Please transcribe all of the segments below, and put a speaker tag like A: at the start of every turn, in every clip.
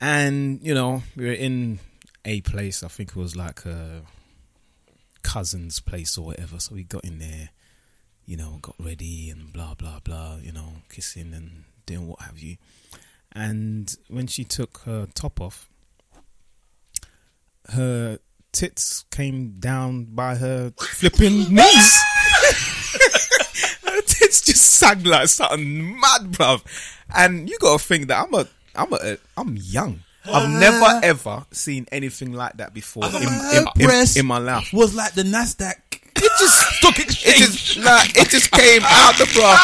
A: And, you know, we were in a place, I think it was like uh, a cousin's place or whatever. So we got in there, you know, got ready and blah, blah, blah, you know, kissing and doing what have you. And when she took her top off, her tits came down by her flipping knees. her tits just sagged like something mad, bruv. And you gotta think that I'm a, I'm a, I'm young. I've never ever seen anything like that before in, in, in,
B: breast
A: in my life.
B: was like the Nasdaq.
A: It just took it just like it just came out the bra.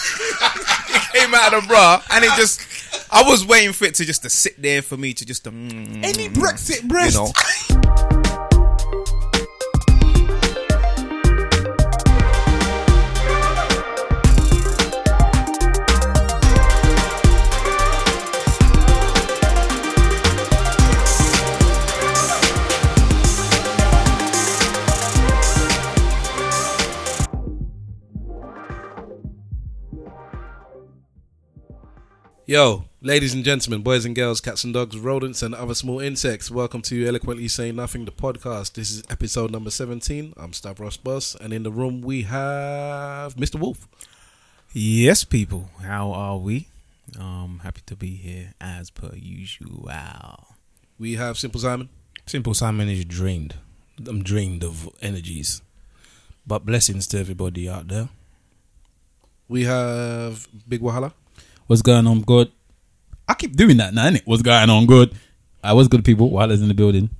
A: Ah. it came out of the bra, and it just. I was waiting for it to just to sit there for me to just to. mm,
B: Any
A: mm,
B: Brexit breast.
A: You know.
C: Yo, ladies and gentlemen, boys and girls, cats and dogs, rodents and other small insects, welcome to Eloquently Saying Nothing, the podcast. This is episode number 17. I'm Stavros Boss, and in the room we have Mr. Wolf.
A: Yes, people. How are we? Um, happy to be here as per usual.
C: We have Simple Simon.
B: Simple Simon is drained. I'm drained of energies. But blessings to everybody out there.
C: We have Big Wahala.
D: What's going on, good? I keep doing that now, innit? What's going on, good? I was good, people. Wilder's in the building.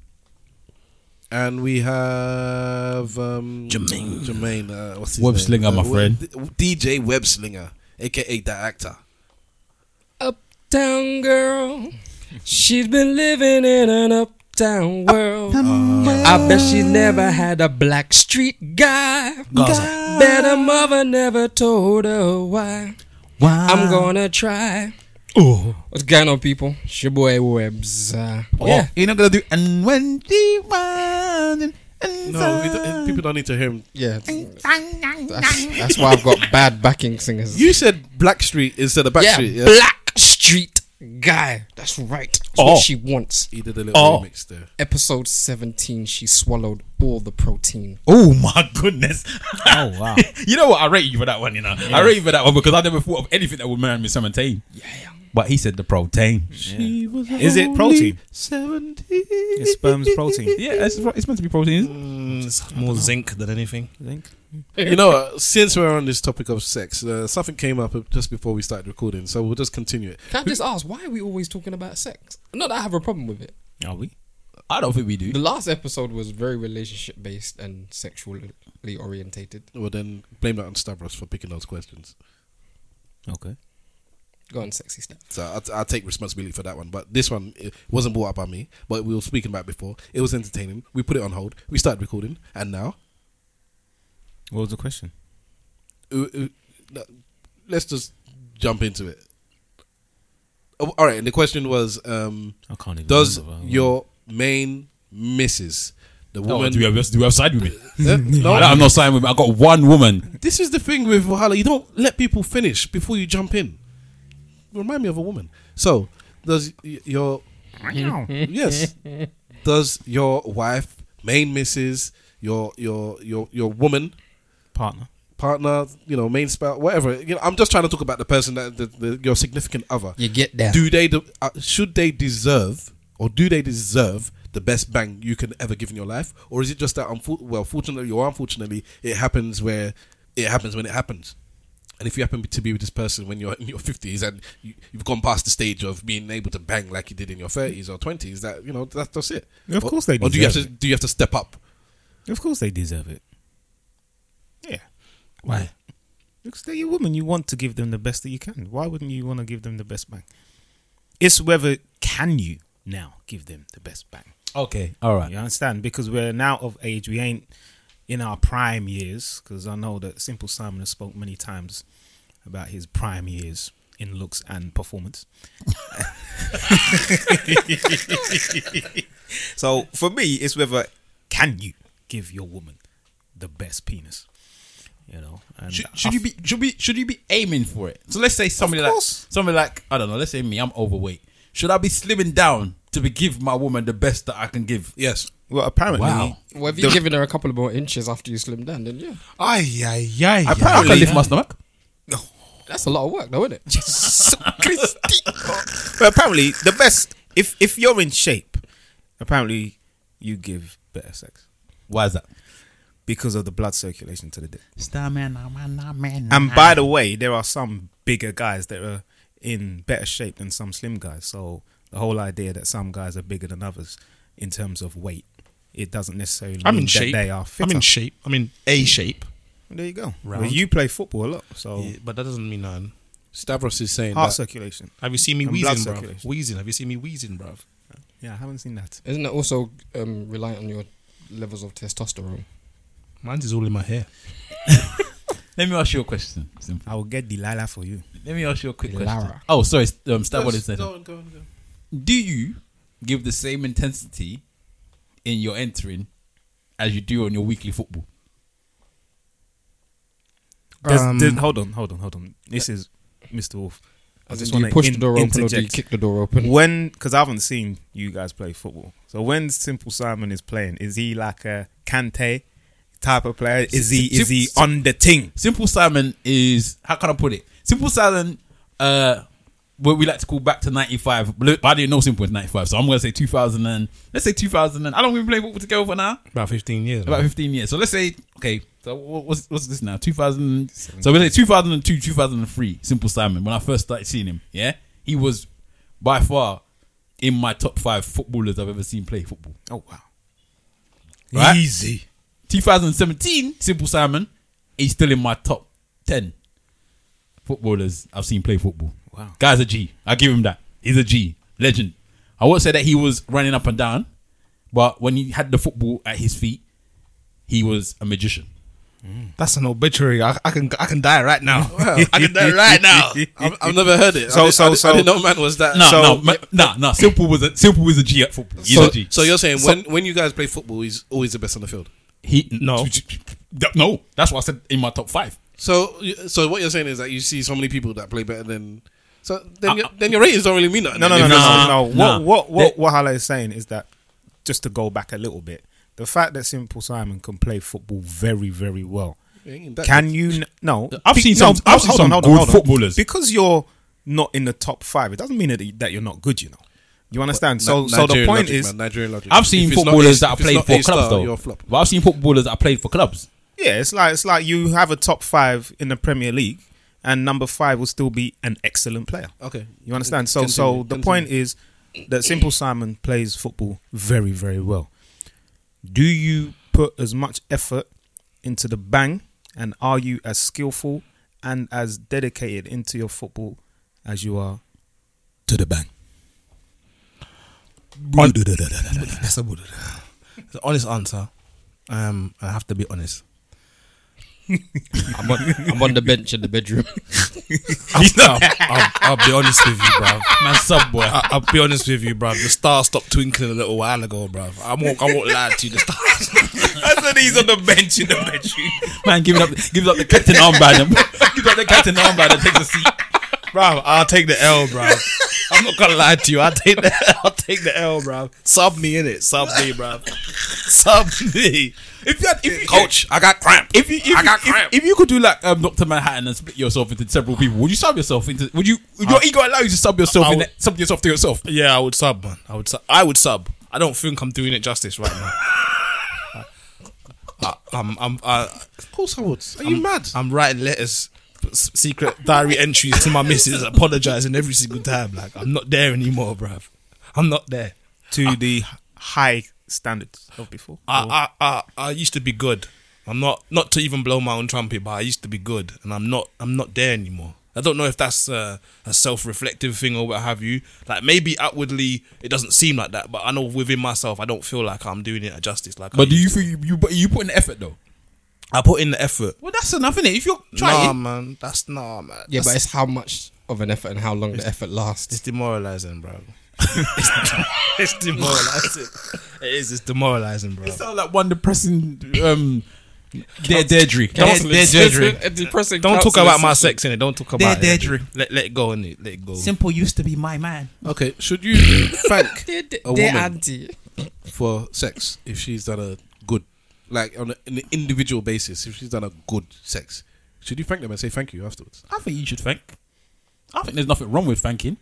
C: And we have um,
B: Jermaine.
C: Jermaine, uh, what's his
D: Web
C: name?
D: Slinger, my
C: Web-
D: friend.
C: DJ Web Slinger, aka that actor.
E: Uptown girl. She's been living in an uptown world.
C: Uh,
E: I bet she never had a black street guy. Bet her mother never told her why.
D: Wow.
E: I'm gonna try. What's going on, people? It's your boy Webs. Uh, Yeah.
D: You're not going to do. And when the one. And
C: No, we
D: Uh.
C: don't, people don't need to hear him.
E: Yeah. That's, that's why I've got bad backing singers.
C: You said Blackstreet instead of
E: yeah,
C: Backstreet. Yeah,
E: black street guy. That's right. That's
D: Oh.
E: what she wants.
C: he did a little
D: Oh.
C: remix there.
E: Episode 17, she swallowed all the protein.
D: Oh, my goodness.
A: Oh wow!
D: you know what? I rate you for that one, you know? I rate you for that one because I never thought of anything that would marry me 17. Yeah. But he said the protein.
A: Is it protein?
C: Seventy.
A: It's sperm's protein.
D: Yeah, it's, it's meant to be protein.
B: It's more zinc than anything.
A: I think.
C: You know, what, since we're on this topic of sex, uh, something came up just before we started recording, so we'll just continue it.
E: Can I just ask, why are we always talking about sex? Not that I have a problem with it.
A: Are we?
D: I don't think we
E: The
D: do.
E: last episode was very relationship based and sexually orientated.
C: Well, then blame that on Stavros for picking those questions.
A: Okay.
E: Go on, sexy stuff.
C: So I, I take responsibility for that one. But this one it wasn't brought up by me, but we were speaking about it before. It was entertaining. We put it on hold. We started recording, and now
A: What was the question?
C: uh, uh, no, let's just jump into it. Oh, All right, and the question was: um,
A: I can't even.
C: Does
A: remember. um,
C: your main missus, the
D: Oh,
C: woman?
D: do, we have, do we have side women?
C: Uh,
D: No. I don't, I'm not side women. I got one woman.
C: This is the thing with Wahala. You don't let people finish before you jump in. Remind me of a woman. So, does y- your yes, does your wife, main missus, your your your your woman
A: partner?
C: partner, you know, main spouse, whatever. You know, I'm just trying to talk about the person that the, the, your significant other.
E: You get that.
C: Do they de- uh, should they deserve or do they deserve the best bang you can ever give in your life, or is it just that unfo- well, fortunately or unfortunately, it happens where it happens when it happens. And if you happen to be with this person when you're in your fifties and you, you've gone past the stage of being able to bang like you did in your thirties or twenties, that you know that, that's it.
A: Of
C: Or-
A: course they
C: Or do you have to
A: deserve
C: do you have to step up?
A: Of course, they deserve it. Yeah.
D: Why?
A: Because they're your woman, you want to give them the best that you can. Why wouldn't you want to give them the best bang? It's whether can you now give them the best bang.
D: Okay. All right.
A: You understand? Because we're now of age. We ain't in our prime years. Because I know that Simple Simon has spoke many times about his prime years in looks and performance. so for me, it's whether can you give your woman the best penis? You know, and
D: should,
A: I-
D: should you be should we should you be aiming for it? So let's say somebody like
A: course.
D: somebody like I don't know. Let's say me, I'm overweight. Should I be slimming down to be give my woman the best that I can give?
C: Yes.
A: Well, apparently,
D: Wow.
E: Well, if you've given her a couple of more inches after you slimmed down, then yeah.
A: Ay, ay, ay,
D: I can lift my stomach.
E: That's a lot of work, though, isn't it?
A: Jesus Christi. but apparently, the best if if you're in shape, apparently you give better sex
D: Why is that?
A: because of the blood circulation to the dick.
F: Stamina, mana, mana.
A: And by the way, there are some bigger guys that are in better shape than some slim guys. So the whole idea that some guys are bigger than others in terms of weight, it doesn't necessarily
F: I'm
A: mean
F: in shape.
A: that they are
F: I'm
A: fitter.
F: in shape. I'm in a shape.
A: there you go. Well,
B: Round.
A: you play football a lot, so
B: Yeah, but that doesn't mean none.
C: Stavros is saying
A: heart
C: that.
A: circulation.
F: Have you seen me
A: And blood
F: wheezing, bruv?
A: circulation.
B: Wheezing. Have you seen me wheezing, bruv?
A: Yeah, I haven't seen that.
E: Isn't it also um, reliant on your levels of testosterone?
B: Mine's is all in my hair.
D: Let me ask you a question. Simple.
A: I will get Delilah for you.
D: Let me ask you a quick question.
E: Lara.
D: Oh, sorry, um, Stab what is that?
C: Go on, go on, go on.
D: Do you give the same intensity in your entering as you do on your weekly football?
A: There's,
F: Um,
A: there's, hold on, hold on, hold on. This is Mr. Wolf. I just
E: do
A: want
E: you push
A: to
E: the door open or do you
A: interject.
E: kick the door open?
A: when, because I haven't seen you guys play football. So when Simple Simon is playing, is he like a Kante type of player? Is he is he on the ting?
D: Simple Simon is how can I put it? Simple Simon, uh, what we like to call back to '95. But I didn't know Simple was '95, so I'm gonna say 2000 and let's say 2000 and I don't even play football together for now.
B: About 15 years.
D: About
B: man.
D: 15 years. So let's say okay. So wha- what's what's this now? 2000. So we say 2002, 2003. Simple Simon. When I first started seeing him, yeah, he was by far in my top five footballers I've ever seen play football.
A: Oh wow,
D: Right?
A: easy.
D: 2017, Simple Simon, he's still in my top 10 footballers I've seen play football.
A: Wow.
D: Guy's a G. I give him that. He's a G. Legend. I won't say that he was running up and down, but when he had the football at his feet, he was a magician.
F: That's an obituary. I, I can I can die right now. I can die right now.
C: I've, I've never heard it.
A: So-
C: I did,
A: so-
C: I did,
A: so-
C: I didn't know man was that.
D: No,
A: So-
D: no, ma- no, no. Simple was a Simple was a G at football. He's
C: So,
D: a G.
C: so you're saying when, when you guys play football, he's always the best on the field.
D: he
B: No.
D: no. That's what I said in my top five.
C: So so what you're saying is that you see so many people that play better than. So then,
D: Uh,
C: your, then your ratings don't really mean nothing.
A: No, no, no,
C: If
A: no, no,
D: Nah,
C: it's-
A: no. What
D: nah.
A: what what
D: They-
A: what Hala is saying is that just to go back a little bit, the fact that Simple Simon can play football very very well.
C: That-
A: Can you n- no?
D: I've
A: Be-
D: seen
A: no,
D: some- I've
A: hold
D: seen
A: on,
D: some
A: hold on,
D: good
A: hold on.
D: footballers.
A: Because you're not in the top five, it doesn't mean that, that you're not good. You know, you understand. So,
C: Ni-
A: so the
C: Nigerian
A: point
C: logic,
A: is,
C: man, Nigerian logic.
D: I've seen
C: If it's not
D: footballers
C: A-
D: that
C: if
D: I
C: it's
D: played
C: not
D: for
C: A star,
D: clubs
C: You're
D: though.
C: a flop.
D: But I've seen footballers that played for clubs.
A: yeah, it's like it's like you have a top five in the Premier League, and number five will still be an excellent player.
C: Okay,
A: You understand? So,
C: Continue,
A: so the
C: continue.
A: point is that Simple Simon plays football very, very well. Do you put as much effort into the bang, and are you as skillful and as dedicated into your football as you are to the bang?
B: That's a good. It's an honest answer. Um, I have to be honest.
E: I'm on, I'm on the bench in the bedroom.
B: I'll, I'll, I'll be honest with you, bruv.
D: Man, sub boy.
B: I, I'll be honest with you, bruv. The stars stopped twinkling a little while ago, bruv. I won't, I won't lie to you. The stars.
A: That's what he's on the bench in the bedroom.
D: Man, give it up, give it up the captain armband. And, give up the captain armband and takes a seat.
B: bruv, I'll take the L, bruv. I'm not gonna lie to you. I'll take the I'll take the L, bruv. Sub me in it. Sub me, bruv. Sub me.
D: If you had, if you,
B: Coach, I got cramp.
D: if you, if,
B: I
D: you,
B: got
D: if,
B: cramp.
D: if you could do like um, Doctor Manhattan and split yourself into several people, would you sub yourself into? Would you? Would your ego allow you to sub yourself?
B: Uh, I
D: in
B: would-
D: that, sub yourself to yourself.
B: Yeah, I would sub, man. I would sub. I would sub. I don't think I'm doing it justice right now. I, I'm, I'm, I,
C: Of course I would. Are you mad?
B: I'm writing letters, s- secret diary entries to my missus, apologizing every single time. Like I'm not there anymore, bruv. I'm not there.
A: To the high standards of before.
B: I, I, I, I used to be good. I'm not not to even blow my own trumpet, but I used to be good, and I'm not I'm not there anymore. I don't know if that's uh, a self-reflective thing or what have you. Like maybe outwardly it doesn't seem like that, but I know within myself I don't feel like I'm doing it a justice. Like, I
D: But do you
B: used to.
D: feel you you, but you put in the effort though?
B: I put in the effort.
D: Well, that's enough, innit? If you're
B: Nah,
D: trying,
B: man, that's nah, man.
E: Yeah, but
B: That's-
E: it's how much of an effort and how long the effort
B: it's
E: lasts.
B: demoralizing, bro. it's demoralizing. It is. It's demoralizing, bro.
D: it sounds like one depressing um, Dear Deirdre.
F: Don't-
D: Dear Deirdre.
E: Depressing
B: Don't talk about my
E: counselors.
B: sex in it. Don't talk
F: Dear
B: about it.
F: Deirdre.
B: Let let it go in it. Let it go.
F: Simple used to be my man.
C: Okay, should you thank
E: Dear, dear,
C: A
E: dear
C: woman.
E: auntie.
C: for sex if she's done a good, like on a, an individual basis, if she's done a good sex? Should you thank them and say thank you afterwards?
D: I think you should thank. I think there's nothing wrong with thanking.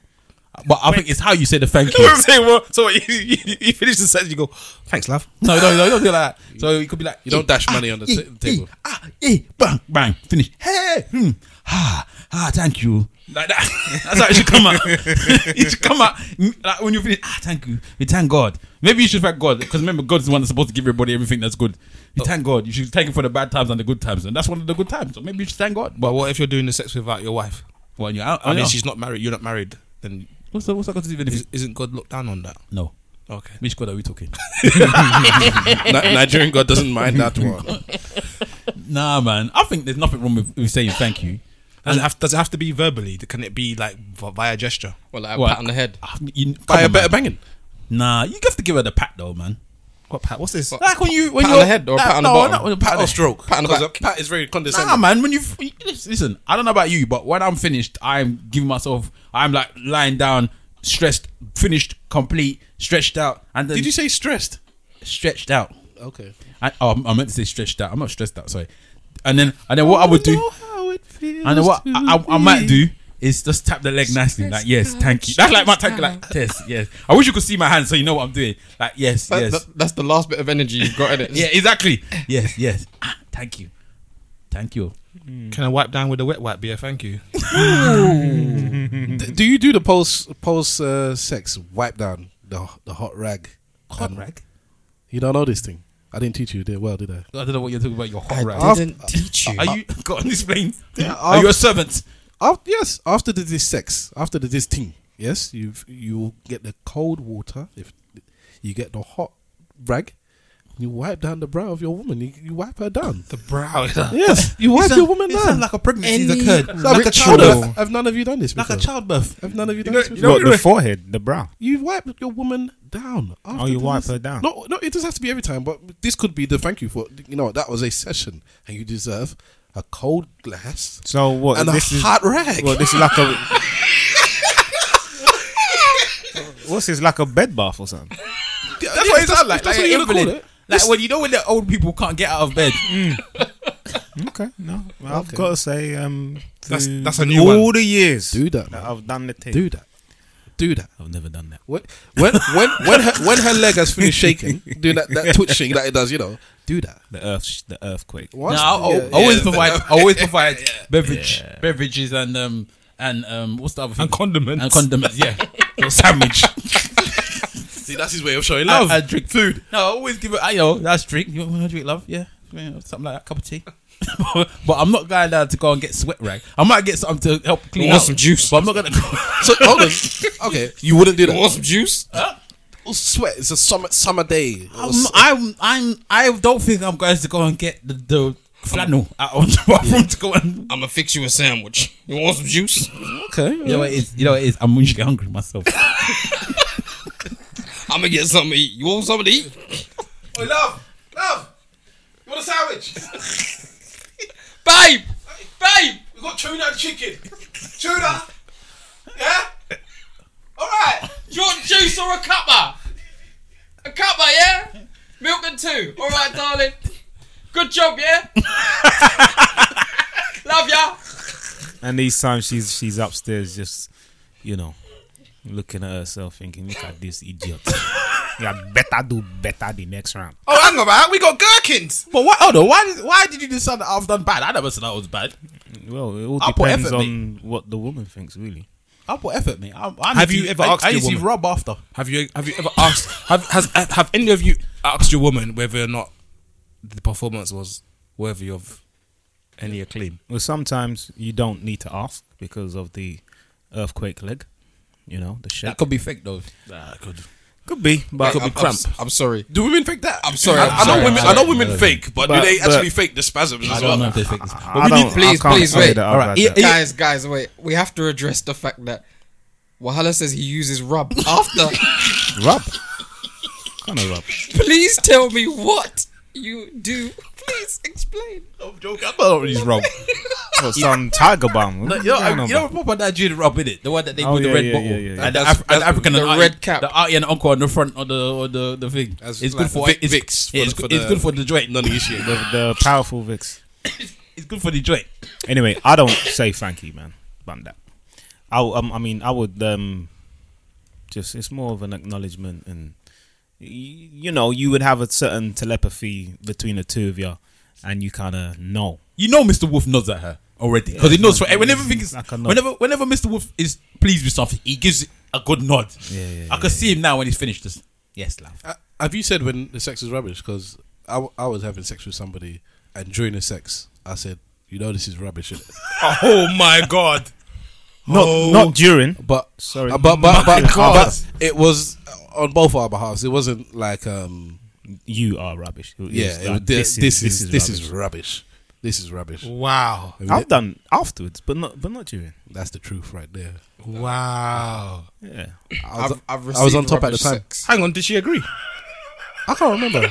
D: But I think it's how you say the thank you.
B: Say what? So what, you, you, you finish the sex, you go, thanks, love.
D: No, no, no, don't do like that. So it could be like
C: You don't dash money on the
D: yeah,
C: ta- table.
D: yeah, ah, yeah, bang, bang, finish. Hey, hmm, ah, ah, thank you. Like that. That's how it should come out. it should come out mm, like when you finish. Ah, thank you. We thank God. Maybe you should thank God because remember, God's the one that's supposed to give everybody everything that's good. You thank God. You should thank Him for the bad times and the good times, and that's one of the good times. So maybe you should thank God. But
B: But what if you're doing the sex without your wife?
D: well, you're out.
B: I
D: Oh,
B: mean,
D: yeah.
B: she's not married. You're not married. Then
D: what's that, what's that got to do with
B: is,
D: anything?
B: isn't God looked down on that?
D: No.
B: Okay.
D: Which God are we talking?
C: Ni- Nigerian God doesn't mind that one.
D: nah, man. I think there's nothing wrong with, with saying thank you.
B: Does it, have, does it have to be verbally? Can it be like v- via gesture?
E: Well, like a
D: What?
E: pat on the head.
D: Ah, you- come
C: By a
D: on,
C: better
D: man.
C: banging.
D: Nah, you have to give her the pat though, man.
B: What Pat? What's this?
D: Like when you when
E: Pat on
D: you're
E: the head or
D: nah,
E: pat on the
D: no,
E: bottom?
D: not with a pat
C: Pat
D: on
C: or
D: the-
C: stroke.
E: Pat on the
C: 'Cause a
E: back.
C: pat is very condescending.
D: Nah, man. When you listen, I don't know about you, but when I'm finished, I'm giving myself. I'm like lying down, stressed, finished, complete, stretched out, and then
C: Did you say stressed?
D: stretched out?
C: Okay.
D: I, oh, I meant to say stretched out. I'm not stressed out. Sorry. And then and then what I would do,
C: how it feels.
D: and then what I, I, I might do. Is just tap the leg nicely, like yes, thank you. That's like my thank you, like yes, yes. I wish you could see my hand so you know what I'm doing. Like yes,
E: That-
D: yes.
E: that- that's the last bit of energy you've got in it.
D: Yeah, exactly. Yes, yes. Ah, thank you. Thank you.
B: Can I wipe down with a wet wipe? Yeah, thank you.
C: do you do the pulse pulse uh, sex wipe down the the hot rag?
D: Hot
C: And-
D: rag?
C: You don't know this thing. I didn't teach you did well, did I?
D: I don't know what you're talking about. Your hot rag.
E: I didn't teach you.
D: Are you go on this plane?
C: Yeah,
D: Are
C: I'll-
D: you a servant?
C: Af yes, after the, this sex, after the, this thing, yes, you you get the cold water. If you get the hot rag, you wipe down the brow of your woman. You, you wipe her down.
B: The brow.
C: yes, you wipe your woman down.
D: like a pregnancy
E: Any
D: occurred.
C: Like a
E: ritual.
C: childbirth. Have none of you done this?
D: Like
C: Before?
D: a childbirth.
C: Have none of you done this?
A: You
C: before?
A: what, the forehead, the brow.
C: You wipe your woman down. After
A: Oh, you
C: this.
A: wipe her down.
C: No, no, it doesn't have to be every time, but this could be the thank you for. You know, that was a session, and you deserve a cold glass
A: So what?
C: and a
A: this is
C: hot rag.
A: well, this is like a. What's this? Like a bed bath or something?
C: that's
D: That's what it sounds like. Like
C: That's what
D: an
C: you're gonna
D: invalid.
C: call it.
D: Like when you know when the old people can't get out of bed.
A: Okay, no, I've got to say, um,
B: That's-
A: through
B: that's a new
A: all
B: one.
A: the years
C: Do
A: that
C: that, man.
A: I've done the thing.
C: Do that. Do that.
D: I've never done that.
C: When when when when her, when her leg has finished shaking, do that, that twitching that it does, you know, do that.
D: The earth, the earthquake. No, I,
C: Once-
D: I-
C: yeah,
D: I always
C: yeah.
D: provide. I always provide beverage, beverages, and um, and um, what's the other thing?
B: And condiments.
D: and condiments. Yeah, or sandwich.
C: See, that's his way of showing
D: love.
C: love.
D: I, drink food. No, I always give it. I know that's drink. You want to drink love? Yeah, Yeah, something like that. Cup of tea. but I'm not going down to go and get sweat rag. I might get something to help clean
E: want
D: up.
E: some juice?
D: But I'm not gonna. Go.
C: so hold on. Okay, you wouldn't do that.
E: want some juice?
C: Oh, sweat. It's a summer summer day.
D: I'm, I'm. I'm. I don't think I'm going to go and get the, the flannel out of the bathroom to go and.
E: I'm gonna fix you a sandwich. You want some juice?
C: okay.
D: You know what it is. You know what it is. I'm usually hungry myself.
E: I'm gonna get something to eat. You want something to eat?
C: love, love. You want a sandwich?
E: Babe! Babe!
C: We got tuna and chicken. Tuna. Yeah. All right.
E: Do you want juice or a cuppa? A cuppa, yeah? Milk and two. Alright, darling. Good job, yeah? Love ya.
A: And these times she's she's upstairs, just you know, looking at herself, thinking, "Look at this idiot. yeah, better do better the next round."
B: Oh, hang about. We got gherkins.
D: but what? Hold on. Why? Did, why did you decide that I've done bad? I never said I was bad.
A: Well, it all
D: I'll put
A: depends
D: effort,
A: on what the woman thinks, really.
D: I put effort, mate. I, I
B: Have
D: need
B: you
D: to-
B: ever
D: I,
B: asked
D: I
B: your
D: need to
B: woman?
D: rub after.
B: Have you have you ever asked? Have has have any of you asked your woman whether or not the performance was worthy of any acclaim?
A: Well, sometimes you don't need to ask because of the earthquake leg. You know, the shake.
D: That could be fake though.
A: Could be, but
E: I'm, I'm, I'm sorry.
C: Do women fake that?
E: I'm sorry,
C: I,
E: I'm
C: I know
E: sorry,
C: women.
E: I'm
C: I know
D: sorry.
C: women
D: No.
C: fake, but,
A: But-
C: do they
A: but-
C: actually fake the spasms
D: I
C: as
D: don't know
C: well?
D: if they fake this.
A: I don't- I
E: please,
A: can't
E: please
A: say
E: wait.
A: that I've
D: All right,
A: had
D: it-
A: that.
D: it-
E: Guys, guys, wait. We have to address the fact that Wahala says he uses rub after.
A: rub. Kind of rub.
E: Please tell me what you do. Please Please explain.
C: I'm joking. I know he's wrong.
A: Or some tiger bomb.
D: You know, I, you know proper Nigerian rub in it, the one that they do
A: Oh,
D: with the
A: yeah,
D: red
A: yeah,
D: bottle,
A: yeah, yeah, yeah.
D: and the, Af- and the African,
E: the
D: and
E: red
D: auntie-
E: cap.
D: the auntie and uncle on the front of the or the or the, thing.
C: As
D: it's
C: like
D: good for
C: Vic-
D: it's,
C: Vicks
D: yeah,
C: for
D: it's, good,
C: the- for
D: it's
C: the-
D: good for the joint. No,
C: None of this shit.
A: The, the powerful Vicks.
D: it's good for the joint.
A: Anyway, I don't say thank you, man. About that. I, w- um, I mean, I would um, just, it's more of an acknowledgement and, y- you know, you would have a certain telepathy between the two of you and you kind of know.
D: You know, Mr. Wolf nods at her already because he knows. For, whenever things,
A: I can nod.
D: whenever whenever Mr. Wolf is pleased with something, he gives a good nod.
A: Yeah, yeah,
D: I can see him now when he's finished. Just, yes, love.
C: Uh, Have you said when the sex is rubbish? Because I, w- I was having sex with somebody, and during the sex, I said, "You know this is rubbish." Isn't it?
B: Oh my god.
A: Not,
C: Oh.
A: not during.
C: But
A: Sorry.
C: uh, but but
A: My
C: but,
A: God.
C: but it was on both our behalves. It wasn't like um
A: You are rubbish. It was
C: yeah. it
A: like,
C: was- this, is, this is
A: rubbish.
C: rubbish. This is rubbish.
B: Wow.
C: I mean,
A: I've done afterwards, but not but not during.
C: that's the truth right there.
B: Wow.
A: Yeah.
C: I was,
F: I've
C: I was on top at the
F: rubbish
C: time.
F: sex.
B: Hang on, did she agree?
C: I can't remember.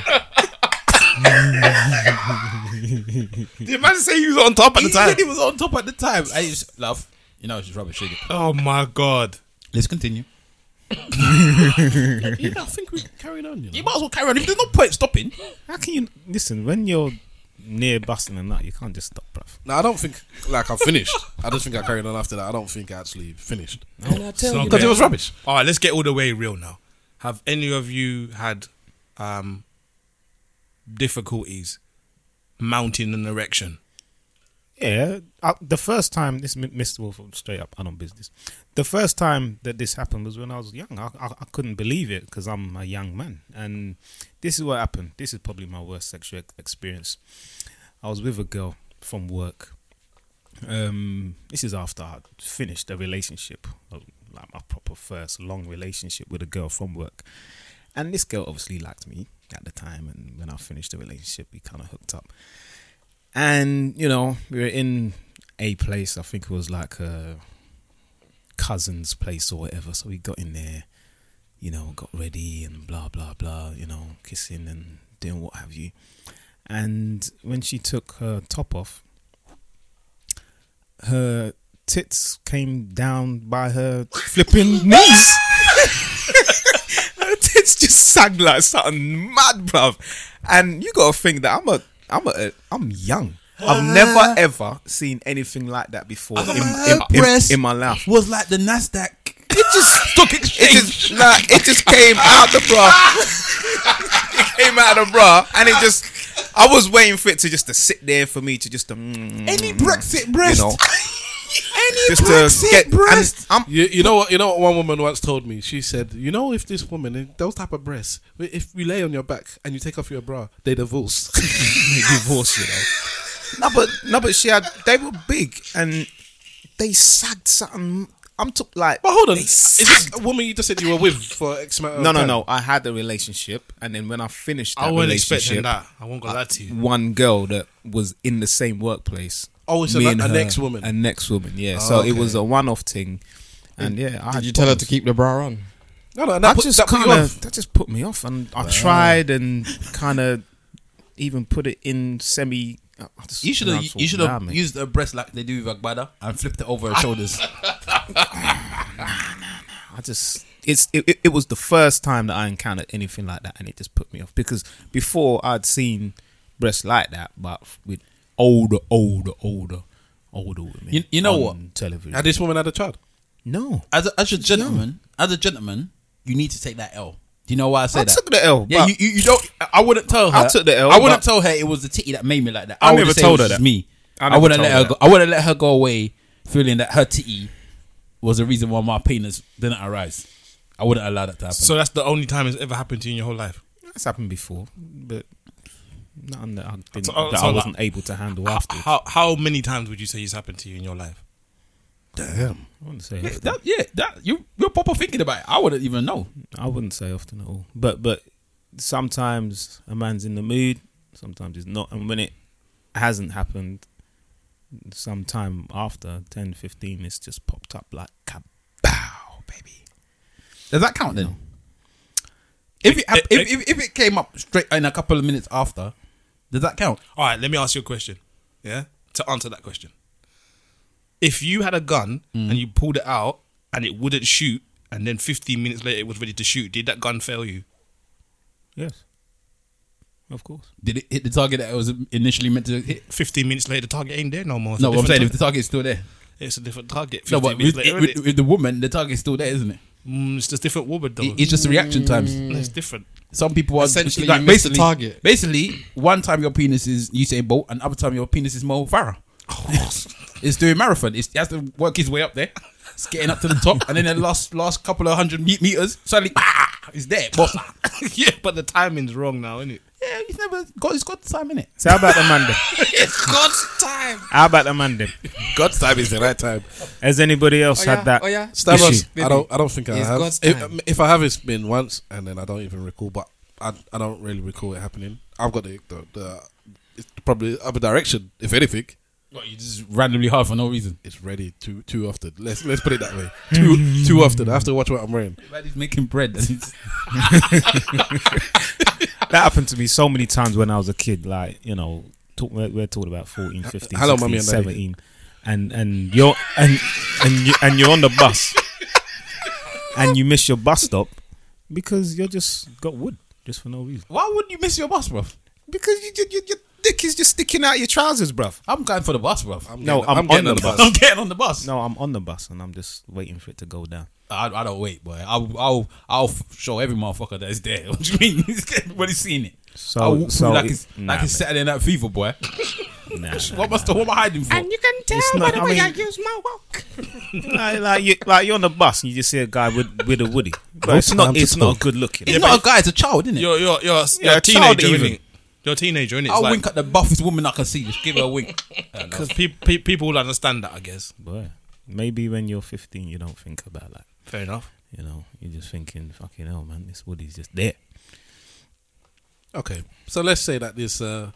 B: Did man say you was on top at
D: He
B: the time?
D: said he was on top at the time. I just, love. You know, it's just rubbish. Really.
B: Oh my god.
D: Let's continue.
C: yeah, I think we carried on. You know?
D: You might as well carry on. If there's no point stopping,
A: How can you listen when you're near busting and that? You can't just stop, bruv.
C: No, I don't think like I finished. I just think I carried on after that. I don't think I actually finished
E: And I tell you,
C: because it
E: that-
C: was rubbish.
B: All right, let's get all the way real now. Have any of you had um, difficulties mounting an erection?
A: Yeah, I, the first time this m- Mr. Wolf straight up, I don't business. The first time that this happened was when I was young. I, I, I couldn't believe it because I'm a young man, and this is what happened. This is probably my worst sexual ex- experience. I was with a girl from work. Um, this is after I finished a relationship, uh, like my proper first long relationship with a girl from work, and this girl obviously liked me at the time. And when I finished the relationship, we kind of hooked up and you know we were in a place i think it was like uh, a cousin's place or whatever so we got in there you know got ready and blah blah blah you know kissing and doing what have you and when she took her top off her tits came down by her flipping knees her tits just sagged like something mad bruv and you gotta think that i'm a i'm a i'm young I've never ever seen anything like that before in, in, in- in my life.
D: was like the Nasdaq.
A: It just stock exchange. It just, nah, it just came out the bra. it came out the bra, and it just. I was waiting for it to just to sit there for me to just to any Brexit breast. You know, any just Brexit breast. I'm,
C: You, you know what? You know what? One woman once told me. She said, "You know, if this woman, in those type of breasts, if you lay on your back and you take off your bra, they divorce."
A: divorce, you know. No, but no, but she had. They were big and they sagged something. I'm talk like.
C: but hold on,
A: they
C: is this a woman you just said you were with for X amount? Of
A: No, no,
C: time?
A: no. I had a relationship, and then when I finished that
B: I wasn't
A: relationship,
B: expecting that. I won't go that to you.
A: one girl that was in the same workplace.
C: Oh, it's a-
A: Me and
C: a
A: her-
C: next woman. Oh,
A: A next woman, yeah. so it was a one-off thing, and yeah, I
E: did
A: had
E: you tell her to
A: problems.
E: keep the bra on?
F: Oh,
C: no, no. and
A: That
C: That put,
A: just
C: that put you
A: kind
C: off.
A: of that just put me off, and I tried and kind of even put it in semi. I just-
D: You should
A: and I
D: have.
A: thought,
D: You should
A: nah,
D: have
A: mate.
D: used her breast like they do with Agbada and flipped it over her shoulders.
A: I just it's it, it, it was the first time that I encountered anything like that, and it just put me off because before I'd seen breasts like that, but with older, older, older, older women.
D: You- you know
A: on
D: what?
A: Television.
C: And this woman had a child.
A: no,
D: as a, as a gentleman, as a gentleman, you need to take that L. Do you know why I say
A: I
D: that?
A: took the L.
D: yeah,
A: but
D: you, you, you don't. I wouldn't tell her.
A: I took the L,
D: I wouldn't
A: but-
D: tell her it was the titty that made me like that.
A: I
D: I, would
A: never
D: say
A: told
D: it was
A: her
D: just
A: that.
D: Me.
A: I
D: I,
A: never
D: wouldn't let
A: told
D: her.
A: her
D: go I wouldn't let her go away feeling that her titty was the reason why my penis didn't arise. I wouldn't allow that to happen.
B: So that's the only time it's ever happened to you in your whole life.
A: that's happened before, but nothing that I didn't
B: So, uh,
A: that
B: so
A: I
B: like-
A: wasn't able to handle
B: How,
A: after. I
B: how how many times would you say it's happened to you in your life?
A: wouldn't say
D: yeah,
A: often.
D: that, yeah, that you you're proper thinking about it. I wouldn't even know.
A: I wouldn't say often at all, but but sometimes a man's in the mood, sometimes he's not, and when it hasn't happened, sometime after 10, 15, it's just popped up like kabow, baby.
D: Does that count then? If it, hap- if, if, if it came up straight in a couple of minutes after, Does that count?
B: All right, let me ask you a question. Yeah, to answer that question, if you had a gun and you pulled it out and it wouldn't shoot, and then 15 minutes later it was ready to shoot, did that gun fail you?
A: Yes. Of course.
D: Did it hit the target that it was initially meant to hit?
B: 15 minutes later, the target ain't there no more. It's
D: No,
B: a
D: what I'm
B: different
D: saying if the target's still there.
B: tar- it's a different target.
D: No,
B: 15
D: but with,
B: minutes later,
D: with-
B: innit?
D: with the woman, the target's still there, isn't it?
B: Mm, it's just different woman though.
D: It- It's just the reaction times.
B: it's different.
D: Some people are
F: Essentially, you missed the target.
D: Basically, one time your penis is Usain Bolt, and other time your penis is Mo Farah. it's doing marathon. It's, he has to work his way up there. It's getting up to the top, and then the last last couple of hundred me- meters, suddenly ah, it's there. But
B: yeah, but the timing's wrong now, isn't it?
D: yeah, he's never got. He's got time in it.
A: So how about Amanda?
F: It's God's time.
A: How about Amanda?
C: God's time is the right time.
A: Has anybody else
F: Oh
A: had
F: yeah,
A: that?
F: oh yeah.
C: Stavros,
F: Issue.
C: I don't. I don't think I
F: It's
C: have.
F: God's
C: If,
F: time.
C: if I have, it's been once, and then I don't even recall. But I, I don't really recall it happening. I've got the, the, the it's probably other direction. If anything,
D: What, you just randomly hard for no reason.
C: it's ready too too often. Let's let's put it that way. too too often. I have to watch what I'm wearing.
D: He's making bread. and it's-
A: That happened to me so many times when I was a kid. Like, you know, talk, we're, we're talking about 14, 15,
C: Hello,
A: 16,
C: mummy and daddy.
A: 17. And, and you're and and, you, and you're on the bus and you miss your bus stop because you're just got wood just for no reason
D: Why would you miss your bus, bruv?
A: because you, you, your dick is just sticking out your trousers bruv
D: I'm going for the bus, bruv. I'm,
C: I'm
A: No,
C: getting,
A: I'm
C: getting
A: on
C: on
A: the
C: the bus.
A: bus.
D: getting on the bus.
A: no I'm on the bus and I'm just waiting for it to go down
D: I, I don't wait, boy. I'll, I'll I'll show every motherfucker that's there. What do you mean? Everybody's seen it.
A: So-
D: I'll walk
A: so
D: through like
A: it-
D: it's
A: nah,
D: like it's Saturday Night Fever, boy.
A: nah, nah,
D: What must I what am I hiding for?
F: You can tell
A: It's
F: by
A: not-
F: the
A: I
F: way I
A: mean-
F: use my walk.
A: like, like you like you're on the bus and you just see a guy with with a woody but it's
C: time
A: not
C: to
A: it's not
C: talk.
A: good looking
D: it's not a guy, it's a child, isn't it?
B: You're you're you're, you're
A: Yeah,
B: a
A: a child
B: teenager,
A: even.
B: innit? You're a teenager, innit?
D: I'll
B: It's
D: wink at the buffest woman I can see. Just give her a wink.
B: because people will understand that, I guess.
A: Boy, maybe when you're 15, you don't think about that.
B: Fair enough.
A: You know, you're just thinking, fucking hell, man, this Woody's just there.
C: Okay, so let's say that this uh,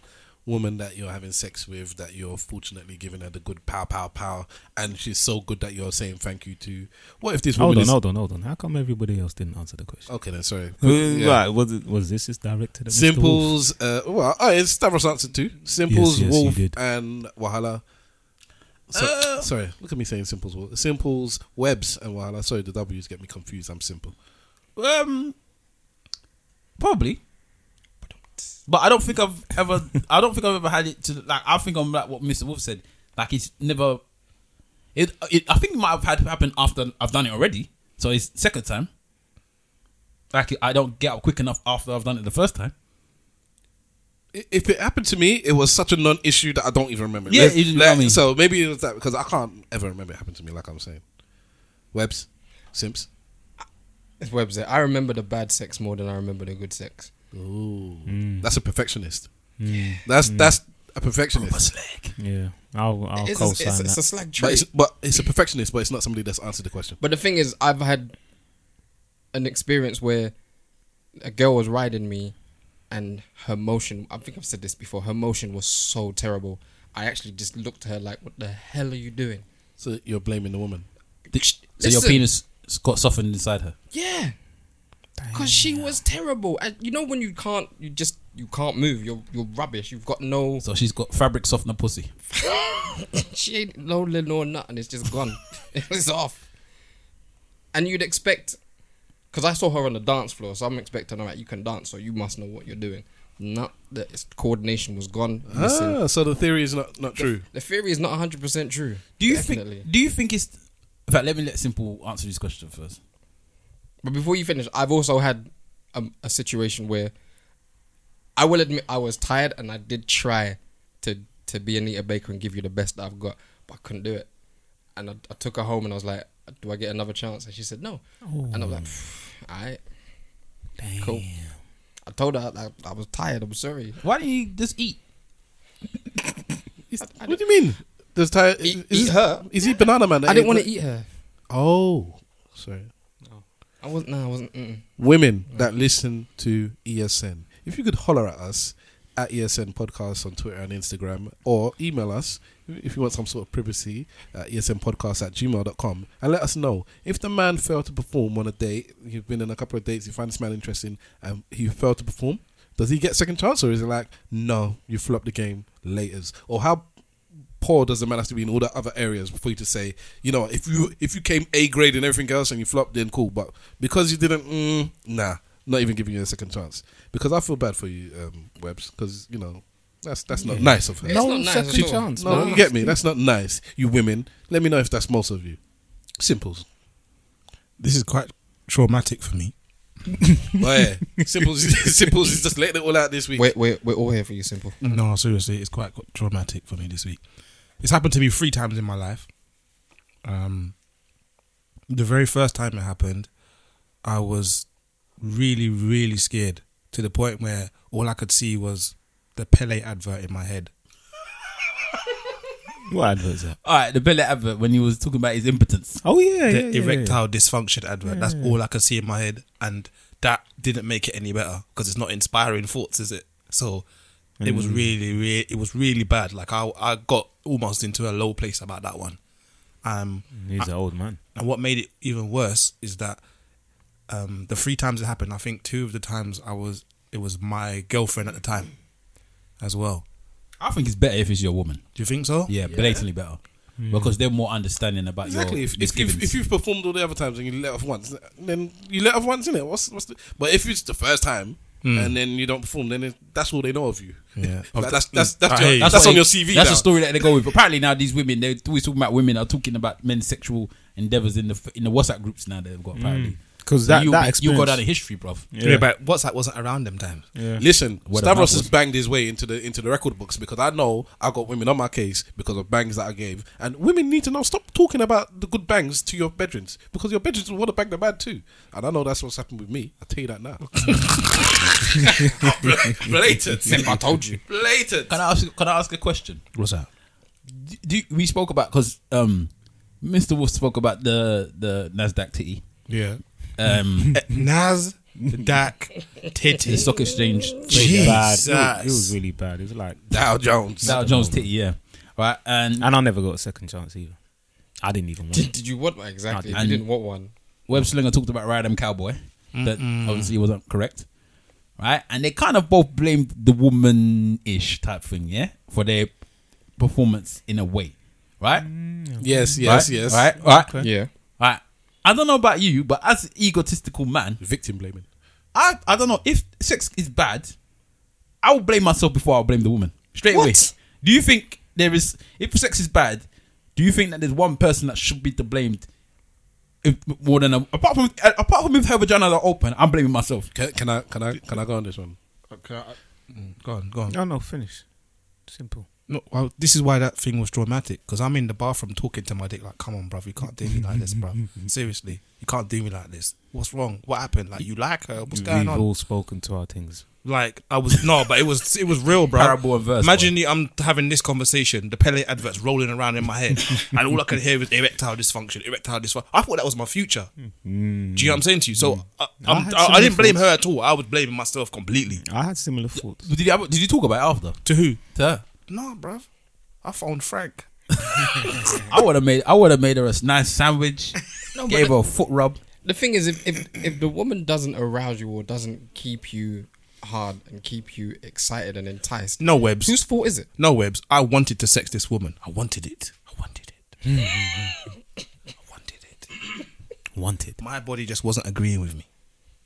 C: woman that you're having sex with, that you're fortunately giving her the good pow pow pow, and she's so good that you're saying thank you to. What if this woman
A: Hold on,
C: is
A: hold on, hold on. How come everybody else didn't answer the question?
C: okay? Then sorry.
A: Uh,
C: Yeah.
A: Right, was, it, was this is directed at Mr. Wolf?
C: Simples, uh, well, oh, it's Stavros answered too. Simples,
A: Yes, yes, you
C: Wolf,
A: did.
C: and Wahala. So,
B: Uh.
C: sorry, look at me saying Simples, Wolf. Simples, Webs, and Wahala. Sorry, the W's get me confused. I'm simple.
D: Um, probably. But I don't think I've ever. I don't think I've ever had it to like. I think I'm like what Mr. Wolf said. Like it's never. It. it I think it might have had happen after I've done it already. So it's second time. Like I don't get up quick enough after I've done it the first time.
C: I- If it happened to me, it was such a non-issue that I don't even remember. it.
D: Yeah,
C: Let's-
D: you know
C: let-
D: what I mean.
C: So maybe it was that because I can't ever remember it happened to me. Like I'm saying, Webs, Simps.
F: It's website. I remember the bad sex more than I remember the good sex.
C: Ooh, that's a perfectionist. That's that's a perfectionist.
A: Yeah, I'll, I'll
F: it's,
A: co
F: a, it's,
A: sign
F: a, it's a
A: that.
F: slag
C: But
F: trait.
C: it's, but it's a perfectionist, but it's not somebody that's answered the question.
F: But the thing is, I've had an experience where a girl was riding me, and her motion. I think I've said this before. Her motion was so terrible. I actually just looked at her like, "What the hell are you doing?"
C: So you're blaming the woman.
D: So your
F: Listen.
D: penis got softened inside her.
F: Yeah, because she was terrible. And you know when you can't, you just you can't move. You're you're rubbish. You've got no.
D: So she's got fabric softener pussy.
F: she ain't loaded no nut and it's just gone. it's off. And you'd expect, because I saw her on the dance floor, so I'm expecting, all right, you can dance, so you must know what you're doing. Not that its coordination was gone. Missing.
C: Ah, so the theory is not not true.
F: The theory is not 100% true.
D: Do you
F: Definitely.
D: think? Do you think it's? In fact, let me let simple answer this question first.
F: But before you finish, I've also had a, a situation where I will admit I was tired and I did try to to be Anita Baker and give you the best that I've got, but I couldn't do it. And I, I took her home and I was like, "Do I get another chance?" And she said, "No." And I'm like, "All right, cool." I told her like, I was tired. I'm sorry.
D: Why don't you just eat?
C: Is- what do you mean? There's tire. Is,
F: Eat-
C: is-
F: eat her.
C: Is he banana man?
F: I didn't want to eat her.
C: Oh, sorry.
F: I wasn't. No, I wasn't. Mm-mm.
C: Women that listen to ESN, if you could holler at us at ESN Podcast on Twitter and Instagram, or email us if you want some sort of privacy at E esnpodcast at gmail.com and let us know if the man failed to perform on a date, you've been on a couple of dates, you find this man interesting, and he failed to perform. Does he get second chance, or is it like, no, you flopped the game, laters? Or how poor does the man have to be in all the other areas before you to say, you know, if you if you came A grade and everything else and you flopped, then cool. But because you didn't, mm, nah, not even giving you a second chance. Because I feel bad for you, um, Webs, because you know that's that's not nice of her.
A: No
E: not nice
A: second
E: at all.
A: chance.
C: No,
A: man.
C: you get me. That's not nice. You women, let me know if that's most of you. Simples.
B: This is quite traumatic for me.
C: But yeah, Simples, is- Simples is just letting it all out this week.
F: We're, we're, we're all here for you, simple.
B: No, seriously, it's quite traumatic for me this week. It's happened to me three times in my life. Um, the very first time it happened, I was really, really scared to the point where all I could see was the Pele advert in my head.
D: What advert's that? All right, the Bella advert when he was talking about his impotence.
A: Oh yeah, yeah,
B: the
A: yeah,
B: erectile dysfunction advert. That's all I could see in my head, and that didn't make it any better because it's not inspiring thoughts, is it? So it
A: Mm.
B: was really, really, it was really bad. Like I, I got almost into a low place about that one. Um,
G: He's an old man.
B: and what made it even worse is that um, the three times it happened, I think two of the times I was, it was my girlfriend at the time, as well.
D: I think it's better if it's your woman.
B: Do you think so?
D: Yeah, blatantly better because they're more understanding about
C: Hmm. Exactly.
D: your
C: If, if,
D: misgivings.
C: if, if you've performed all the other times and you let off once, then you let off once in it. What's what's the? But if it's the first time and then you don't perform, then it, that's all they know of you.
B: Yeah.
C: Like, that's that's that's,
B: I hear
C: your,
B: you.
C: that's,
D: what
C: on
D: they-
C: your CV.
D: That's
C: now.
D: a story that they go with. Apparently now these women they're always talking about women are talking about men's sexual endeavors in the f- in the WhatsApp groups now they've got apparently.
C: Hmm.
A: 'Cause
D: So
A: that-
D: you,
A: that
D: you go
A: experience-
D: down the history, bruv.
B: Yeah, but WhatsApp wasn't around them times.
C: Listen,
D: Word of
C: Stavros
D: mouth
C: has
D: was-
C: banged his way into the into the record books because I know I got women on my case because of bangs that I gave, and women need to know. Stop talking about the good bangs to your bedrooms because your bedrooms will want to bang the bad too, and I know that's what's happened with me. I tell you that now. Blatant,
F: I told you.
C: blatant.
D: Can I ask? Can I ask a question?
B: What's that?
D: Do, do we spoke about because um, Mr. Wolf spoke about the the Nasdaq titty,
B: Yeah.
D: um,
B: Nas, Dak,
D: the
B: Titty.
D: stock exchange,
B: Jeez.
G: Bad. It
B: Jesus.
G: was, it was really bad. It was like,
C: Dow Jones.
D: Dow Jones titty, yeah, right, and
G: and I never got a second chance either. I didn't even want.
F: Did,
G: it.
F: did you want one? Exactly.
D: I
F: you
D: didn't.
F: didn't want one.
D: Web Slinger talked about Ride 'em Cowboy. That obviously wasn't correct. Right? And they kind of both blamed the woman ish type thing, yeah? For their performance in a way. Right?
C: Yes, yes,
D: right?
C: yes.
D: Right? Right?
F: Yeah.
D: Right? I don't know about you, but as an egotistical man,
C: Victim blaming.
D: I, I don't know. If sex is bad, I will blame myself before I'll blame the woman. Straight away. Do you think there is if sex is bad, do you think that there's one person that should be to blamed if, more than a, apart from uh, apart from if her vaginas are open, I'm blaming myself.
C: Can, can I can I can I go on this one?
B: Go on, go on.
A: Oh no, finish. Simple.
B: No, well, this is why that thing was traumatic because I'm in the bathroom talking to my dick like, "Come on, bruv, you can't do me like this, bruv. Seriously, you can't do me like this. What's wrong? What happened? Like, you like her? What's going
G: We've
B: on?
G: all spoken to our things.
B: Like, I was no, but it was it was real, bruv.
D: Parable and verse,
B: Imagine you, I'm having this conversation, the Pele adverts rolling around in my head, and all I could hear was erectile dysfunction, erectile dysfunction. I thought that was my future. Do you know what I'm saying to you? So I,
A: I
B: I'm,
A: had
B: I, I
A: similar
B: didn't blame
A: thoughts.
B: her at all. I was blaming myself completely.
A: I had similar thoughts.
D: Did you, did you talk about it after?
B: To who?
D: To her?
B: No, bruv. I found Frank.
D: I would have made I would have made her a nice sandwich, gave her a foot rub.
F: The thing is, if, if if the woman doesn't arouse you or doesn't keep you hard and keep you excited and enticed,
B: No webs.
F: whose fault is it?
B: No, Webs. I wanted to sex this woman. I wanted it. I wanted it. I wanted it.
G: Wanted,
B: My body just wasn't agreeing with me.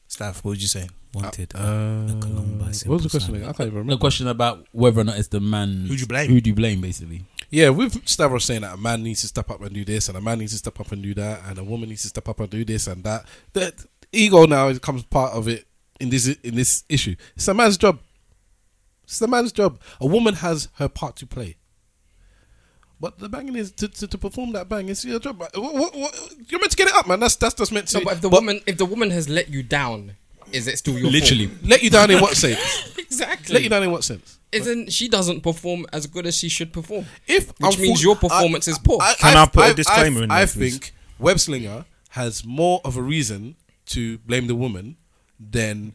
B: Staff, what was you saying?
A: Uh,
G: wanted. like a long by
C: What was the
G: Simple
C: question?
G: Simon.
C: again? I can't even remember.
D: The question about whether or not it's the man
B: Who do you blame?
D: Who do you blame basically?
C: Yeah, with Stavros saying that a man needs to step up and do this, and a man needs to step up and do that, and a woman needs to step up and do this and that. That ego now becomes part of it in this in this issue. It's a man's job. It's a man's job. A woman has her part to play. But the banging is to, to, to perform that bang. It's your job. man. Wha- wha- wha- You're meant to get it up, man. That's that's just meant to.
F: No, but if the woman if the woman has let you down, is it still your
D: Literally.
C: let you down in what sense?
F: fault? exactly?
C: let you down in what sense?
F: Isn't she doesn't perform as good as she should perform?
C: If
F: Which means your performance is poor.
A: Can I put a disclaimer in
C: I,
A: there, please?
C: think Web Slinger has more of a reason to blame the woman than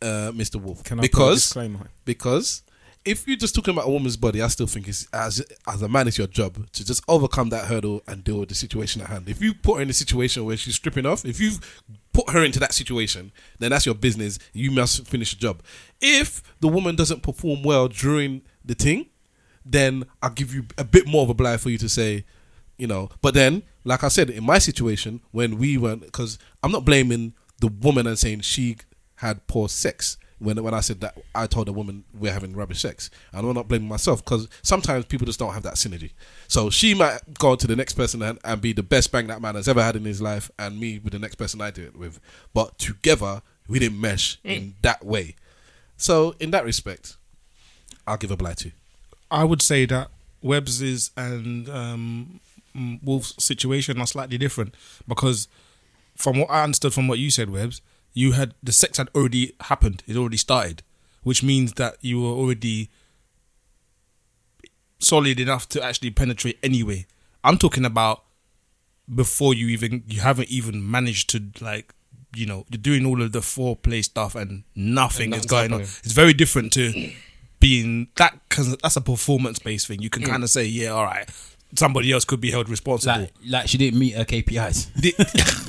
C: uh, Mr. Wolf.
A: Can I put a
C: because
A: disclaimer?
C: because if you're just talking about a woman's body, I still think it's as as a man, it's your job to just overcome that hurdle and deal with the situation at hand. If you put her in a situation where she's stripping off, if you've put her into that situation, then that's your business. You must finish the job. If the woman doesn't perform well during the thing, then I'll give you a bit more of a blind for you to say, you know. But then, like I said, in my situation, when we went, because I'm not blaming the woman and saying she had poor sex. When, when I said that, I told a woman we're having rubbish sex. And I'm not blaming myself because sometimes people just don't have that synergy. So she might go on to the next person and, and be the best bang that man has ever had in his life, and me with the next person I did it with. But together, we didn't mesh in that way. So, in that respect, I'll give a blight to.
B: I would say that Webbs's and um, mm, Wolf's situation are slightly different because, from what I understood from what you said, Webbs, you had the sex had already happened. It already started, which means that you were already solid enough to actually penetrate anyway. I'm talking about before you even you haven't even managed to like you know you're doing all of the foreplay stuff and nothing is going on. It's very different to being that because that's a performance based thing. You can kind of say yeah, all right, somebody else could be held responsible.
D: Like, like she didn't meet her KPIs.
B: The-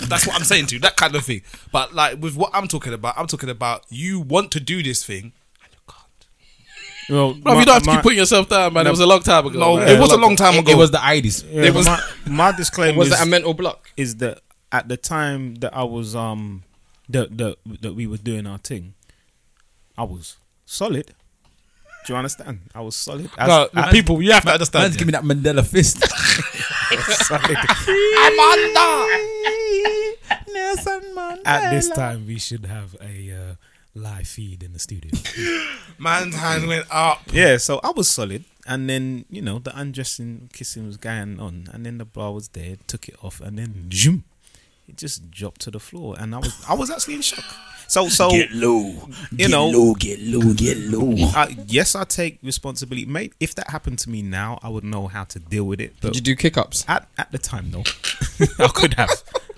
B: that's what I'm saying to you, that kind of thing. But like with what I'm talking about, I'm talking about you want to do this thing and you can't.
A: Well,
C: Bro,
A: my-
C: you don't have to
A: my-
C: keep putting yourself down, man. it was a long time ago.
B: No,
C: man.
B: it was a long time
D: It,
B: ago.
D: it was the IDs.
A: yeah,
B: it was-
A: my, my disclaimer
F: Was
A: is,
F: that a mental block?
A: is that at the time that I was um that that that we were doing our thing, I was solid. Do you understand? I was solid. As,
B: No, the
A: as-
B: people, you have to
D: Man's
B: understand.
D: giving that Mandela fist.
G: At this time, we should have a uh, live feed in the studio.
B: Man's hand went up.
A: Yeah, so I was solid, and then you know the undressing, kissing was going on, and then the bra was there, took it off, and then zoom, it just dropped to the floor, and I was I was actually in shock. So so get low, you know,
G: get low, get low.
A: I, yes, I take responsibility, mate. If that happened to me now, I would know how to deal with it.
F: Did
A: But
F: you do kick ups?
A: at at the time, no, I could have,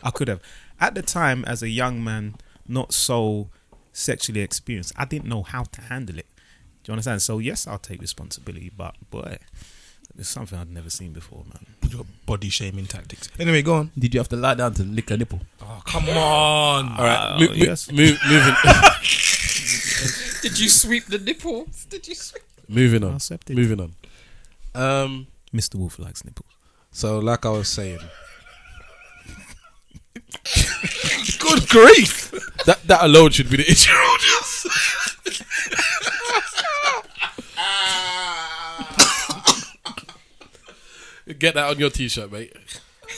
A: I could have. At the time, as a young man, not so sexually experienced, I didn't know how to handle it. Do you understand? So yes, I'll take responsibility, but boy, it's something I'd never seen before, man.
B: Your body shaming tactics. Anyway, go on.
D: Did you have to lie down to lick her nipple?
B: Oh, come on.
C: All right,
A: Oh,
C: mo- mo-
A: yes.
C: move, moving,
F: Did you sweep the nipples? Did you sweep?
C: moving on,
A: Accepted.
C: moving on. Um,
A: Mr. Wolf likes nipples.
C: so like I was saying,
B: Good grief.
C: that that alone should be the issue. Get that on your t-shirt, mate.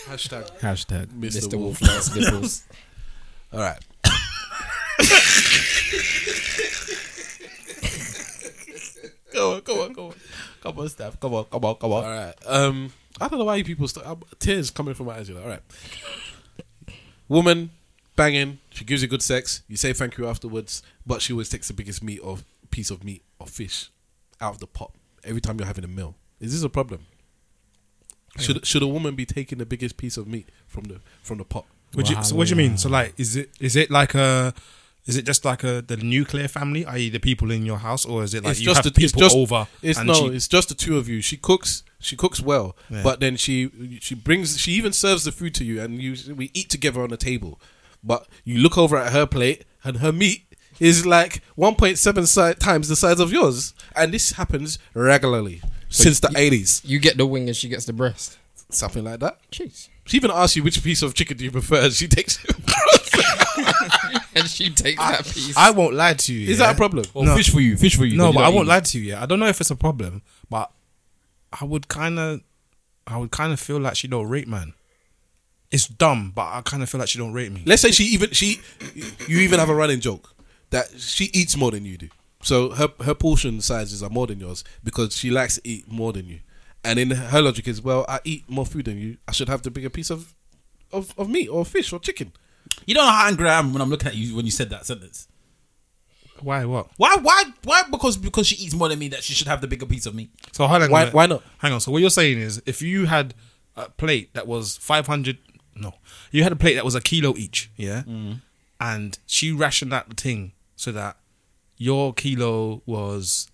C: Hashtag
A: Hashtag.
C: Mr.
F: Mr.
C: Wolf.
F: Wolf likes nipples.
C: All right. go on, go on, go on. Come on, Steph. Come on, come on, come on. All right. Um, I don't know why you people st- um, tears coming from my eyes. You know. All right. Woman banging. She gives you good sex. You say thank you afterwards, but she always takes the biggest meat of piece of meat or fish out of the pot every time you're having a meal. Is this a problem? Should should a woman be taking the biggest piece of meat from the from the pot?
B: Would you, so what do you mean? So like, is it is it like a is it just like a the nuclear family, i.e., the people in your house, or is it like you have
C: the-
B: people over?
C: It's
B: and
C: no,
B: she-
C: it's just the two of you. She cooks. She cooks well,
B: Yeah.
C: but then she she brings. She even serves the food to you, and you we eat together on the table. But you look over at her plate, and her meat is like 1.7 si- times the size of yours, and this happens regularly since the 80s,
F: You get the wing and she gets the breast.
C: something like that.
F: Jeez.
C: She even asks you which piece of chicken do you prefer. She takes.
F: And she takes that piece.
B: I won't lie to you.
C: is
B: yeah?
C: that a problem?
D: Or fish for you, fish for you.
B: No,
D: you
B: but
D: don't
B: I won't
D: eat.
B: lie to you. Yeah, I don't know if it's a problem, but I would kind of, I would kind of feel like she don't rate man. It's dumb, but I kind of feel like she don't rate me.
C: Let's say she even she, you even have a running joke that she eats more than you do. So her her portion sizes are more than yours because she likes to eat more than you. And in her logic is, well, I eat more food than you. I should have the bigger piece of, of, of meat or fish or chicken.
D: You don't know how angry I am when I'm looking at you when you said that sentence.
B: Why? What?
D: Why? Why? Why? Because because she eats more than me, that she should have the bigger piece of me.
B: So hold on.
C: Why-
B: a minute.
C: why not?
B: Hang on. So what you're saying is, if you had a plate that was 500, no, you had a plate that was a kilo each, yeah,
C: Mm.
B: and she rationed out the thing so that your kilo was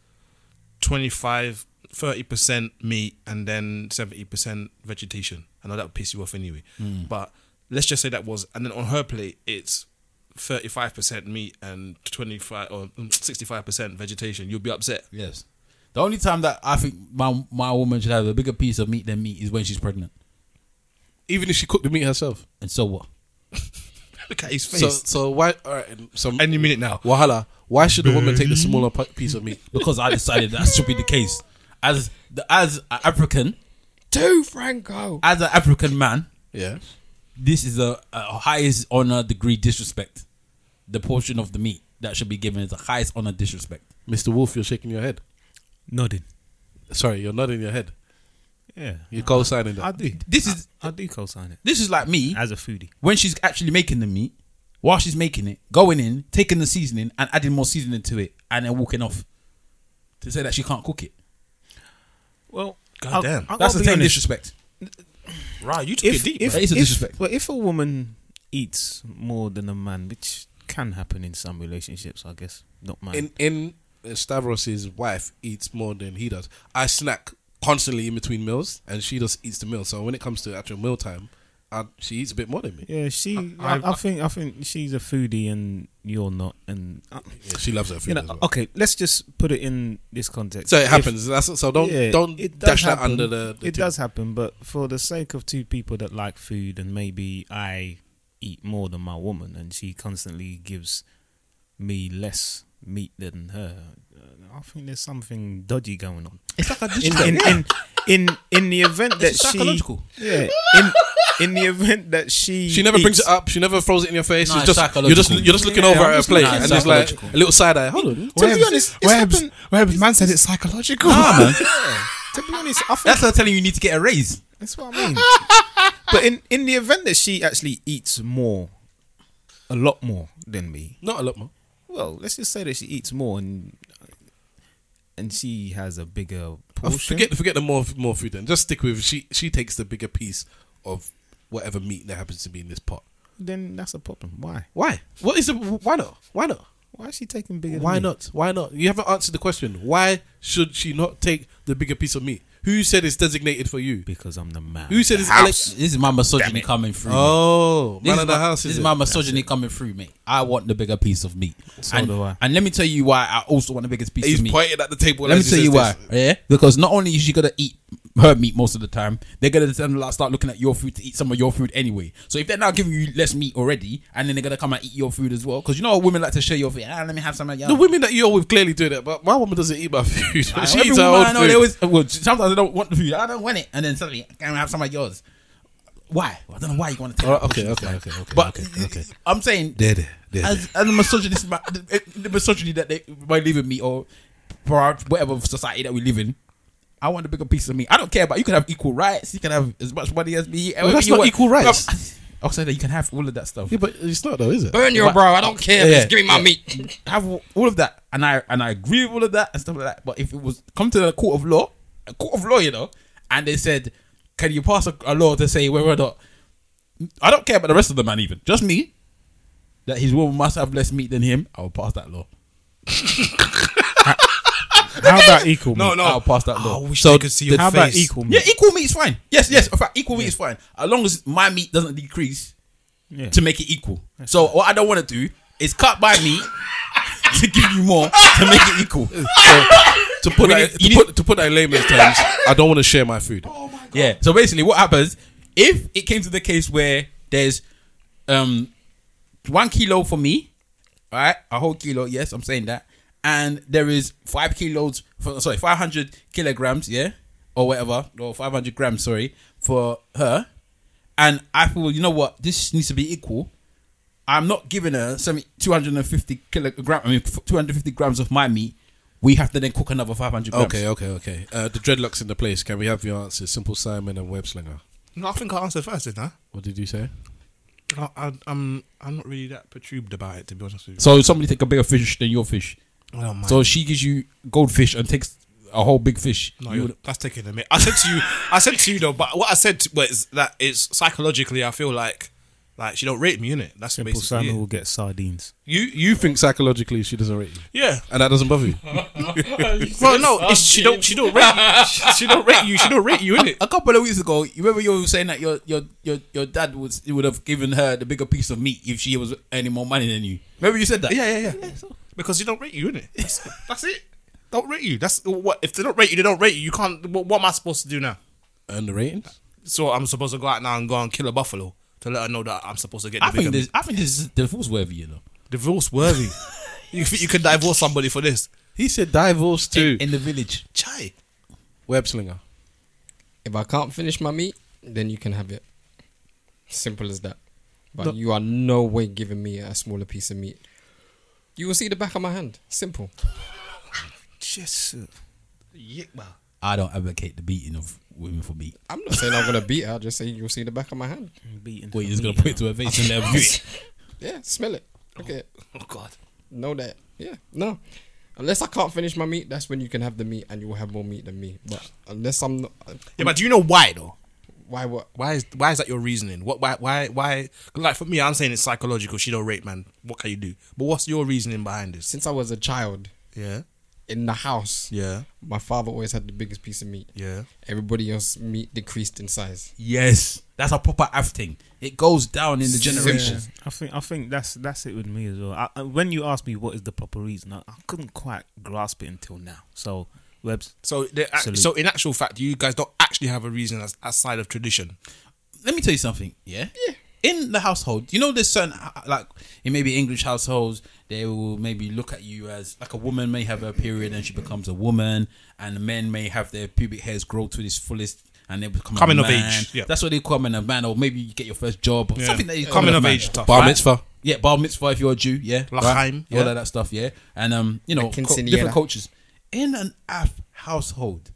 B: 25, 30 percent meat and then 70 percent
C: Mm.
B: vegetation. I know that would piss you off anyway, but let's just say that was, and then on her plate it's thirty-five percent meat and twenty-five or sixty-five percent vegetation, you'll be upset.
D: Yes. The only time that I think my my woman should have a bigger piece of meat than meat is when she's pregnant.
C: Even if she cooked the meat herself.
D: And so what?
B: Look at his face.
C: So, so why? All right, and so
B: Any minute now.
C: Wahala. Why should the woman take the smaller pi- piece of meat?
D: Because I decided that should be the case. As the, as an African,
F: Two Franco.
D: as an African man,
C: Yeah.
D: this is the uh, highest honor degree disrespect. The portion of the meat that should be given is the highest honor disrespect.
C: Mr. Wolf, you're shaking your head.
A: Nodding.
C: Sorry, you're nodding your head.
A: Yeah.
C: You're co-signing
A: I
C: that.
A: do.
D: This is
A: I do co-sign it
D: this is like me
A: as a foodie.
D: when she's actually making the meat, while she's making it, going in, taking the seasoning and adding more seasoning to it, and then walking off to say that she can't cook it.
A: Well,
B: damn.
A: I,
D: That's
A: the
D: the same disrespect.
B: Right, you took
A: If,
B: it deep.
A: if,
D: That is a
A: if-
D: disrespect.
A: Well, if a woman eats more than a man, which can happen in some relationships, I guess. Not mine.
C: In in uh, Stavros's wife eats more than he does. I snack constantly in between meals, and she just eats the meal. So when it comes to actual meal time, I, she eats a bit more than me.
A: yeah, she. I, I, think. I think she's a foodie, and you're not. And uh,
C: Yeah, she loves her food.
A: you know.
C: as well.
A: Okay, let's just put it in this context.
C: So it
A: If-
C: happens. That's, so don't
A: Yeah,
C: don't
A: it does
C: dash that
A: happen.
C: under the. the
A: it
C: thing.
A: does happen, but for the sake of two people that like food, and maybe I eat more than my woman, and she constantly gives me less meat than her. uh, I think there's something dodgy going on. It's like a in, in, in, in, in the event that she
D: psychological.
A: yeah in in the event that she
C: She never brings
A: eats-
C: it up. She never throws it in your face.
D: Nah,
C: it's
D: it's
C: just you're just
D: psychological.
C: you're just looking
A: Yeah,
C: over
A: I'm
C: at her
A: just
C: plate,
A: looking
C: and
A: at
C: it's like
D: psychological.
C: a little side eye. Hold on.
A: To be honest, it's
H: Webb's,
A: happened,
H: Webb's man said it's psychological.
A: to be honest, I think
D: That's her telling you you need to get a raise.
A: That's what I mean. but in in the event that she actually eats more, a lot more than me.
C: Not a lot more.
A: Well, let's just say that she eats more and and she has a bigger
C: Oh,
A: portion.
C: forget forget the more more food then. Just stick with she. She takes the bigger piece of whatever meat that happens to be in this pot.
A: Then that's a problem. Why?
C: Why? What is the why not? Why not?
A: Why is she taking bigger?
C: Why
D: Hmm.
A: than me?
C: not? Why not? You haven't answered the question. Why should she not take the bigger piece of meat? Who said it's designated for you?
A: Because I'm the man.
C: Who said it's Alex?
D: This is my misogyny coming through. mate.
C: Oh,
D: This
C: man
D: is
C: of the
D: my-
C: house.
D: This
C: is
D: is
C: it?
D: my misogyny coming through, mate. I want the bigger piece of meat.
A: So
D: and,
A: do I.
D: and let me tell you why I also want the biggest piece
C: He's
D: of meat.
C: pointing at the table.
D: Let me
C: as he
D: tell
C: says
D: you why.
C: this.
D: Yeah, because not only is she gonna eat her meat most of the time, they're gonna then like, start looking at your food to eat some of your food anyway. So if they're now giving you less meat already, and then they're gonna come and eat your food as well, because you know how women like to share your food. Ah, let me have some of your.
C: The women that you're with clearly do that, but my woman doesn't eat my food.
D: Ah,
C: she
D: every
C: eats her
D: woman
C: own
D: I know,
C: food.
D: they always- well, sometimes they don't want the food. I don't want it, and then suddenly can I have some of yours? Why? I don't know why you want to take.
C: All
D: that
C: right, Oh, okay,
D: portion.
C: okay, okay, okay.
D: But
C: okay, okay.
D: I'm saying
C: There, there, there.
D: as, as a misogynist, ma- the, the misogyny that they by leaving me or for our- whatever society that we live in, I want a bigger piece of me. I don't care about you can have equal rights, you can have as much money as me. whatever
C: that's
D: you
C: not
D: want.
C: equal rights.
D: Um, I'll say that you can have all of that stuff.
C: yeah, but it's not though, is it?
F: Burn your bro. I don't care.
D: Yeah,
F: Just give me my meat.
D: Have all of that, and I and I agree with all of that and stuff like that. But if it was come to the court of law, a court of law, you know, and they said, can you pass a, a law to say whether or not I don't care about the rest of the man, even just me, that his woman must have less meat than him. I will pass that law.
A: How about equal?
B: no,
A: meat?
B: no.
D: I'll pass that
B: Oh,
D: law.
B: I wish
D: So
B: they could see your
A: How
B: face.
A: about equal?
D: Yeah,
A: Meat?
D: equal meat is fine. Yes, yes. In fact, equal meat is fine as long as my meat doesn't decrease
A: Yeah.
D: to make it equal. so what I don't want to do is cut my meat to give you more to make it equal.
C: To put
D: We
C: that,
D: need- Oh,
C: to,
D: you
C: put, to put that in layman's terms, I don't want to share my food.
D: Yeah. So basically, what happens if it came to the case where there's um one kilo for me, right? A whole kilo. Yes, I'm saying that. And there is five kilos for sorry, five hundred kilograms. Yeah, or whatever, or five hundred grams. Sorry for her. And I feel you know what this needs to be equal. I'm not giving her some 250 kilogram. I mean, 250 grams of my meat. We have to then cook another 500 grams.
C: Okay, okay, okay. Uh, the dreadlocks in the place. Can we have your answers? Simple Simon and Web Slinger.
B: No, I think I answered first, didn't I?
C: What did you say?
B: I, I I'm I'm not really that perturbed about it to be honest with you.
D: So somebody take a bigger fish than your fish.
B: I don't mind.
D: So she gives you goldfish and takes a whole big fish.
B: No,
D: You
B: you're-
D: would-
B: that's taking a minute. I said to you, I said to you though, but what I said to, was that it's psychologically, I feel like Like she don't rate me in it. That's
G: Simple
B: basically
G: Simon
B: it.
G: will get sardines.
C: You you think psychologically she doesn't rate you,
B: Yeah.
C: and that doesn't bother you.
B: Well, no, it's, she don't. She don't rate. you. She, she don't rate you. She don't rate you in it.
D: A couple of weeks ago, you remember you were saying that your your your, your dad was would have given her the bigger piece of meat if she was earning more money than you. Remember you said that?
B: Yeah, yeah, yeah. Because you don't rate you in it. That's, that's it. Don't rate you. That's what. If they don't rate you, they don't rate you. You can't. What, what am I supposed to do now?
C: Earn the ratings.
B: So I'm supposed to go out now and go and kill a buffalo to let her know that I'm supposed to get the
D: I think
B: bigger
D: this, I think this is divorce worthy, you know.
B: divorce worthy. you think you can divorce somebody for this?
C: He said divorce too.
D: In the village,
B: Chai.
C: Web slinger.
F: If I can't finish my meat, then you can have it. Simple as that. But you are no way giving me a smaller piece of meat. You will see the back of my hand. Simple.
D: I don't advocate the beating of women for meat.
F: I'm not saying I'm gonna beat her. I just say you'll see the back of my hand.
D: Wait, you're just gonna put it to her face and let her view it.
F: Yeah, smell it. Look at it.
B: Oh God.
F: Know that. Yeah, no. Unless I can't finish my meat, that's when you can have the meat and you will have more meat than me. But unless I'm not,
B: Yeah, but do you know why though?
F: why what?
B: Why is why is that your reasoning? What why why why? Like for me, I'm saying it's psychological. She don't rate, man. What can you do? But what's your reasoning behind this?
F: Since I was a child
B: Yeah.
F: in the house,
B: Yeah.
F: my father always had the biggest piece of meat.
B: Yeah.
F: Everybody else's meat decreased in size.
D: Yes, that's a proper Af thing. It goes down in the generation.
G: Yeah, I think I think that's that's it with me as well. I, I- when you asked me what is the proper reason, I, I couldn't quite grasp it until now. So webs,
B: So the,
G: Salute.
B: so in actual fact, you guys don't actually have a reason as, outside of tradition.
D: Let me tell you something. Yeah. Yeah. In the household, you know, there's certain uh, like in maybe English households, they will maybe look at you as like a woman may have her period and she becomes a woman, and men may have their pubic hairs grow to its fullest and they become
B: Coming
D: a
B: of
D: man.
B: age, yeah.
D: That's what they call man a man, or maybe you get your first job or
B: Yeah.
D: something that you call
B: Coming
D: a
B: of
D: man.
B: age stuff.
C: Bar
B: Right?
C: mitzvah.
D: Yeah, bar mitzvah if you're a Jew. Yeah,
B: Lachaim,
D: all
B: yeah.
D: of that stuff. Yeah, and um, you know,
F: A
D: co-
F: quinceanera.
D: different cultures. In an Af household,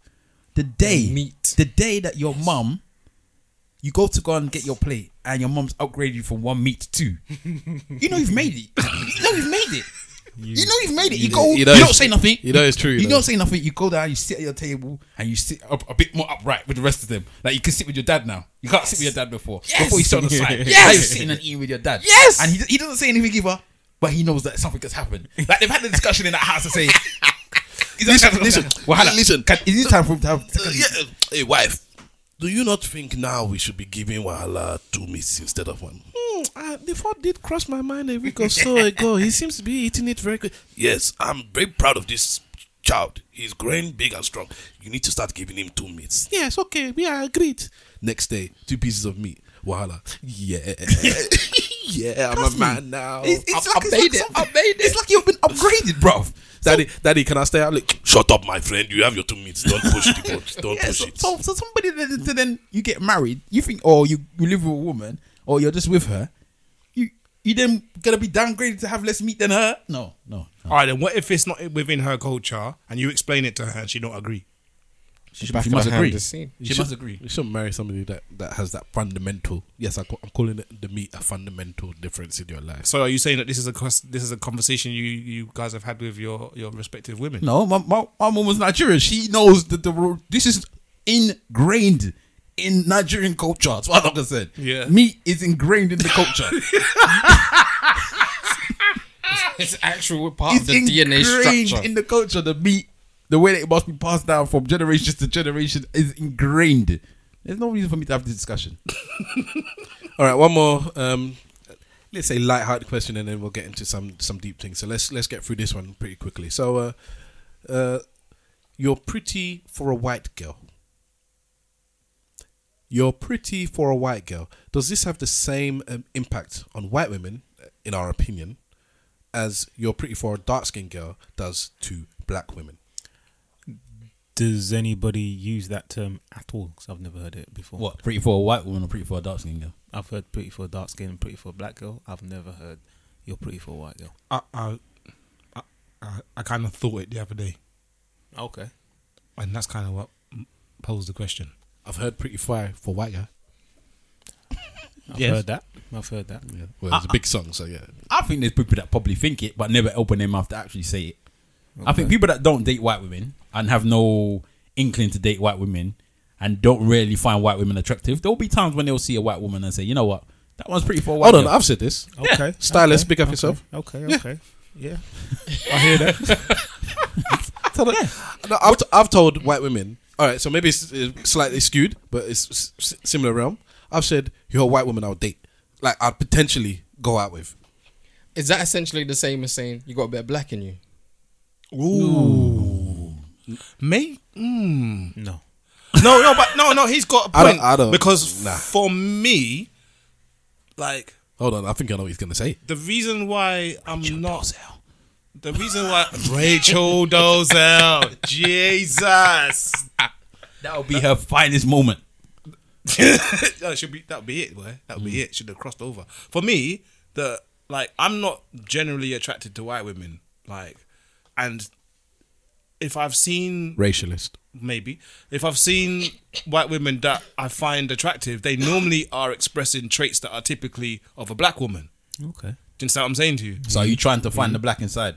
D: the day
F: Meat.
D: the day that your mum, you go to go and get your plate, and your mum's upgraded you from one meat to two. you know you've made it. You know you've made it. You, know you've made it. You go. You,
C: you know
D: don't
C: it's-
D: say nothing.
C: you know it's true,
D: You,
C: you know.
D: don't say nothing. You go down. You sit at your table and you sit up, a bit more upright with the rest of them. Like you can sit with your dad now. You can't sit with your dad before. Before you sit on the side.
B: Yes.
D: Now you're sitting and eating with your dad. Yes. And he, he doesn't say anything either, but he knows that something has happened. Like they've had the discussion in that house to say. Listen,
C: listen, listen.
D: Can, is it time for him to have?
C: Uh, yeah. Hey, wife. Do you not think now we should be giving Wahala two meats instead of one? Hmm, I, the thought did cross my mind a week or so ago. He seems to be eating it very good. Yes, I'm very proud of this child. He's growing big and strong. You need to start giving him two meats. Yes, okay, we are agreed. Next day, two pieces of meat. Wahala. Yeah. yeah, I'm a man now.
D: I, made it. I made it. It's like you've been upgraded, bro.
C: Daddy, daddy, can I stay out? Like, shut up, my friend. You have your two meats. Don't push the boat. Don't
D: Yeah,
C: push
D: so,
C: it.
D: so, so somebody that, that then you get married, you think, or you, you live with a woman, or you're just with her, you you then gonna be downgraded to have less meat than her? No, no, no.
B: All right, then what if it's not within her culture and you explain it to her and she don't agree?
D: She,
F: back
D: she
F: of
D: must
F: the hand
D: agree.
F: is seen.
D: She must agree.
C: You shouldn't marry somebody that, that has that fundamental. Yes, I, am calling it the meat a fundamental difference in your life.
B: So are you saying that this is a cos- this is a conversation you, you guys have had with your, your respective women?
D: No, my, my, my mom was Nigerian. She knows that the rule. This is ingrained in Nigerian culture. That's what I'm gonna say.
B: Yeah.
D: meat is ingrained in the culture.
F: It's actual part
D: it's
F: of the DNA
D: ingrained
F: structure.
D: in the culture. The meat, the way that it must be passed down from generations to generation, is ingrained. There's no reason for me to have this discussion.
C: All right, one more. Um, let's say light-hearted question, and then we'll get into some some deep things. So let's let's get through this one pretty quickly. So, uh, uh, you're pretty for a white girl. You're pretty for a white girl. Does this have the same um, impact on white women, in our opinion, as you're pretty for a dark-skinned girl does to black women?
G: does anybody use that term at all? Because I've never heard it before.
D: What? Pretty for a white woman or pretty for a dark skinned girl?
G: I've heard pretty for a dark skin and pretty for a black girl. I've never heard you're pretty for a white girl.
B: I I, I, I kind of thought it the other day,
G: Okay.
B: and that's kind of what posed the question.
C: I've heard pretty fire for white guy.
G: I've
D: Yes.
G: heard that. I've heard that.
C: Yeah. Well, it's a big song, so yeah.
D: I think there's people that probably think it, but never open their mouth to actually say it. I think people that Uh, don't date white women and have no inkling to date white women and don't really find white women attractive, there'll be times when they'll see a white woman and say, you know what, That one's pretty far wide.
C: Oh. Hold on, I've said this.
G: Okay.
C: Stylist, big up yourself.
G: Okay. Okay. Yeah.
C: No, I've, t- I've told white women. All right, so maybe it's, it's slightly skewed, but it's s- s- similar realm. I've said you're a white woman I'll date, like I'd potentially go out with.
F: Is that essentially the same as saying you got a bit of black in you?
B: Mate, mm.
G: No.
B: no, no, but no, no, he's got a
C: I
B: point.
C: don't- I don't-
B: because
C: nah.
B: for me, like
C: Hold on, I think I know what he's gonna say.
B: the reason why I'm not the reason why Rachel Dozel, Jesus,
D: That would be her finest moment.
B: that should be that'll be it, boy. That'll be it. Should have crossed over. For me, the like I'm not generally attracted to white women. Like and if I've seen
C: Racialist.
B: maybe if I've seen white women that I find attractive, they normally are expressing traits that are typically of a black woman.
G: Okay.
B: Do you understand what I'm saying to you?
D: So are you trying to
B: Mm.
D: find the black inside?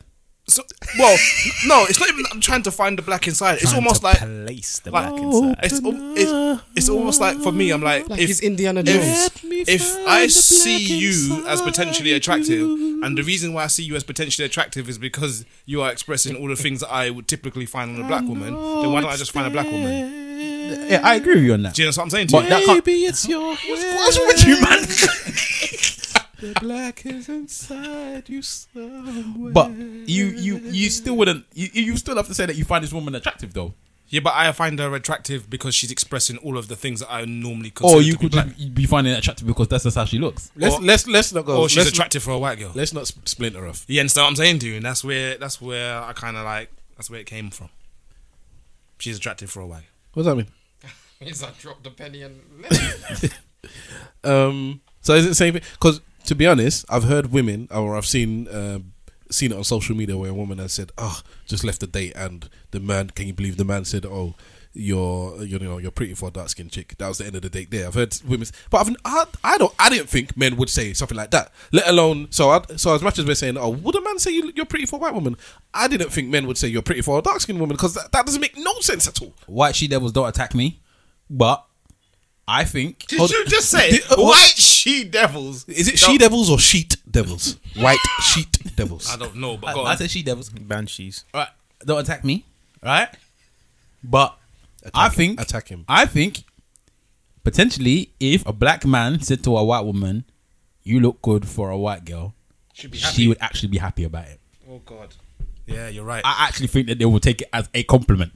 B: So, well, no, it's not even. I'm trying to find the black inside. It's almost like,
G: place the
B: like
G: black inside.
B: it's, al- it's it's almost like for me. I'm like,
F: Like
B: if
F: he's Indiana Jones.
B: if, if I see you as potentially attractive, and the reason why I see you as potentially attractive is because you are expressing all the things that I would typically find on a black woman, then why don't I just find a black woman?
D: Yeah, I agree with you on that.
B: Do you know what I'm saying to
D: But
B: you?
D: that can't,
C: Maybe it's your hair.
D: what's wrong with you, man?
C: The black is inside you somewhere.
D: but you, you, you still wouldn't. You, you still have to say that you find this woman attractive, though.
B: Yeah, but I find her attractive because she's expressing all of the things that I normally consider.
D: Or you
B: to be
D: could
B: black.
D: just be finding it attractive because that's just how she looks.
C: let's
B: or-
C: let's let's not go.
B: or she's
C: let's,
B: attractive for a white girl.
C: let's not sp- splinter off.
B: Yeah, and so I'm saying to you, and that's where that's where I kind of like that's where it came from. She's attractive for a while.
C: What does that mean?
F: Is I dropped a penny and
C: Um, so is it the same thing? Because to be honest, I've heard women, or I've seen uh, seen it on social media where a woman has said, "Oh, just left a date," and the man, can you believe the man said, "Oh, you're you know you're pretty for a dark skinned chick." That was the end of the date. There, I've heard women, but I've, I I don't I didn't think men would say something like that. Let alone so I, so as much as we're saying, "Oh, would a man say you, you're pretty for a white woman?" I didn't think men would say you're pretty for a dark skinned woman because that, that doesn't make no sense at all.
D: White she devils don't attack me, but I think
B: Did you just say
C: Did- uh, what?
B: white she devils?
C: Is it she devils or sheet devils? White sheet devils.
B: I don't know, but
D: I,
B: go
D: I
B: on.
D: said she devils.
G: Banshees.
D: Right, don't attack me. Right, but I
C: him.
D: think
C: Attack him.
D: I think potentially if a black man said to a white woman, "You look good for a white girl,"
B: She'd be happy.
D: she would actually be happy about it.
B: oh God. Yeah, you're right.
D: I actually think that they will take it as a compliment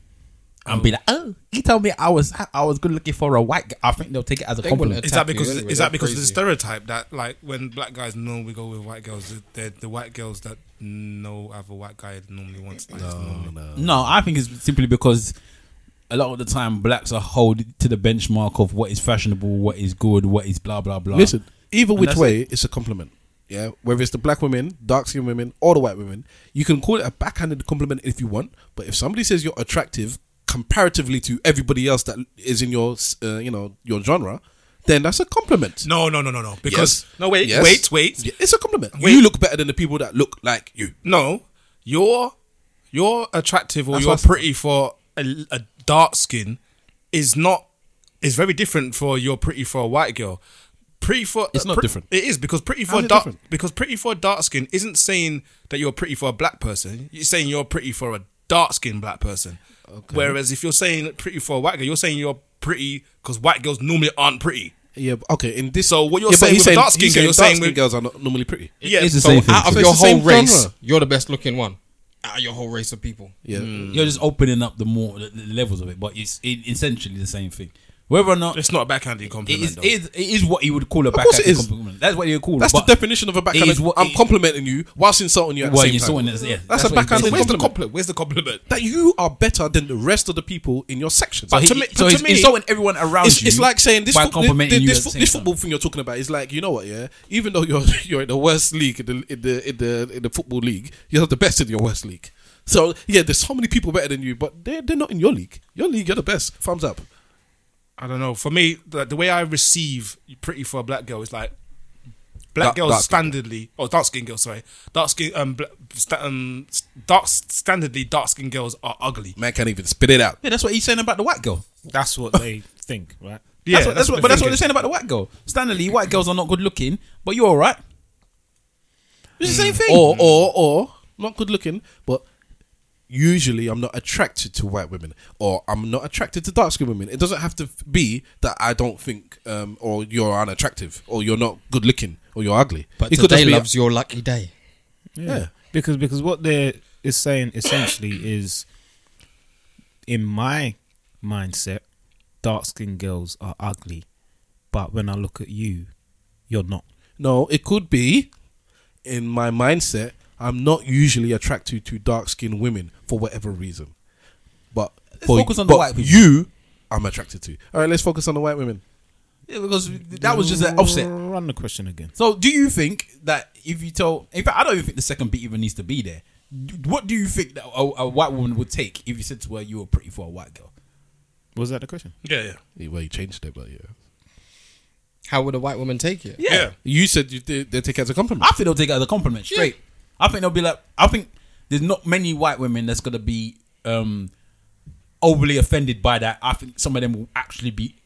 D: and be like, "Oh, you told me I was I was good looking for a white." Girl. I think they'll take it as a
F: They wouldn't
D: compliment.
B: is that
F: Attack you
B: because
F: anyway,
B: is that
F: that's
B: because of the
F: crazy.
B: stereotype that like when black guys normally go with white girls, they're the white girls that no other white guy normally wants. Like, normally.
D: No, I think it's simply because a lot of the time blacks are held to the benchmark of what is fashionable, what is good, what is blah blah blah.
C: Listen, either which
D: that's
C: way, it's a compliment. Yeah, whether it's the black women, dark skinned women, or the white women, you can call it a backhanded compliment if you want. But if somebody says you're attractive comparatively to everybody else that is in your, uh, you know, your genre, then that's a compliment.
B: No, no, no, no, no. Because
C: Yes.
B: no, wait,
C: Yes.
B: wait, wait.
C: Yeah, it's a compliment.
B: Wait.
C: You look better than the people that look like you.
B: No, you're you're attractive or
C: That's
B: you're
C: what I-
B: pretty for a, a dark skin is not is very different for you're pretty for a white girl. Pretty for
C: It's not
B: pre-
C: different.
B: It is because pretty
C: How's
B: for
C: it
B: dark
C: different?
B: because pretty for a dark skin isn't saying that you're pretty for a black person. You're saying you're pretty for a dark skinned black person. Whereas if you're saying pretty for a white girl, you're saying you're pretty because white girls normally aren't pretty.
C: Yeah, but- okay. In this,
B: So what you're
C: Yeah, but
B: saying
C: he's
B: with dark-skinned
C: he's
B: girl, you're saying
C: dark-skinned
B: with-
C: girls are not normally pretty.
B: Yeah,
D: it's the
B: so
D: same thing.
B: out of
C: So
B: your
C: it's the
B: whole
C: same
B: race,
C: genre.
F: you're the best looking one out of your whole race of people.
C: Yeah,
B: Hmm.
D: You're just opening up the more the, the levels of it, but it's it, essentially the same thing. Whether or not it
B: it's not a backhanded compliment.
D: is,
B: though.
D: it is, it is what you would call a
C: course it
D: backhanded
C: is.
D: compliment. That's what you would call.
C: that's
D: it,
C: the definition of a
D: it is
C: backhand.
D: what
C: I'm
D: it-
C: complimenting you whilst insulting you at
D: Well,
C: the
D: you
C: same
D: saw
C: time.
D: in this, yeah, what it
C: That's a
D: is.
C: backhanded
B: Where's the
C: compliment.
B: compliment? Where's the compliment?
C: that you are better than the rest of the people in your section.
D: But
C: so
D: he-
C: to me,
D: so
C: to
D: he's
C: me,
D: insulting everyone around
C: it's,
D: you.
C: it's like saying this,
D: by
C: foot-
D: complimenting you
C: this,
D: at
C: this,
D: the
C: foot- this
D: same
C: football thing you're talking about is like you know what, yeah. Even though you're you're in the worst league in the in the in the, in the football league, you're the best in your worst league. So yeah, there's so many people better than you, but they're they're not in your league. Your league, you're the best. Thumbs up.
B: I don't know. For me, the, the way I receive pretty for a black girl is like black
C: Dark-
B: girls
C: dark skin.
B: standardly, or dark skinned girls, sorry, dark skin, um, bla- sta- um, s- dark standardly, dark skinned girls are ugly.
C: Man can't even spit it out.
D: yeah, that's what he's saying about the white girl.
G: That's what they think, right?
B: Yeah,
D: that's what, that's what, but
B: they're
D: that's what they're
B: thinking.
D: saying about the white girl. Stanley, white girls are not good looking, but you're all right. It's the same thing.
C: Mm. Or, or, or, not good looking, but usually I'm not attracted to white women or I'm not attracted to dark skinned women. It doesn't have to be that I don't think, um, or you're unattractive or you're not good looking or you're ugly.
F: But
C: it could
F: today
C: just be,
F: loves your lucky day.
C: yeah.
A: because because what they're is saying essentially is in my mindset dark skinned girls are ugly but when i look at you you're not
C: No, it could be in my mindset, I'm not usually attracted to dark skinned women for whatever reason. But for-
D: focus on the
C: but
D: white people.
C: You, I'm attracted to. All right, let's focus on the white women.
D: Yeah, because that was just an offset.
A: run the question again
D: So, do you think that if you tell, in fact, I don't even think the second beat even needs to be there. D- What do you think that a, a white woman would take if you said to her you were pretty for a white girl?
A: was that the question
B: Yeah, yeah.
C: Yeah, Well, you changed it, but yeah.
F: How would a white woman take it?
B: Yeah.
C: You said you did, they take it as a compliment.
D: I think they'll take it as a compliment, straight. I think they'll be like, I think there's not many white women that's gonna be um overly offended by that. I think some of them will actually be,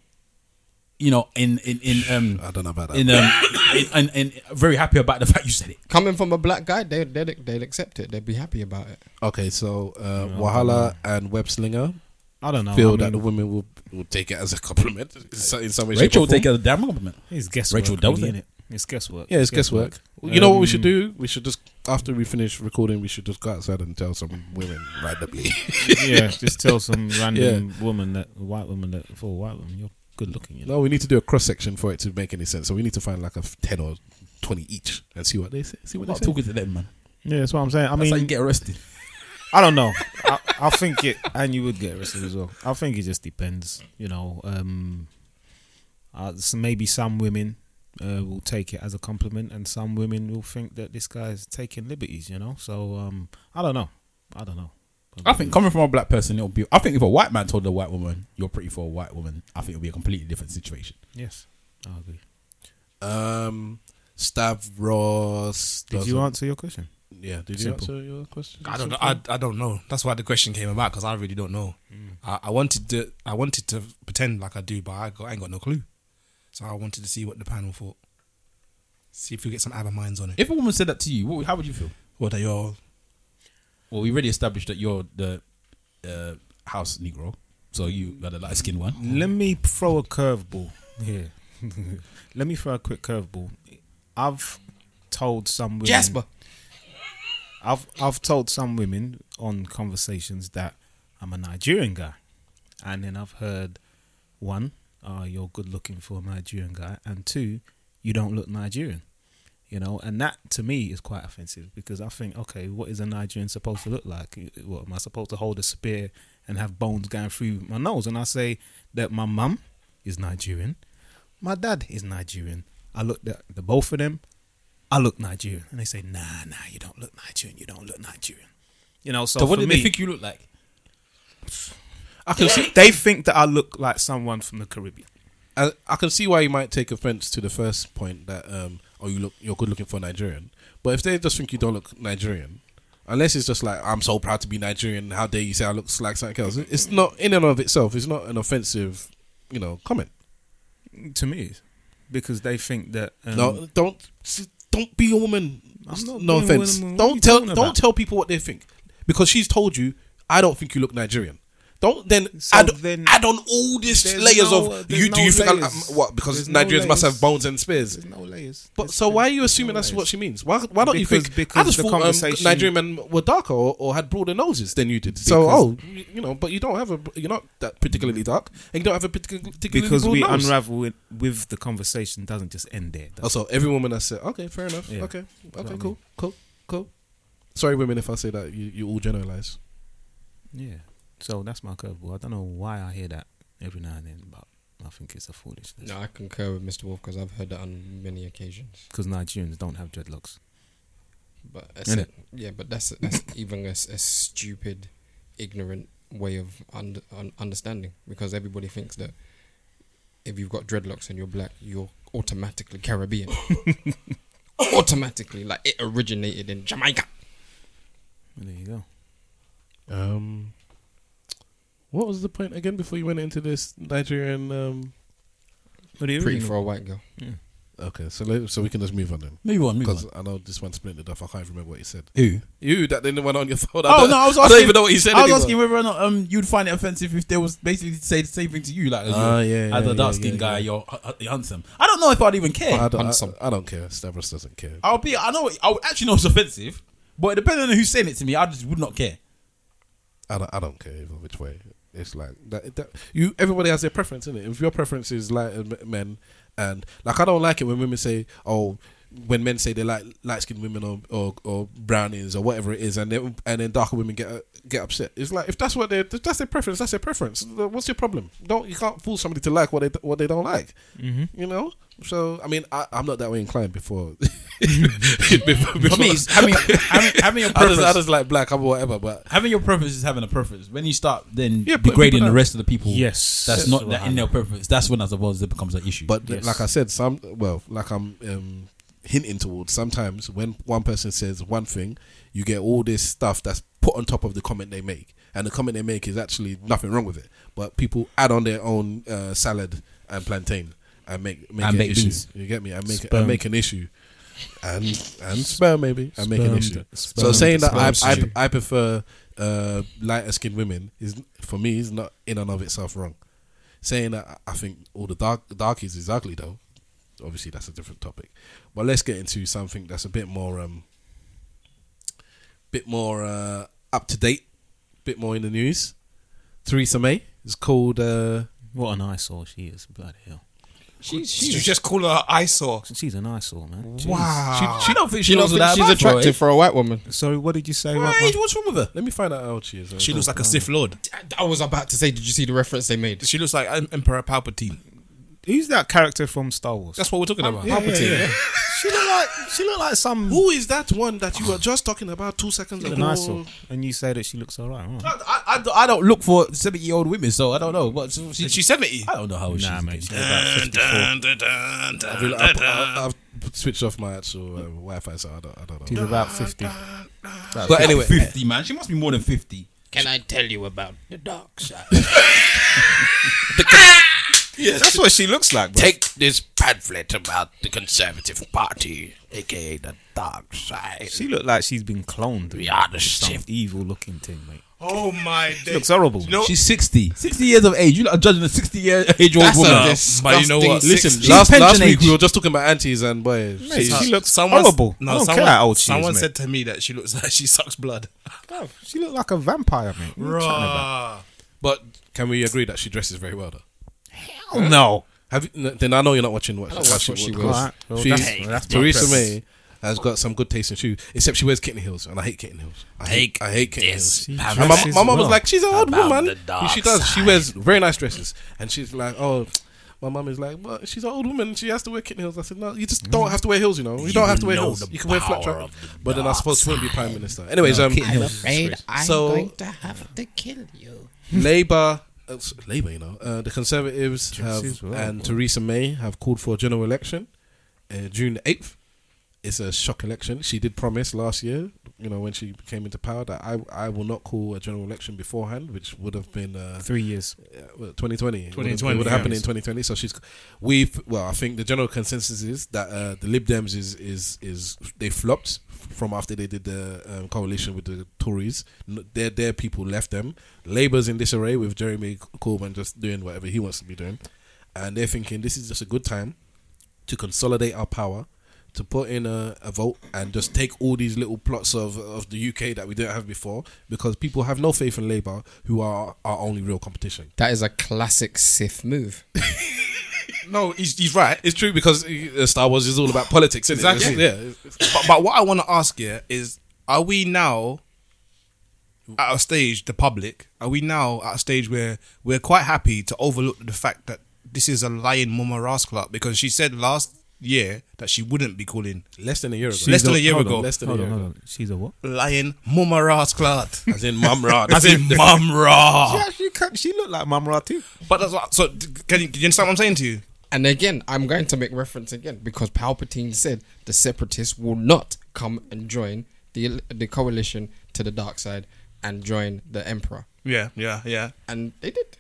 D: you know, in in in um
C: I don't know about that.
D: in um in, in, in very happy about the fact you said it.
F: Coming from a black guy, they, they'd, they'd accept it. They'd be happy about it.
C: okay, so uh,
D: um,
C: Wahala and Web Slinger
A: i don't know
C: feel
A: I
C: that
A: mean,
C: the women will, will take it as a compliment in some in some way, shape,
D: Rachel
C: or
D: will
C: form.
D: take it as a damn compliment.
A: it's guesswork
D: Rachel Dawson.
A: really, innit? it's guesswork
C: Yeah, it's guesswork. You know what we should do? We should just after we finish recording, we should just go outside and tell some women randomly.
A: yeah just tell some random woman that white woman that for a white woman you're good looking you know?
C: no, we need to do a cross section for it to make any sense. So we need to find like a f- ten or twenty each and see what they say. See what
D: We're
C: they
D: not
C: say.
D: talking to them, man.
A: yeah that's what i'm saying i
D: That's how you
A: mean
D: get arrested.
A: I don't know. I, I think it, and you would get arrested as well. I think it just depends. You know, um, uh, so maybe some women uh, will take it as a compliment, and some women will think that this guy is taking liberties. You know, so um, I don't know. I don't know.
D: I think coming from a black person, it'll be. I think if a white man told a white woman you're pretty for a white woman, I think it'll be a completely different situation.
A: Yes, I agree.
C: Um, Stavros.
A: Did
C: doesn't-
A: you answer your question?
C: Yeah. Did
A: Simple.
C: you answer your question?
B: I don't know. I, I don't know. That's why the question came about because I really don't know.
D: Mm.
B: I, I wanted to I wanted to pretend like I do, but I, got, I ain't got no clue. So I wanted to see what the panel thought. See if we get some other minds on it.
D: If a woman said that to you, what, how would you feel?
B: What are your
D: Well, we already established that you're the uh, house Negro, so you are the light skinned one.
A: Let me throw a curveball here. Let me throw a quick curveball. I've told some women.
F: Jasper.
A: I've I've told some women on conversations that I'm a Nigerian guy, and then I've heard one, uh, you're good looking for a Nigerian guy, and two, you don't look Nigerian, you know, and that to me is quite offensive because I think, okay, what is a Nigerian supposed to look like? What am I supposed to hold a spear and have bones going through my nose? And I say that my mum is Nigerian, my dad is Nigerian. I looked at the both of them. I look Nigerian, and they say, "Nah, nah, you don't look Nigerian. You don't look Nigerian." You know, so,
D: So what
A: for
D: did
A: me,
D: they think you look like?
C: I can see.
A: they think that I look like someone from the Caribbean.
C: I, I can see why you might take offense to the first point that um, oh you look you're good looking for Nigerian, but if they just think you don't look Nigerian, unless it's just like I'm so proud to be Nigerian, how dare you say I look like something else? It's not in and of itself. It's not an offensive, you know, comment.
A: To me, it is. because they think that um,
C: no, don't don't be a woman.
A: I'm not
C: no
A: being a
C: offense.
A: woman. What are you
C: Don't tell
A: talking
C: don't
A: about?
C: tell people what they think because she's told you I don't think you look Nigerian. Don't then,
A: So
C: add,
A: then-
C: add on all these
A: There's
C: layers
A: no-
C: of
A: there's
C: you. do
A: no
C: you think I,
A: layers.
C: I'm- what? Because
A: There's no
C: Nigerians must
A: layers.
C: have bones and spears.
A: there's no layers.
C: But
A: There's
C: so why are you
A: no
C: assuming that's what
A: layers.
C: she means? Why why don't you
A: Because-
C: think
A: because
C: I just
A: the
C: thought um,
A: conversation-
C: Nigerian men were darker or, or had broader noses than you did? So oh,
A: Because-
C: you you know, but you don't have a you're not that particularly dark and you don't have a particu- particularly
A: Because
C: broad
A: we
C: nose.
A: unravel it with the conversation doesn't just end there. does it?
C: Also, every woman I said, okay, fair enough.
A: Yeah.
C: Okay,
A: what I
C: okay,
A: mean.
C: cool, cool, cool. Sorry, women, if I say that you, you all generalize.
A: Yeah. So that's my curveball. I don't know why I hear that every now and then, but I think it's a foolishness
F: No, I concur with Mr. Wolf because I've heard that on many occasions.
A: because Nigerians don't have dreadlocks.
F: But that's
A: Innit?
F: yeah, but that's that's even a, s- a stupid, ignorant way of under, un, understanding because everybody thinks that if you've got dreadlocks and you're black, you're automatically Caribbean. automatically, like it originated in Jamaica.
A: Well, there you go.
C: Um, what was the point again before you went into this Nigerian um,
G: What do you
F: Pretty
G: mean?
F: for a white girl.
C: Okay, so let, so we can just move on then.
D: Move on, move on.
C: Because I know this one split it off. I can't even remember what he said.
D: Who?
C: You, that then the one on your phone.
D: Oh no, I was asking.
C: don't even know what he said
D: I was
C: anymore.
D: asking whether or not um you'd find it offensive if there was basically to say the same thing to you, like as,
C: Ah,
D: a-
C: yeah,
D: as
C: yeah,
D: a dark
C: yeah,
D: skinned
C: yeah,
D: guy,
C: yeah.
D: you're, uh, you're handsome. I don't know if I'd even care.
C: I don't,
F: Handsome.
C: I, I don't care. Stavros doesn't care.
D: I'll be. I know. I would actually know it's offensive, but depending on who's saying it to me, I just would not care.
C: I don't, I don't care either which way. It's like that, that. You everybody has their preference, is it? If your preference is like uh, m- men, and like I don't like it when women say, "Oh," when men say they like light skinned women or, or or brownies or whatever it is, and then and then darker women get uh, get upset. It's like if that's what they are that's their preference, that's their preference. What's your problem? Don't you can't fool somebody to like what they what they don't like. Mm-hmm. You know. So I mean, I, I'm not that way inclined. Before, before,
D: For me, it's having, having, having a
C: I
D: preference,
C: just, I just like black. I'm whatever, but
D: having your preference is having a preference. When you start then
C: Yeah, putting
D: degrading
C: people
D: the
C: down.
D: rest of the people,
G: Yes. Yes,
D: that's not that in their preference. That's when I suppose it becomes an issue.
C: But th- like I said, some well, like I'm um, hinting towards. Sometimes when one person says one thing, you get all this stuff that's put on top of the comment they make, and the comment they make is actually nothing wrong with it. But people add on their own uh, salad and plantain and make make
D: And
C: an
D: baked
C: issue.
D: beans.
C: You get me? And make and
G: Sperm.
C: make an issue. And and sperm maybe and make an
G: Sperm-
C: issue.
G: sperm-
C: so saying that I,
G: sperm stew.
C: I I prefer uh, lighter skinned women is for me is not in and of itself wrong saying that I- I think all the dark darkies is ugly though. Obviously, that's a different topic. But let's get into something that's a bit more, um, bit more uh, up to date, bit more in the news. Theresa May is called. Uh,
G: What an eyesore she is, bloody hell.
B: Did you just call her eyesore?
G: She's an eyesore, man. Jeez.
B: Wow.
D: I don't think she,
F: You know,
D: looks that
F: she's
D: bad, bro,
F: attractive
D: eh?
F: for a white woman.
G: Sorry, what did you say about
C: why-
G: my-
C: what's wrong with her? Let me find out how old she is. uh,
B: She looks like a Sith Lord.
F: I was about to say, did you see the reference they made?
B: She looks like Em- Emperor Palpatine.
G: Who's that character from Star Wars?
B: That's what we're talking about.
F: Palpatine.
G: she look like she look like some
C: Who is that one that you were just talking about two seconds
G: She's
C: ago?
G: an eyesore, and you say that she looks alright. Huh?
D: I, I don't- I don't look for seventy year old women, so I don't know. But she,
B: And She's seventy.
D: I don't know how old
G: Nah,
D: she's.
G: mate, she's about fifty-four.
B: Dun, dun, dun, dun,
C: I really-
B: dun,
C: I- I- I've, switched off my actual uh, Wi-Fi, so I don't, I don't
G: She's
C: know.
G: about fifty.
C: But anyway,
D: fifty man. She must be more than fifty.
E: Can I tell you about the dark side?
A: That's what she looks like, bro.
I: Take this pamphlet about the Conservative Party, aka the dark side.
G: She look like she's been cloned.
I: We are the
G: some
I: shift.
G: evil-looking thing, mate.
B: Oh my
G: She
B: days.
G: looks horrible.
B: No,
D: She's 60. 60 years of age. You lot are judging a 60 year age old
F: That's
D: woman.
F: a
B: but you know what?
F: disgusting
B: Listen,
F: six-
D: She's
C: last, last
D: pension
C: week
D: age.
C: we were just talking about aunties and boys.
G: Mate, she looks
B: Someone's-
G: horrible. I don't
B: someone,
G: care how old she is,
B: someone
G: mate.
B: said to me that she looks like she sucks blood.
G: She look like a vampire, mate. What are you chatting about?
B: Bruh.
C: But can we agree that she dresses very well though?
G: No.
C: Have you, n- then I know you're not watching what,
F: don't watch
C: she,
F: what she
C: what-
F: wears.
G: Alright, well,
C: She's-
G: that's- that's my
C: Theresa
G: preference.
C: May has got some good taste in shoes, except she wears kitten heels, and I hate kitten heels. I hate, I hate kitten heels.
G: She
C: And my,
G: dresses
C: my mom was
G: well.
C: like, "She's an old
I: About the
C: woman."
I: dark
C: She does. She
I: side.
C: wears very nice dresses, and she's like, "Oh." My mum is like, well, she's an old woman. She has to wear kitten heels. I said, no, you just don't have to wear heels. You know, you, don't have to wear
I: know
C: heels.
I: the
C: You can wear
I: power
C: flat track.
I: of the
C: But then I
I: dark
C: suppose she wouldn't be prime minister. Anyways, um,
D: kitten heels.
E: Afraid I'm
C: So-
E: going to have to kill you.
C: Labour, uh, s- Labour, you know, uh, the Conservatives
G: Dresses
C: have,
G: well,
C: and
G: boy.
C: Theresa May have called for a general election uh, June the eighth. It's a shock election. She did promise last year, you know, when she came into power, that I I will not call a general election beforehand, which would have been uh,
G: Three years.
C: twenty twenty.
B: 2020,
C: it would
B: yeah.
C: have happened in twenty twenty. So she's we have well, I think the general consensus is that uh, the Lib Dems is is is they flopped from after they did the um, coalition with the Tories. N- Their their people left them. Labour's in disarray with Jeremy Corbyn just doing whatever he wants to be doing, and they're thinking this is just a good time to consolidate our power, to put in a, a vote and just take all these little plots of, of the UK that we didn't have before because people have no faith in Labour, who are our only real competition.
F: That is a classic Sith move.
C: No, he's, he's right. It's true because uh, Star Wars is all about politics, isn't
B: Exactly.
C: it? It's- Yeah.
B: but, but what I want to ask here is: Are we now at a stage, the public? Are we now at a stage where we're quite happy to overlook the fact that this is a lying Mama Ross Clark because she said last year that she wouldn't be calling
C: Less than a year ago.
B: Less than a year
C: Hold on,
B: ago.
C: Less than a
G: Hold
C: year
G: on, hold
C: ago.
G: on. She's a what?
B: lying Mama Ross Clark.
C: As in Mum Rod.
B: As in Mum
C: Ah.
B: Ra.
G: Yeah, she can, she looked like Mamra too.
B: But that's what. So d- can you, can you understand what I'm saying to you?
F: And again, I'm going to make reference again because Palpatine said the separatists will not come and join the the coalition to the dark side and join the emperor.
B: Yeah, yeah, yeah.
F: And they did.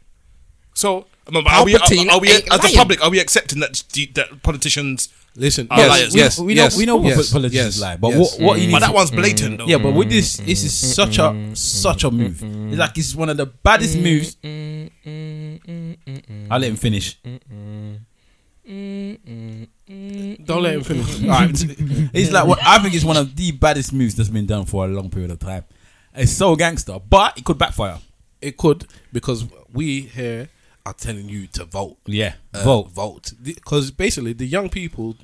B: So, I mean, but are we, are,
F: Palpatine
B: are we
F: ain't
B: as
F: lying.
B: a public, are we accepting that that politicians?
C: Listen,
B: Our liars.
C: yes, yes,
D: we
C: yes,
D: know we know what
C: yes,
D: politicians
C: yes,
D: lie, but
C: yes.
D: what what you need
B: But
D: to- Mm.
B: that one's blatant, though.
D: Yeah, but with this, this is such a such a move. It's like it's one of the baddest moves. I'll let him finish.
C: Don't let him finish.
D: It's like what I think is one of the baddest moves that's been done for a long period of time. It's so gangster, but it could backfire.
C: It could because we here are telling you to vote.
D: Yeah,
C: Uh,
D: vote.
C: vote. Because basically, the young people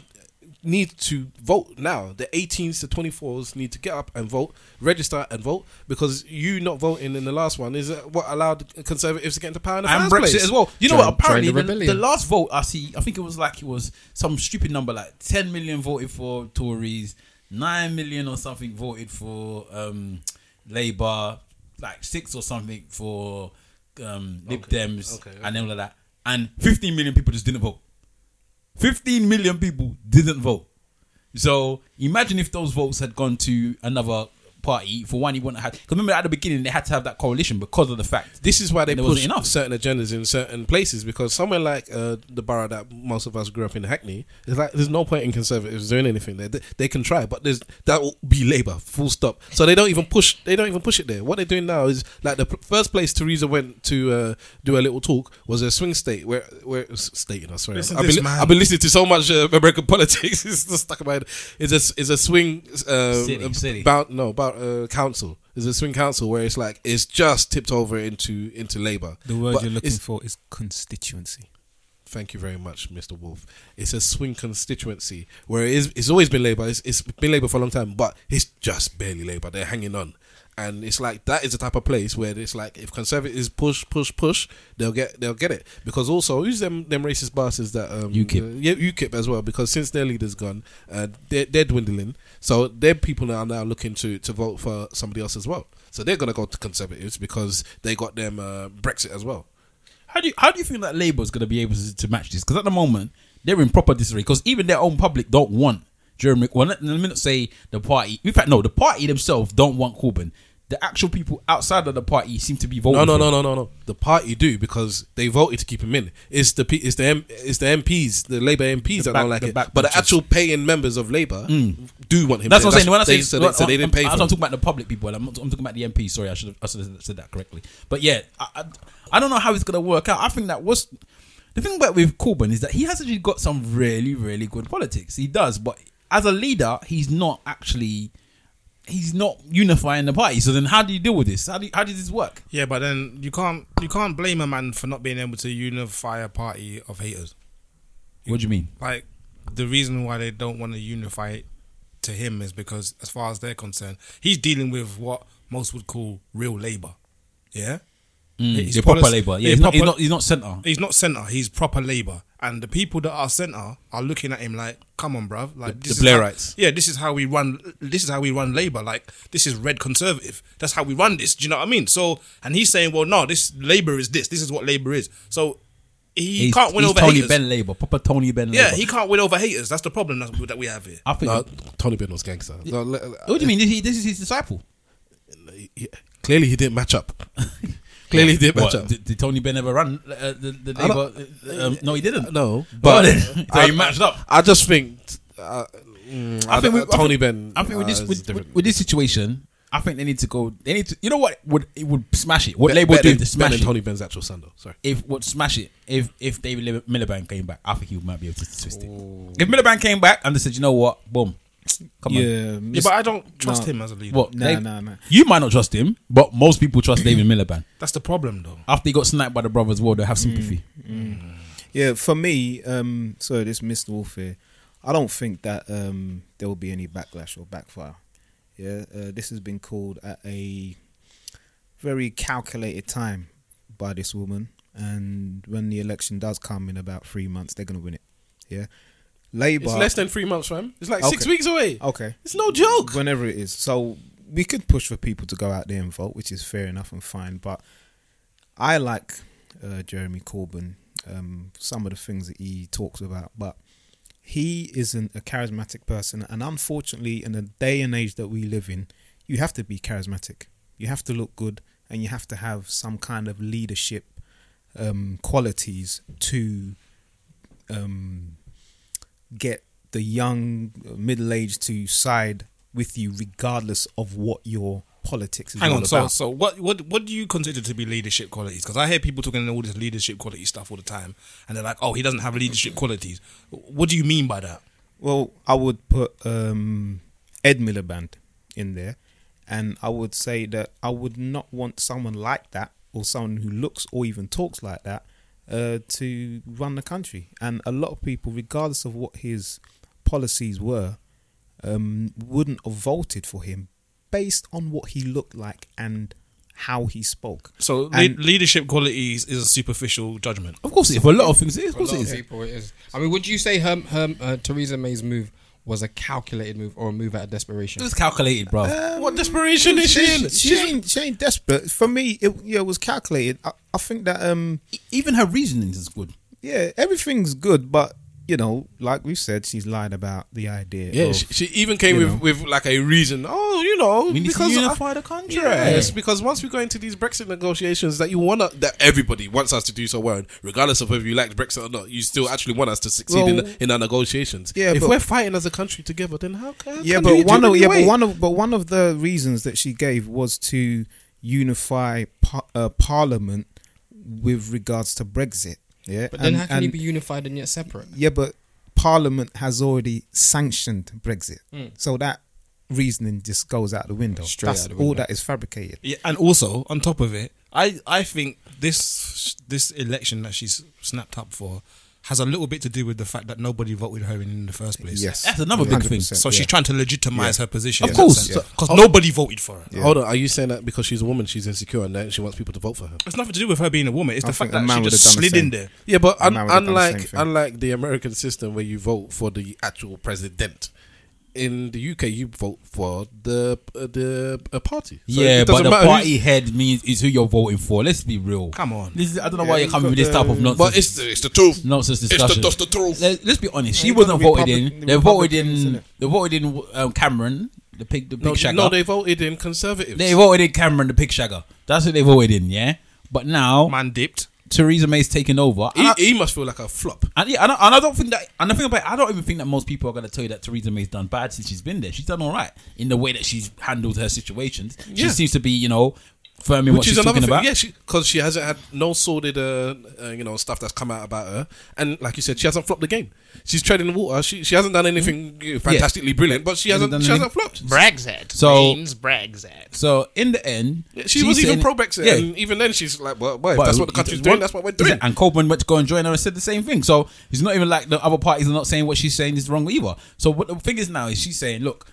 C: need to vote now. The 18s to 24s need to get up and vote, register and vote. Because you not voting in the last one is uh, what allowed conservatives to get into power in the
D: And
C: first
D: Brexit
C: place.
D: as well. You know
F: Join-
D: what? Apparently,
F: join the
D: the, the
F: rebellion.
D: last vote I see, I think it was like it was some stupid number, like ten million voted for Tories, nine million or something voted for um, Labour, like six or something for um, Lib Dems,
C: okay,
D: and all of that. And fifteen million people just didn't vote. Fifteen million people didn't vote. So imagine if those votes had gone to another party. For one, you wouldn't have. Because remember at the beginning they had to have that coalition because of the fact.
C: This is why they
D: There
C: push
D: wasn't enough.
C: certain agendas in certain places because somewhere like uh, the borough that most of us grew up in, Hackney, it's like there's no point in conservatives doing anything there. They, they can try, but there's that will be Labour, full stop. So they don't even push. They don't even push it there. What they're doing now is like the p- first place Theresa went to uh, do a little talk was a swing state where where s- state. You know, sorry,
B: Listen
C: I've
B: to
C: been,
B: this man.
C: I've been listening to so much uh, American politics. It's just stuck in my head. It's a it's a swing uh,
D: City,
C: uh,
D: city.
C: bound no about uh, council. There's a swing council where it's like it's just tipped over into into Labour.
G: The word
C: But
G: you're looking
C: it's-
G: for is constituency.
C: Thank you very much, Mr. Wolf. It's a swing constituency where it is, it's always been Labour. It's, it's been Labour for a long time, but it's just barely Labour. They're hanging on, and it's like that is the type of place where it's like if Conservatives push, push, push, they'll get they'll get it because also who's them them racist bastards that um,
D: UKIP.
C: uh, yeah UKIP as well because since their leader's gone, uh, they're, they're dwindling. So their people are now looking to to vote for somebody else as well. So they're gonna go to Conservatives because they got them uh, Brexit as well.
D: How do you, how do you think that Labour's going to be able to, to match this? Because at the moment they're in proper disarray. Because even their own public don't want Jeremy. Well, let, let me not say the party. In fact, no, the party themselves don't want Corbyn. The actual people outside of the party seem to be voting.
C: No, no,
D: for
C: no,
D: him.
C: no, no, no. The party do because they voted to keep him in. It's the P- it's the M- it's the MPs, the Labour MPs that
D: back-
C: don't like
D: the
C: it.
D: backbenchers.
C: But the actual paying members of Labour do want him.
D: That's what
C: there.
D: I'm saying. When I say,
C: they, so they, so they didn't pay
D: I'm,
C: for.
D: I'm
C: him.
D: talking about the public people. I'm, not, I'm talking about the MP. Sorry, I should have, I should have said that correctly. But yeah, I, I, I don't know how it's going to work out. I think that was the thing about with Corbyn is that he has actually got some really, really good politics. He does, but as a leader, he's not actually. He's not unifying the party. So then, how do you deal with this? How do you, how does this work?
B: Yeah, but then you can't you can't blame a man for not being able to unify a party of haters.
D: What do you mean?
B: Like the reason why they don't want to unify it to him is because, as far as they're concerned, he's dealing with what most would call real labor. Yeah, His
D: Mm, the proper
B: policy-
D: Labour. Yeah,
B: his
D: he's not, he's
B: proper-
D: not. He's not centre.
B: He's not centre. He's proper Labour, and the people that are centre are looking at him like, "Come on, bruv. Like
C: The-
B: this
C: the
B: is how-
C: Blairites.
B: yeah, this is how we run. This is how we run Labour. Like this is red conservative. That's how we run this. Do you know what I mean? So, and he's saying, "Well, no, this Labour is this. This is what Labour is." So he
D: He's,
B: can't win
D: he's
B: over
D: Tony
B: haters.
D: Benn Labour. Proper Tony Benn
B: yeah,
D: Labour.
B: he can't win over haters. That's the problem that, that we have here.
D: I think.
C: No, Tony Benn was gangster. No, le- le-
D: what do you mean? This, this is his disciple.
C: he- clearly, he didn't match up. clearly, he didn't match
D: What,
C: up.
D: did, did Tony Benn ever run uh, the, the
C: I
D: Labour?
C: don't-
D: uh, Um, no, he didn't.
C: No,
D: But
C: but
D: so he matched up.
C: I just think. Uh, mm, I,
D: think we- I
C: think Tony Benn.
D: I think with
C: uh,
D: this
C: is
D: with,
C: different.
D: with, with this situation, I think they need to go. They need to. You know what would it would smash it? What
C: Be-
D: Labour would
C: better
D: do
C: than-
D: to
C: better
D: smash
C: than
D: it?
C: Tony Benn's actual son, though. Sorry.
D: if would smash it if if David Lib- Miliband came back, I think he might be able to twist it. If Miliband came back and they said, you know what, boom, come on,
G: Yeah,
B: Yeah, but I don't trust
G: No.
B: him as a leader.
D: what?
G: no,
D: Dave-
G: no, no.
D: You might not trust him, but most people trust David Miliband.
B: That's the problem, though.
D: After he got sniped by the brothers, war, they have sympathy.
G: Yeah, for me, um, so this Mr. Wolf here, I don't think that um, there will be any backlash or backfire. Yeah, uh, this has been called at a very calculated time by this woman, and when the election does come in about three months, they're going to win it. Yeah, Labour.
C: It's less than three months, fam. It's like six
G: Okay.
C: weeks away.
G: okay,
C: It's no joke.
G: whenever it is. So we could push for people to go out there and vote, which is fair enough and fine. But I like uh, Jeremy Corbyn, um, some of the things that he talks about, but he isn't a charismatic person. And unfortunately, in the day and age that we live in, you have to be charismatic, you have to look good, and you have to have some kind of leadership
A: um, qualities to um, get the young, middle aged to side with you, regardless of what your politics is
B: Hang
A: all
B: on, so
A: about.
B: so what what what do you consider to be leadership qualities? Because I hear people talking all this leadership quality stuff all the time, and they're like, "Oh, he doesn't have leadership qualities." What do you mean by that?
A: Well, I would put um, Ed Miliband in there, and I would say that I would not want someone like that, or someone who looks or even talks like that, uh, to run the country. And a lot of people, regardless of what his policies were, um, wouldn't have voted for him based on what he looked like and how he spoke.
B: So le-
A: And-
B: leadership qualities is a superficial judgment.
D: Of course, it is. for a lot of things, it is. Of
F: For a
D: course,
F: lot
D: it
F: of
D: is.
F: people, it is. I mean, would you say her, her uh, Theresa May's move was a calculated move or a move out of desperation?
D: It was calculated, bro.
C: What desperation is she in?
A: She ain't, she ain't desperate. For me, it, yeah, it was calculated. I, I think that um,
D: E- Even her reasoning is good.
A: yeah, everything's good, but you know, like we said, she's lied about the idea.
C: Yeah,
A: of-
C: she, she even came with, with like a reason. Oh, you know,
D: We need to
C: because
D: unify
C: I-
D: the country.
C: Yes, because once we go into these Brexit negotiations, that you wanna that everybody wants us to do so well, regardless of whether you like Brexit or not, you still actually want us to succeed in,
A: Well-
C: the, in our negotiations.
A: Yeah,
C: if
A: but-
C: we're fighting as a country together, then how? how
A: yeah,
C: can we
A: but
C: do
A: one of
C: it
A: yeah,
C: anyway?
A: but one of but one of the reasons that she gave was to unify par- uh, Parliament with regards to Brexit. Yeah,
F: but then
A: and-
F: how can
A: and-
F: you be unified and yet separate?
A: Yeah, but Parliament has already sanctioned Brexit, so that reasoning just goes out the window.
F: Hmm. Straight
A: That's
F: out the
A: all
F: window.
A: that is fabricated.
B: Yeah, and also on top of it, I I think this this election that she's snapped up for has a little bit to do with the fact that nobody voted her in in the first place.
A: Yes,
D: That's another big thing.
A: 100%,
B: So
A: yeah.
B: she's trying to legitimize her position.
D: Of course.
B: because nobody voted for her.
C: Hold on, are you saying that because she's a woman, she's insecure, and that she wants people to vote for her?
B: It's nothing to do with her being a woman. It's
A: I
B: the
A: think
B: fact
A: a
B: that
A: man
B: she
A: would've
B: just
A: done the
B: slid
A: same.
B: in there.
C: Yeah, but
A: And
C: un-
A: now we've done the same
C: unlike
A: thing.
C: unlike the American system where you vote for the actual president, in the UK you vote for the uh, the uh, party. So
D: yeah,
C: it
D: but
C: doesn't
D: the
C: matter who-
D: party head means is who you're voting for. Let's be real.
B: Come on.
D: This is, I don't know why you're coming with this type of nonsense.
C: But it's the, it's the truth.
D: nonsense
C: the-
D: discussion.
C: that's the truth.
D: Let, us be honest. She
A: you
D: wasn't
A: got the
D: voted in.
A: Republic-
D: They
A: the
D: voted
A: Republicans,
D: in.
A: innit?
D: They voted in um, Cameron, the pig, the big
C: No,
D: shagger.
C: no,
D: they,
C: they voted in conservatives.
D: voted in Cameron, the pig shagger. That's what they voted in. Yeah, but now
B: Man dipped.
D: Theresa May's taken over. And
C: he,
D: I-
C: he must feel like a flop.
D: And, yeah, and, I, and I don't think that, and the thing about it, I don't even think that most people are going to tell you that Theresa May's done bad since she's been there. She's done all right in the way that she's handled her situations. She
C: Yeah.
D: seems to be, you know, firm in what
C: Which
D: she's
C: is another
D: talking
C: thing,
D: about.
C: yeah, because she, hasn't had no sordid, uh, uh, you know, stuff that's come out about her, and like you said, she hasn't flopped the game. She's treading the water. She, she hasn't done
D: Hmm.
C: anything uh, fantastically brilliant, but she hasn't
D: done
C: she hasn't
D: anything-
C: flopped.
J: Brexit
D: So-
J: means Brexit.
D: So in the end,
C: Yeah, She
D: she's
C: was even
D: saying-
C: pro Brexit,
D: Yeah.
C: and even then she's like, "Well, well if
D: But
C: that's
D: who-
C: what the country's
D: what-
C: doing. That's what we're doing."
D: Exactly. And Coleman went to go and join her and said the same thing. So it's not even like the other parties are not saying what she's saying is wrong either. So what the thing is now is she's saying, look,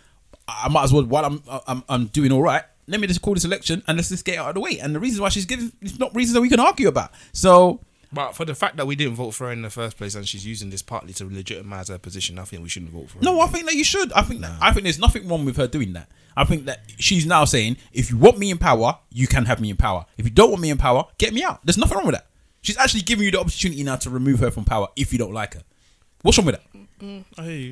D: I might as well while I'm I'm, I'm doing all right. Let me just call this election and let's just get it out of the way. And the reasons why she's giving it's not reasons that we can argue about. So
B: But for the fact that we didn't vote for her in the first place, and she's using this partly to legitimize her position, I think we shouldn't vote for her.
D: No, I think that you should. I think that I think there's nothing wrong with her doing that. I think that she's now saying, if you want me in power, you can have me in power. If you don't want me in power, get me out. There's nothing wrong with that. She's actually giving you the opportunity now to remove her from power if you don't like her. What's wrong with that?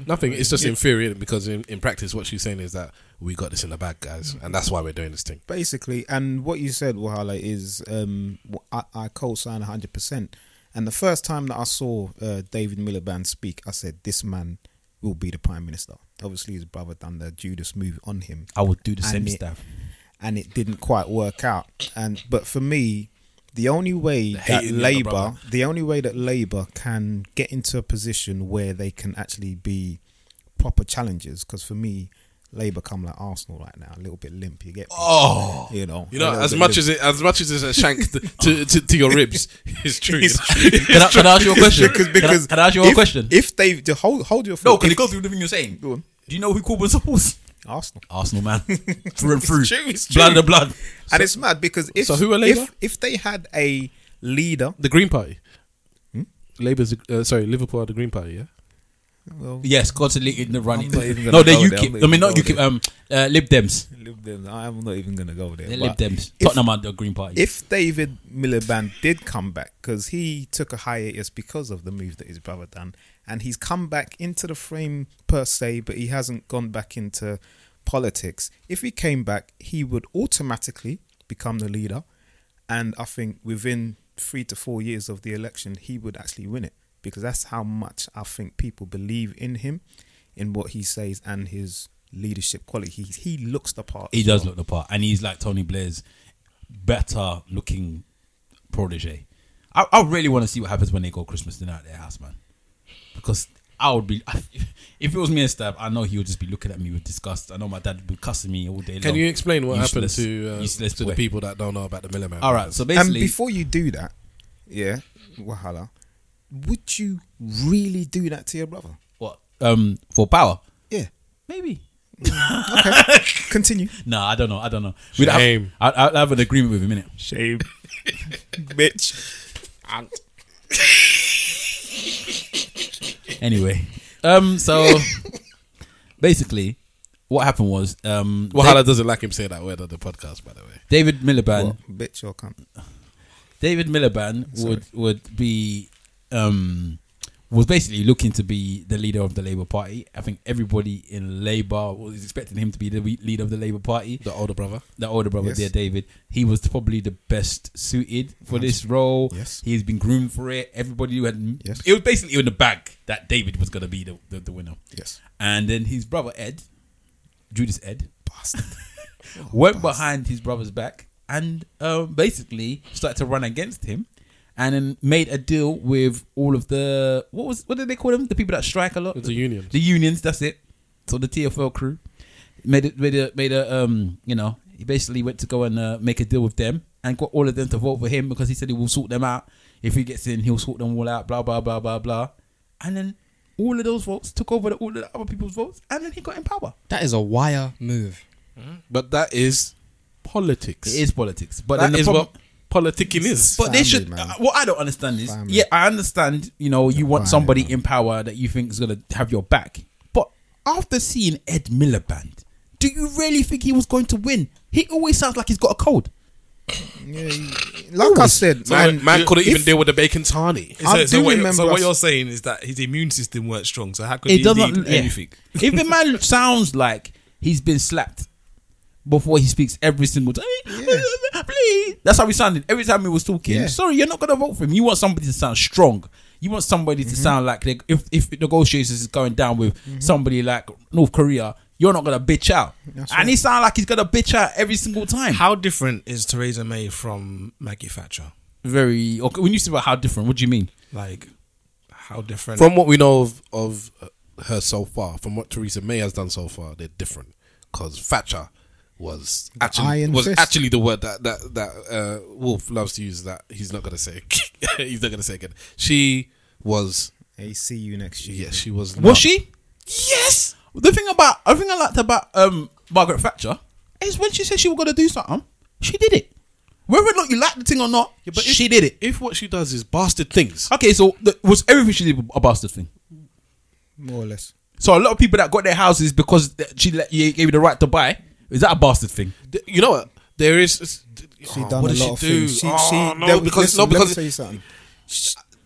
C: Nothing. It's just infuriating because in, in practice, what she's saying is that we got this in the bag, guys, and that's why we're doing this thing.
A: basically. And what you said, Wahala, is um, wh- I, I co-sign 100%. And the first time that I saw uh, David Miliband speak, I said, this man will be the prime minister. Obviously, his brother done the Judas move on him.
D: I would do the
A: And
D: same
A: it-
D: stuff.
A: And it didn't quite work out. And But for me, the only way that
C: hating the other
A: Labour,
C: brother.
A: the only way that Labour can get into a position where they can actually be proper challengers, because for me, Labour come like Arsenal right now, a little bit limp. You get me?
D: Oh,
A: you know, uh,
C: You
A: a
C: know,
A: little
C: as
A: bit
C: much
A: limp.
C: as it, as much as it's a shank th- to, to to your ribs, it's true. It's true.
D: can I, can I ask you a question?
A: because
D: Can I-
A: because
D: can I, ask you a
A: if,
D: question?
A: If they to hold hold your
D: no,
A: thought,
D: because
A: if,
D: it goes through everything you're saying.
A: Go on.
D: Do you know who Corbyn supports?
A: Arsenal,
D: Arsenal man, through and through,
A: true, it's
D: blood
A: true.
D: to blood.
A: and it's mad because if
C: so who are Labour?
A: if if they had a leader,
C: the Green Party,
D: Hmm?
C: Labour's uh, sorry, Liverpool are the Green Party. Yeah,
A: well,
D: Yes, God in the running.
A: I'm not even gonna
D: No, they're
A: go there, I'm
D: UKIP.
A: not
D: I mean, not
A: even
D: UKIP.
A: going
D: Um, uh, Lib Dems.
A: Lib Dems, I'm not even gonna go there.
D: They're Lib
A: but
D: Dems.
A: if-
D: Tottenham are the Green Party.
A: If David Miliband did come back, because he took a hiatus because of the move that his brother done, and he's come back into the frame per se, but he hasn't gone back into politics. If he came back, he would automatically become the leader, and I think within three to four years of the election, he would actually win it because that's how much I think people believe in him, in what he says and his leadership quality. He, he looks the part.
D: He
A: as
D: does
A: well.
D: look the part, and he's like Tony Blair's better looking protege. I, I really want to see what happens when they go Christmas dinner at their house, man. Because I would be, if it was me and Stab, I know he would just be looking at me with disgust. I know my dad would be cussing me all day long.
C: Can you explain what happened
D: Useless-
C: to uh,
D: useless
C: to the
D: boy.
C: people that don't know about the Miller Man?
D: All right, so
A: And
D: basically,
A: before you do that, yeah, Wahala, would you really do that to your brother?
D: what um for power?
A: Yeah.
D: Maybe.
A: Continue.
D: No, I don't know. I don't know. We'd have-
C: Shame.
D: I'd, I'd have an agreement with him, innit?
A: Shame. Bitch.
D: Anyway, um, so basically, what happened was um,
C: Well, Hala doesn't like him say that word on the podcast, by the way.
D: David Miliband
A: What? Bitch or cunt.
D: David Miliband would would be um, was basically looking to be the leader of the Labour Party. I think everybody in Labour was expecting him to be the re- leader of the Labour Party.
C: The older brother.
D: The older brother,
A: Yes.
D: dear David, he was probably the best suited for this role.
A: Yes.
D: he's been groomed for it. Everybody who had
A: Yes.
D: it was basically in the bag that David was going to be the, the the winner.
A: Yes.
D: And then his brother Ed, Judas Ed,
A: Bastard.
D: went behind his brother's back and um, basically started to run against him, and then made a deal with all of the what was what did they call them? The people that strike a lot.
C: It's a union.
D: The unions, that's it. So the TFL crew made it made a made a um you know he basically went to go and uh, make a deal with them and got all of them to vote for him because he said he will sort them out if he gets in he'll sort them all out blah blah blah blah blah and then all of those votes took over the, all of the other people's votes and then he got in power.
F: That is a wire move.
C: But that is politics.
D: It is politics, but
C: That
D: then the
C: is
D: problem,
C: what politicking is.
D: But
A: Family,
D: they should.
A: man.
D: Uh, what I don't understand is,
A: Family.
D: yeah, I understand. You know, you want
A: Family,
D: somebody
A: man.
D: in power that you think is gonna have your back. But after seeing Ed Miliband, do you really think he was going to win? He always sounds like he's got a cold.
A: Yeah, he- like I said,
C: So
A: man,
C: man, couldn't even
A: if-
C: deal with the bacon tani.
B: So,
A: I
B: so
A: do
B: what, you're-
A: remember
B: so what
A: us-
B: you're saying is that his immune system weren't strong. So how could
D: It
B: he
D: doesn't
B: lead
D: yeah.
B: anything?
D: if the man sounds like he's been slapped before he speaks every single time, please. That's how he sounded every time he was talking.
A: Yeah.
D: Sorry, you're not gonna vote for him. You want somebody to sound strong. You want somebody
B: Mm-hmm.
D: to sound like they, if if negotiations is going down with somebody like North Korea, you're not gonna bitch out. and he sound like he's gonna bitch out every single time.
B: How different is Theresa May from Maggie Thatcher?
D: Very okay. When you say about how different, what do you mean?
B: Like, how different?
C: From what we know of, of uh, her so far, from what Theresa May has done so far, they're different. Because Thatcher was actually
A: iron
C: was
A: fist.
C: actually the word that that that uh, Wolf loves to use that he's not gonna say he's not gonna say again. She was
A: Hey, see you next year.
C: yeah she was
D: Was she? Yes. The thing about the thing I liked about um, Margaret Thatcher is when she said she was gonna do something, she did it. Whether or not you like the thing or not,
C: but if-
D: she did it.
C: if what she does is bastard things.
D: Okay, so the, was everything she did a bastard thing?
A: More or less.
D: So a lot of people that got their houses because th- she let, you gave you the right to buy is that a bastard thing?
C: Th- You know what? There is.
A: She
C: oh,
A: done
C: what
A: a
C: does
A: lot
C: she
A: of
C: do?
A: things. She,
C: Oh,
A: she,
C: no,
A: there-
C: because
A: listen,
C: no,
A: let me
C: because
A: tell you something.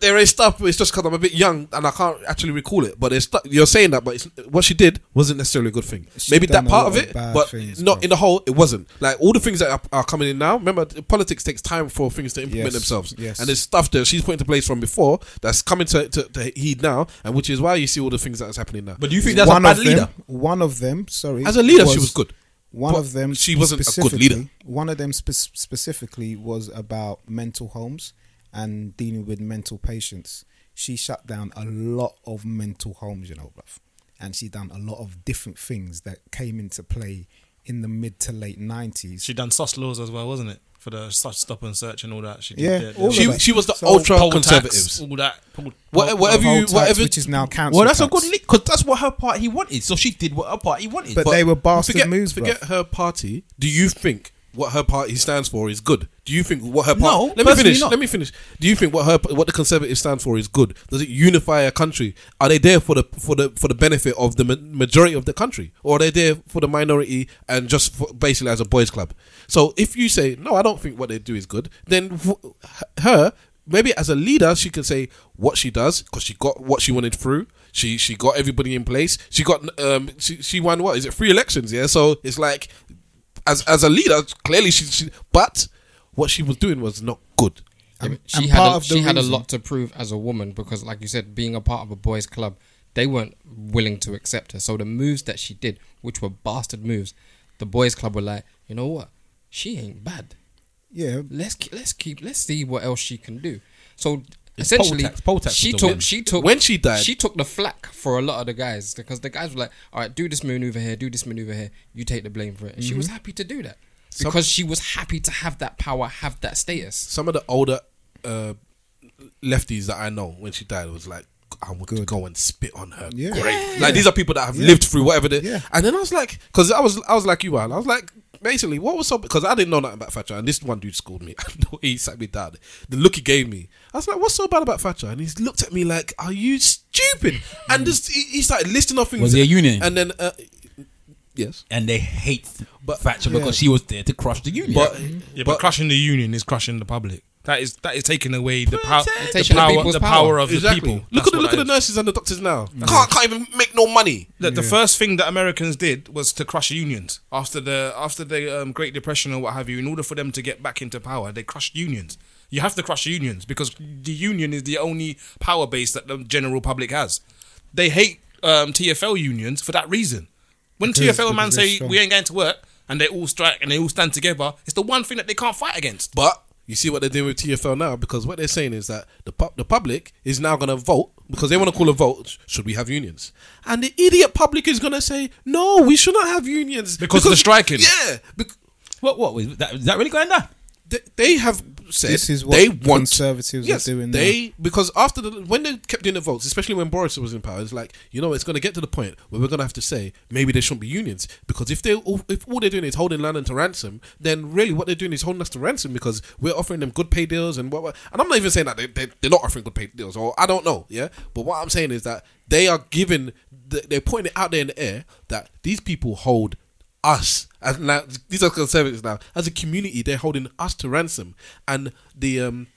C: there is stuff. It's just because I'm a bit young and I can't actually recall it. But it's stu- you're saying that, but it's, what she did wasn't necessarily a good thing.
A: She's
C: Maybe
A: done a
C: that part
A: lot
C: of
A: of
C: it,
A: bad
C: but
A: things,
C: not
A: bro.
C: in the whole. It wasn't like all the things that are, are coming in now. Remember, th- politics takes time for things to implement
A: Yes,
C: themselves.
A: yes.
C: and there's stuff that she's put into place from before that's coming to, to, to heed now, and which is why you see all the things that's happening now.
D: But do you think that's a bad
A: of
D: leader?
A: Them, one of them, sorry.
C: As a leader, she was good.
A: One
C: But
A: of them.
C: she wasn't a good leader.
A: specifically- One of them spe- specifically was about mental homes and dealing with mental patients. She shut down a lot of mental homes, you know, bruv. And she done a lot of different things that came into play in the mid to late 90s.
B: she done sus laws as well, wasn't it? For the sus stop and search and all that. She did
A: Yeah,
B: the- the
A: all of
C: She
A: that.
C: she was the
A: So-
C: ultra
B: poll tax,
C: conservatives.
B: all that. poll-
C: Wha-
B: poll-
C: whatever
A: Poll
C: you,
A: tax,
C: whatever
A: which is now council.
D: Well, that's a
A: tax.
D: good lead because that's what her party wanted. So she did what her party wanted.
A: But,
D: But
A: they were bastard
C: forget,
A: moves, bruv.
C: forget her party. Do you think what her party stands for is good? Do you think what her party?
D: No,
C: let me
D: personally
C: finish.
D: not.
C: Let me finish. Do you think what her what the Conservatives stand for is good? Does it unify a country? Are they there for the for the for the benefit of the ma- majority of the country, or are they there for the minority and just for, basically as a boys' club? So if you say no, I don't think what they do is good, then wh- her maybe as a leader she can say what she does because she got what she wanted through. She she got everybody in place. She got um she, she won what is it three elections? Yeah, so it's like as as a leader clearly she, she but what she was doing was not good.
F: Yeah,
J: And-
F: but she
J: and
F: had
J: part
F: a,
J: of the
F: she had a
J: reason-
F: lot to prove as a woman because, like you said, being a part of a boys' club, they weren't willing to accept her. So the moves that she did, which were bastard moves, the boys' club were like, you know what, she ain't bad.
A: Yeah.
F: Let's ke- let's keep let's see what else she can do. So essentially,
D: poll tax- poll tax
F: she
D: was the
F: took
D: win.
F: she took
C: When she died-
F: she took the flack for a lot of the guys because the guys were like, all right, do this maneuver here, do this maneuver here. You take the blame for it. And She was happy to do that. Because she was happy to have that power, have that status.
C: some of the older uh, lefties that I know when she died was like, I want to go and spit on her.
A: Yeah.
C: Great. Like these are people that have lived through whatever. They,
A: Yeah.
C: And then I was like, because I was I was like you are. and I was like, basically, what was so? Because I didn't know nothing about Thatcher, and this one dude schooled me. I know he sat me down. The look he gave me, I was like, what's so bad about Thatcher? And he's looked at me like, are you stupid? And just he, he started listing off things.
D: Was he a union?
C: And then. Uh, Yes,
D: and they hate
C: But-
D: Thatcher because she was there to crush the union.
C: but,
B: Yeah, Mm-hmm. but, crushing the union is crushing the public. That is that is taking away the, pow- the
F: Taking the
B: power,
F: people's
B: the
F: power.
B: power of
C: exactly.
B: the people.
C: Look
B: That's
C: at the
B: what
C: look at
B: that
C: the
B: is.
C: nurses and the doctors now. Can't can't even make no money.
B: The, the first thing that Americans did was to crush unions after the after the um, Great Depression or what have you. In order for them to get back into power, they crushed unions. You have to crush unions because the union is the only power base that the general public has. They hate um, TFL unions for that reason. When TFL man
A: because they're
B: say
A: strong.
B: we ain't going to work and they all strike and they all stand together, it's the one thing that they can't fight against.
C: But you see what they're doing with TFL now because what they're saying is that the pub, the public is now going to vote because they want to call a vote. Should we have unions? And the idiot public is going to say no, we should not have unions
B: Because of the striking.
C: Yeah, bec-
D: what? What was that? Is that really going down?
C: they, they have said
A: This is what
C: they want
A: conservatives are
C: yes,
A: doing
C: They because after the when they kept doing the votes, especially when Boris was in power, it's like you know it's going to get to the point where we're going to have to say maybe there shouldn't be unions because if they all- if all they're doing is holding London to ransom, then really what they're doing is holding us to ransom because we're offering them good pay deals and what, what and I'm not even saying that they, they, they're not offering good pay deals or I don't know yeah, but what I'm saying is that they are giving the, they're putting it out there in the air that these people hold us as now these are conservatives now as a community they're holding us to ransom and the um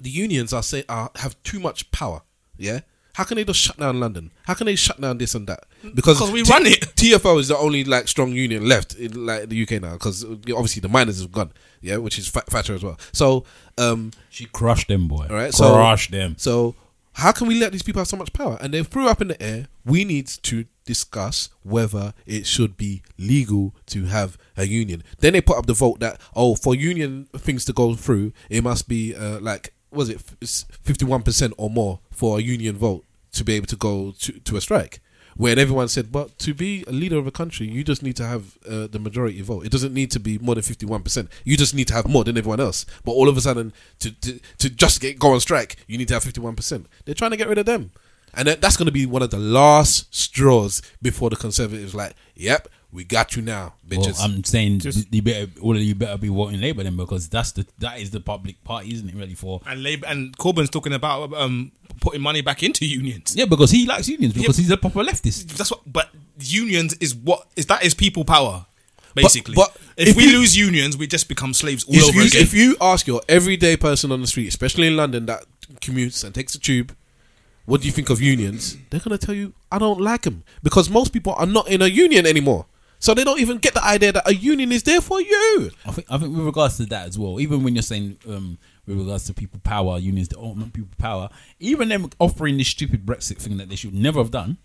C: the unions are saying are have too much power yeah how can they just shut down london how can they shut down this and that because
B: 'Cause we run it.
C: tfo is the only like strong union left in like the uk now because obviously the miners have gone yeah which is fa- Thatcher as well so um
D: She crushed them, boy.
C: all right, so
D: crushed them.
C: So how can we let these people have so much power? And they threw up in the air. We need to discuss whether it should be legal to have a union. Then they put up the vote that oh, for union things to go through, it must be uh, like was it fifty-one percent or more for a union vote to be able to go to, to a strike. When everyone said, but to be a leader of a country, you just need to have uh, the majority vote. It doesn't need to be more than 51%. You just need to have more than everyone else. But all of a sudden, to, to, to just get, go on strike, you need to have 51%. They're trying to get rid of them. And that, that's going to be one of the last straws before the Conservatives, like, yep, we got you now,
D: Well,
C: bitches.
D: I'm saying you better, all of you better be voting Labour then, because that's the that is the public party, isn't it? Really for
B: And Labour and Corbyn's talking about um, putting money back into unions.
D: yeah, because he likes unions because he's a proper leftist.
B: that's what but unions is what is that is people power basically
C: but
B: if,
C: if
B: we
C: you-
B: lose unions we just become slaves all
C: if,
B: over
C: you,
B: again
C: if you ask your everyday person on the street, especially in London, that commutes and takes the tube, what do you think of unions? They're going to tell you, I don't like them because most people are not in a union anymore. So they don't even get the idea that a union is there for you.
D: I think I think with regards to that as well. Even when you're saying um, with regards to people power, unions, the ultimate people power, even them offering this stupid Brexit thing that they should never have done,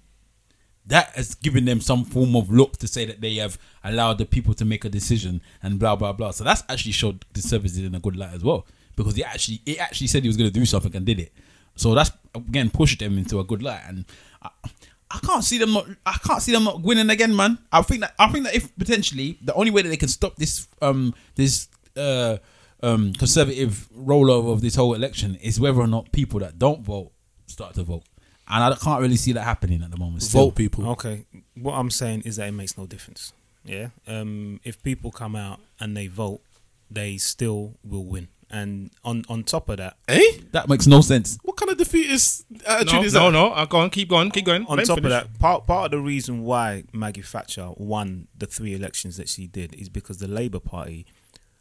D: that has given them some form of look to say that they have allowed the people to make a decision and blah blah blah. So that's actually showed the services in a good light as well because it actually it actually said he was going to do something and did it. So that's again pushed them into a good light and. I, I can't see them not. I can't see them not winning again, man. I think that I think that if potentially the only way that they can stop this um this uh um conservative rollover of this whole election is whether or not people that don't vote start to vote, and I can't really see that happening at the moment. Still.
C: Vote people.
G: Okay, what I'm saying is that it makes no difference. Yeah, um, if people come out and they vote, they still will win. And on on top of that,
C: Eh?
D: That makes no sense.
C: What kind of defeatist attitude
B: no
C: is
B: no
C: that?
B: no uh, go on keep going keep going
G: on
B: Let him
G: top of
B: finish.
G: that, part part of the reason why Maggie Thatcher won the three elections that she did is because the Labour Party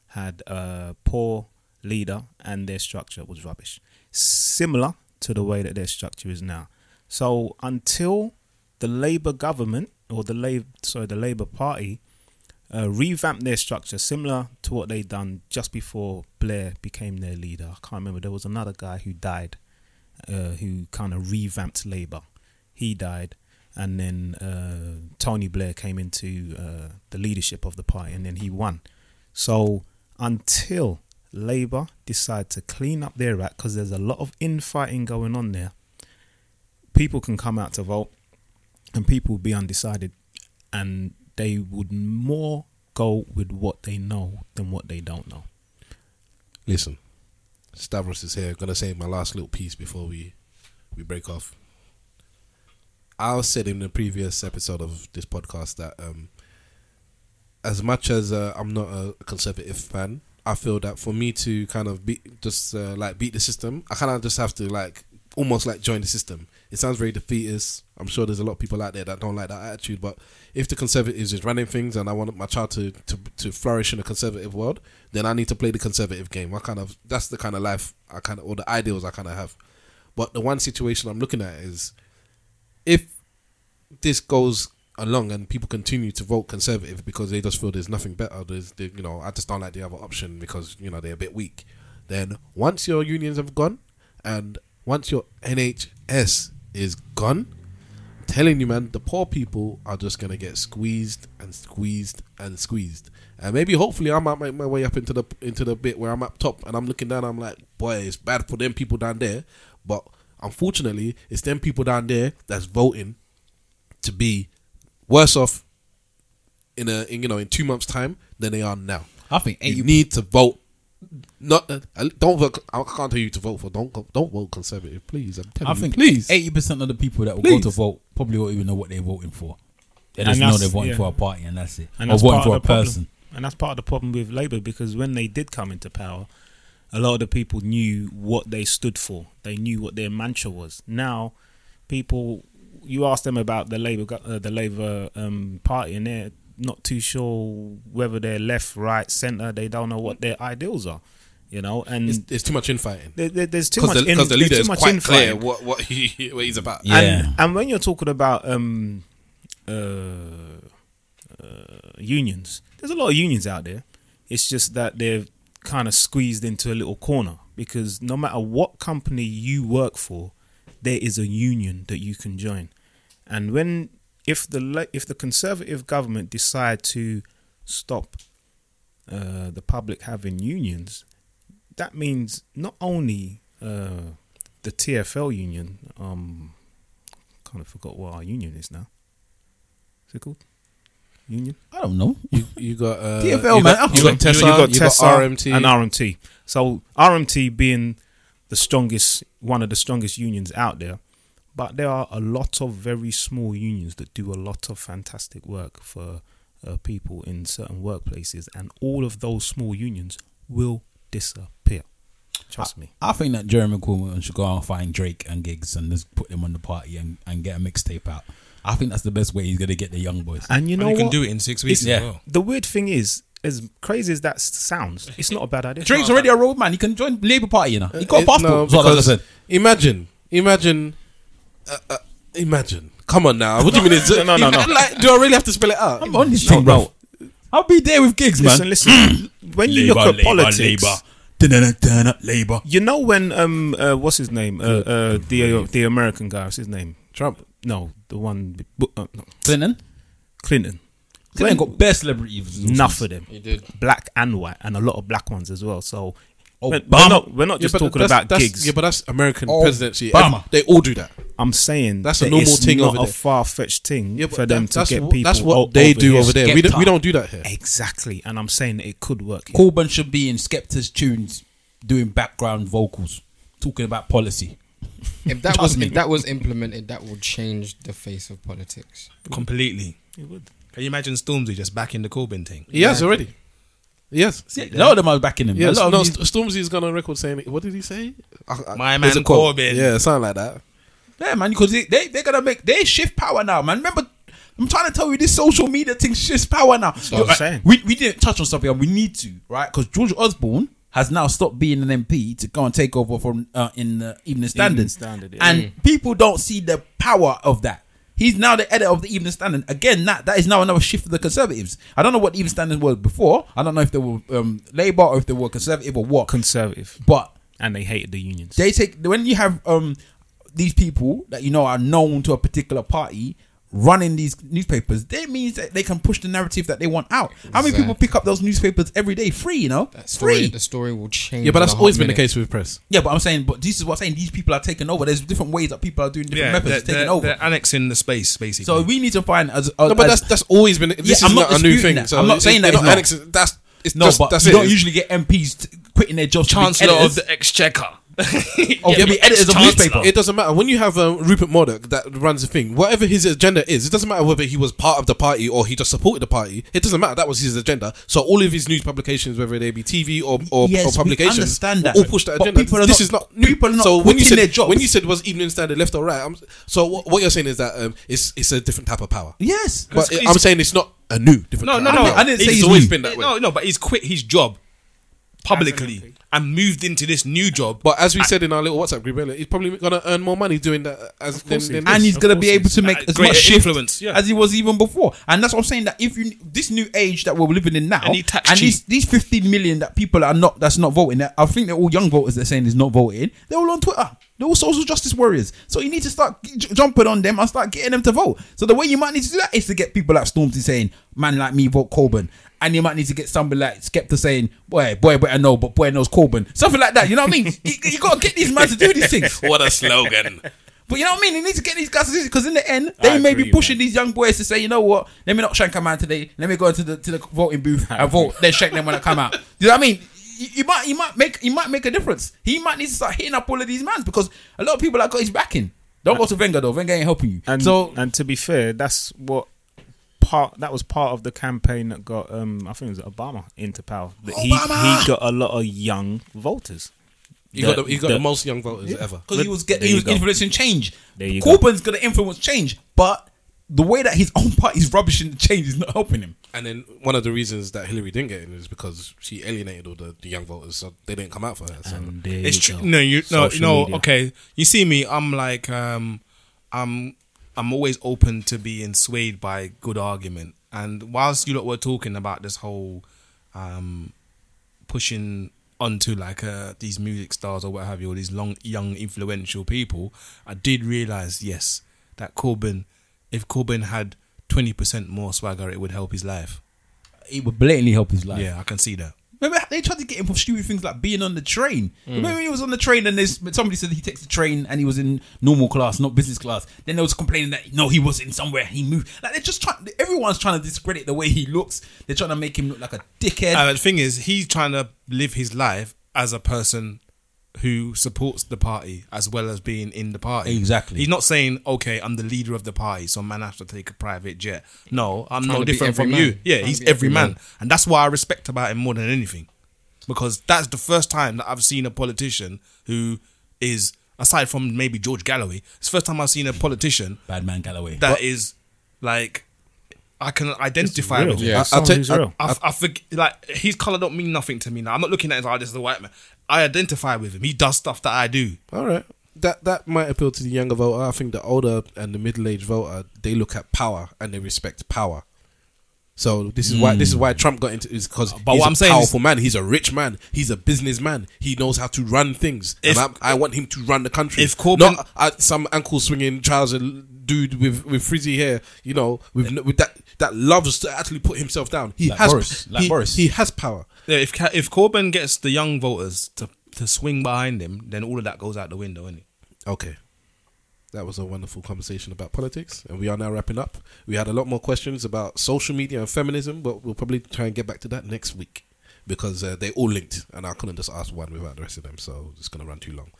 G: had a poor leader and their structure was rubbish, similar to the way that their structure is now. So until the Labour government or the Labour sorry the Labour Party
A: uh, revamp their structure similar to what they done just before Blair became their leader. I can't remember. There was another guy who died, uh, who kind of revamped Labour. He died, and then uh, Tony Blair came into uh, the leadership of the party, and then he won. So until Labour decide to clean up their act, because there's a lot of infighting going on there, people can come out to vote and people will be undecided and they would more go with what they know than what they don't know.
C: Listen, Stavros is here. Gonna say my last little piece before we we break off. I said in the previous episode of this podcast that um, as much as uh, I'm not a conservative fan, I feel that for me to kind of beat just uh, like beat the system, I kind of just have to like almost like join the system. It sounds very defeatist. I'm sure there's a lot of people out there that don't like that attitude, but if the conservatives is running things and I want my child to, to to flourish in a conservative world, then I need to play the conservative game. I kind of that's the kind of life I kind of or the ideals I kind of have. But the one situation I'm looking at is if this goes along and people continue to vote conservative because they just feel there's nothing better there's they, you know i just don't like the other option because you know they're a bit weak then once your unions have gone and once your nhs is gone I'm telling you man the poor people are just going to get squeezed and squeezed and squeezed and maybe hopefully i might make my way up into the into the bit where i'm up top and i'm looking down i'm like boy it's bad for them people down there but unfortunately it's them people down there that's voting to be worse off in a in, you know in two months time than they are now.
D: I think
C: you,
D: eight
C: need to vote. Not uh, don't vote. I can't tell you to vote for don't go- don't vote conservative, please. I'm telling
D: I
C: you,
D: think
C: please.
D: eighty percent of the people that will
C: Please.
D: go to vote probably won't even know what they're voting for. They
A: And
D: just know
A: that's-
D: they're voting
A: yeah.
D: for a party and that's it.
A: And
D: or
A: that's
D: voting
A: part
D: for a
A: of the problem.
D: person.
A: And that's part of the problem with Labour because when they did come into power, a lot of the people knew what they stood for. They knew what their mantra was. Now, people, you ask them about the Labour, go- uh, the Labour um, Party, and they're not too sure whether they're left, right, centre. They don't know what their ideals are. You know, and
C: It's, it's too much infighting
A: there, there, there's too much
C: because the,
A: in,
C: 'cause the
A: there's
C: leader
A: too
C: is
A: much
C: quite
A: infighting.
C: clear what what he what he's about.
D: Yeah.
A: And, and when you're talking about um, uh, uh, unions, there's a lot of unions out there. It's just that they're kind of squeezed into a little corner because no matter what company you work for, there is a union that you can join. And when if the le- if the conservative government decide to stop uh, the public having unions, that means not only uh, the TFL union, um, kind of forgot what our union is now. Is it called union?
D: I don't know.
C: You, you got uh,
D: TFL,
C: you got-
D: man, I'm
C: You
D: sorry.
C: got Tessa. You got, RMT.
A: and uh, RMT. So RMT being the strongest, one of the strongest unions out there, but there are a lot of very small unions that do a lot of fantastic work for uh, people in certain workplaces, and all of those small unions will disappear. Trust me.
D: I think that Jeremy Corbyn should go out and find Drake and Gigs and just put them on the party and, and get a mixtape out. I think that's the best way he's gonna get the young boys.
A: And you know
B: and you
A: what?
B: can do it in six weeks
D: Yeah.
B: as well.
A: The weird thing is, as crazy as that sounds, it's not a bad idea.
D: Drake's already a road man. He can join Labour Party, you know. He
A: Uh,
D: got a
C: It-
D: passport.
C: no,
D: That's what I
C: because
D: said.
C: Imagine, imagine, uh, uh, imagine. Come on now. What do you mean? It's, no, no, no, Like, do I really have to spell it out?
D: I'm on this thing, bro. I'll be there with gigs,
A: Listen,
D: man.
A: listen. when you look at politics,
D: Labour. Labour.
A: you know when um uh, what's his name uh, uh the uh, the American guy what's his name Trump no the one bu- uh, no,
D: Clinton.
A: Clinton
D: Clinton got best celebrities.
A: enough of them
F: He did.
A: black and white and a lot of black ones as well so we're, we're
D: Obama.
A: not we're not just
C: Oh, but
A: talking
C: that's-
A: about
C: that's,
A: gigs
C: Yeah, but that's American
D: Oh,
C: presidency.
D: Obama.
C: They all do that.
A: I'm saying
C: That's a
A: that
C: normal
A: it's
C: thing
A: not
C: over
A: a
C: there.
A: far fetched thing
C: Yeah, but
A: for them
C: that-
A: to
C: that's
A: get
C: wh-
A: people
C: That's what
A: o-
C: they do
A: here.
C: over there. We don't, we don't do that here.
A: exactly and I'm saying that it could work here.
D: Corbyn should be in Skepta's tunes doing background vocals, talking about policy.
F: If that was if that was implemented, that would change the face of politics.
B: Completely. It would. Can you imagine Stormzy just backing the Corbyn thing?
C: He has already. Yes.
D: See, a lot of them are backing him.
C: Yes.
D: A lot of
C: No,
D: these-
C: St- Stormzy's gone on record saying, what did he say? I- I-
B: My
C: there's
B: man
C: a quote.
B: Corbyn.
C: Yeah, something like that.
D: yeah, man, because they, they, they're going to make, they shift power now, man. Remember, I'm trying to tell you, this social media thing shifts power now.
F: what I'm
D: Right,
A: saying.
D: We, we didn't touch on something, and we need to, right? Because George Osborne has now stopped being an MP to go and take over from uh, in the Evening Standard.
A: Standard, yeah.
D: And people don't see the power of that. He's now the editor of the Evening Standard. Again, that that is now another shift for the Conservatives. I don't know what the Evening Standard was before. I don't know if they were um, Labour or if they were Conservative or what.
G: Conservative,
D: But
G: and they hated the unions.
D: they take when you have um these people that you know are known to a particular party running these newspapers that means that they can push the narrative that they want out how many people
F: Exactly.
D: pick up those newspapers every day free you know
F: That story,
D: free
F: the story will change.
C: Yeah, but
F: in a
C: that's
F: hot
C: always been the
F: minute.
C: case with press.
D: yeah but i'm saying but this is what i'm saying these people are taking over there's different ways that people are doing different
B: Yeah,
D: methods
B: they're,
D: taking
B: they're-
D: over
B: they're annexing the space basically.
D: so we need to find as, as
C: No, but that's that's always been. This
D: Yeah,
C: is
D: I'm not
C: not, a new
D: disputing
C: thing.
D: that.
C: So
D: I'm not saying
C: they're
D: that
C: not
D: it's not.
C: annexing- That's it's
D: no
C: just,
D: but
C: that's
D: you
C: it.
D: don't usually get mps t- quitting their jobs to be
B: Chancellor of
D: editors.
B: the Exchequer.
C: oh,
D: Of the editors of newspaper.
C: It doesn't matter when you have um, Rupert Murdoch that runs the thing. Whatever his agenda is, it doesn't matter whether he was part of the party or he just supported the party. It doesn't matter. That was his agenda. So all of his news publications, whether they be TV or or,
D: Yes,
C: or
D: we
C: publications,
D: understand that.
C: will all push that
D: But
C: agenda.
D: people are not-
C: this is not new.
D: people are not
C: so when you
D: quitting
C: said
D: their jobs.
C: when you said was Evening Standard left or right, I'm, so what, what you're saying is that um, it's it's a different type of power.
D: yes
C: But it- I'm saying it's not a new different.
B: No,
C: type
B: no,
C: of
B: no.
C: power.
B: I
D: didn't
C: it's
D: say he's
C: always
D: new.
C: been that way.
B: No, no, but he's quit his job publicly and moved into this new job.
C: But as we said in our little WhatsApp group earlier, he's probably going to earn more money doing that uh, as than, than
D: and
C: this.
D: he's gonna be able to make
B: Uh,
D: as
B: greater
D: much shift
B: influence, yeah.
D: as he was even before. And that's what I'm saying. That if you this new age that we're living in now,
B: And he tax cheat.
D: these these 15 million that people are not that's not voting, that I think they're all young voters. They're saying is not voting. They're all on Twitter. They're all social justice warriors. So you need to start j- jumping on them and start getting them to vote. So the way you might need to do that is to get people like Stormzy saying, "Man like me vote Corbyn." And you might need to get somebody like Skepta saying, "Boy, boy, better know, but boy knows Corbyn." Something like that. You know what I mean? you, you gotta get these men to do these things.
I: What a slogan.
D: But you know what I mean? They need to get these guys because in the end, they may be
G: agree,
D: pushing these young boys to say, you know what? Let me not shank a man today. Let me go to the to the voting booth and vote. then shank them when I come out. You know what I mean? You, you might you might make you might make a difference. He might need to start hitting up all of these mans because a lot of people have got his backing. Don't go to Wenger though. Wenger ain't helping you.
G: And
D: so
G: and to be fair, that's what part that was part of the campaign that got um I think it was Obama into power. That he he got a lot of young voters.
C: He got the, he got the, most young voters ever.
D: because he was get,
G: There
D: he
G: you
D: was
G: go.
D: influencing change.
G: There you go.
D: Corbyn's going to influence change, but the way that his own party's rubbishing the change is not helping him.
C: And then one of the reasons that Hillary didn't get in is because she alienated all the, the young voters, so they didn't come out for her. So.
B: It's true. No, you no
G: Social
B: no.
G: media.
B: Okay, you see me. I'm like um, I'm I'm always open to being swayed by good argument. And whilst you lot were talking about this whole um, pushing onto like uh, these music stars or what have you, or these long young influential people, I did realize yes that Corbyn, if Corbyn had twenty percent more swagger, it would help his life.
D: It would blatantly help his life.
B: Yeah, I can see that.
D: Remember they tried to get him for stupid things like being on the train. Remember he was on the train and this somebody said he takes the train and he was in normal class, not business class. Then they was complaining that no, he was in somewhere he moved. Like they're just trying. Everyone's trying to discredit the way he looks. They're trying to make him look like a dickhead.
B: And the thing is, he's trying to live his life as a person who supports the party as well as being in the party.
D: Exactly.
B: He's not saying, "Okay, I'm the leader of the party, so man I have to take a private jet." No, I'm
F: Trying
B: no
F: to be
B: different
F: every
B: from
F: man.
B: you. Yeah,
F: Trying
B: he's
F: to be
B: every
F: every
B: man.
F: man.
B: and that's why I respect about him more than anything, because that's the first time that I've seen a politician who is. Aside from maybe George Galloway, it's the first time I've seen a politician
D: Bad man Galloway.
B: that is like I can identify with.
F: Yeah,
C: I'll tell you- I-
G: real.
B: I, I, forg like his color don't mean nothing to me now. I'm not looking at his eye. This is a white man. I identify with him. He does stuff that I do.
C: All right, that that might appeal to the younger voter. I think the older and the middle aged voter they look at power and they respect power. So this is why this is why Trump got into is because
B: Hmm. But
C: he's
B: what
C: a
B: I'm saying is-
C: powerful man. He's a rich man. He's a businessman. He knows how to run things.
B: If-
C: and I, I want him to run the country.
B: If Corbyn-
C: not uh, some ankle swinging trouser dude with with frizzy hair, you know, with,
B: Eh.
C: no- with that that loves to actually put himself down. He
D: Like
C: has
D: Boris. Like
C: he-
D: Boris.
C: he has power.
B: Yeah, If Ca- if Corbyn gets the young voters to to swing behind him, then all of that goes out the window, innit?
C: Okay. That was a wonderful conversation about politics, and we are now wrapping up. We had a lot more questions about social media and feminism, but we'll probably try and get back to that next week because uh, they all linked, and I couldn't just ask one without the rest of them, so it's going to run too long.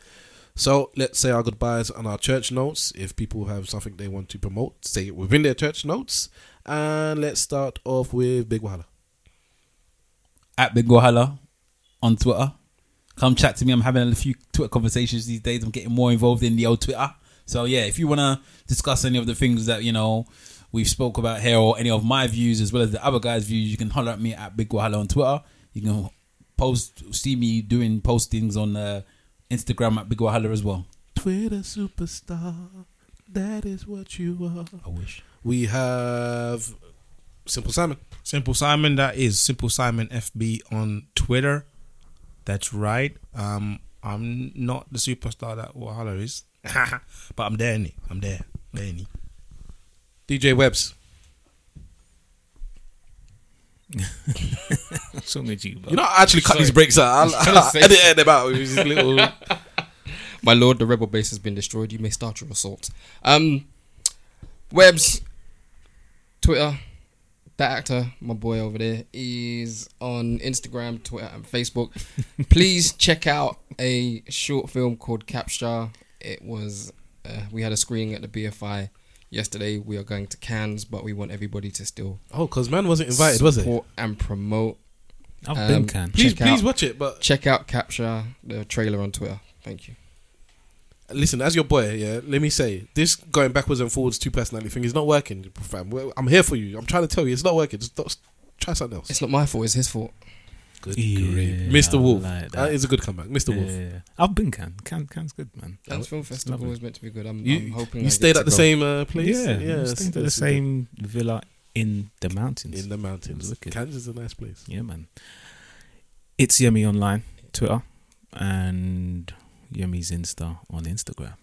C: So let's say our goodbyes and our church notes. If people have something they want to promote, say it within their church notes, and let's start off with Big Wahala.
D: at Big Wahala on Twitter. Come chat to me. I'm having a few Twitter conversations these days. I'm getting more involved in the old Twitter. So yeah, if you want to discuss any of the things that you know we've spoke about here, or any of my views as well as the other guys' views, you can holler at me at Big Wahala on Twitter. You can post, see me doing postings on uh, Instagram at Big Wahala as well.
C: Twitter superstar. That is what you are.
D: I wish.
C: We have Simple Simon.
B: Simple Simon, that is Simple Simon FB on Twitter. That's right. Um, I'm not the superstar that Wahala is, but I'm there. innit? I'm there. There. innit?
C: DJ Webbs.
G: So with you, bro.
C: You know, I actually cut these breaks out. I'll,
F: gonna
C: I'll
F: say-
C: edit them out with this little.
F: My lord, the rebel base has been destroyed. You may start your assault. Um, Webs, Twitter, that actor, my boy over there, is on Instagram, Twitter, and Facebook. Please check out a short film called Capture. It was uh, we had a screening at the BFI yesterday. We are going to Cannes, but we want everybody to still
C: Oh, because man wasn't invited, was it?
F: support and promote.
G: I've
F: um,
G: been can.
C: Please,
F: Check
C: please
F: out.
C: watch it. But
F: Check out Capture the trailer on Twitter. Thank you.
C: listen, as your boy, yeah, let me say this going backwards and forwards, two personality thing is not working, fam. Well, I'm here for you. I'm trying to tell you, it's not working. Just don't- try something else.
F: It's not my fault. It's his fault.
C: Good
G: grief.
C: Mr.
G: I
C: Wolf.
G: like
C: that
G: that.
C: is a good comeback, Mr. Wolf.
G: Yeah. I've been can. Can can's good, man.
F: Cannes Film Festival
G: lovely.
F: is meant to be good. I'm, I'm
C: You,
F: hoping
C: you
F: I
C: stayed
F: get
C: at
F: to
C: the
F: go.
C: same uh, place.
G: Yeah, yeah.
C: it's-
G: Staying at the
C: it's
G: same villa in the mountains.
C: in the mountains.
G: Wicked.
C: Kansas is a nice place.
G: Yeah, man. It's Yummy online, Twitter, and Yummy's Insta on Instagram.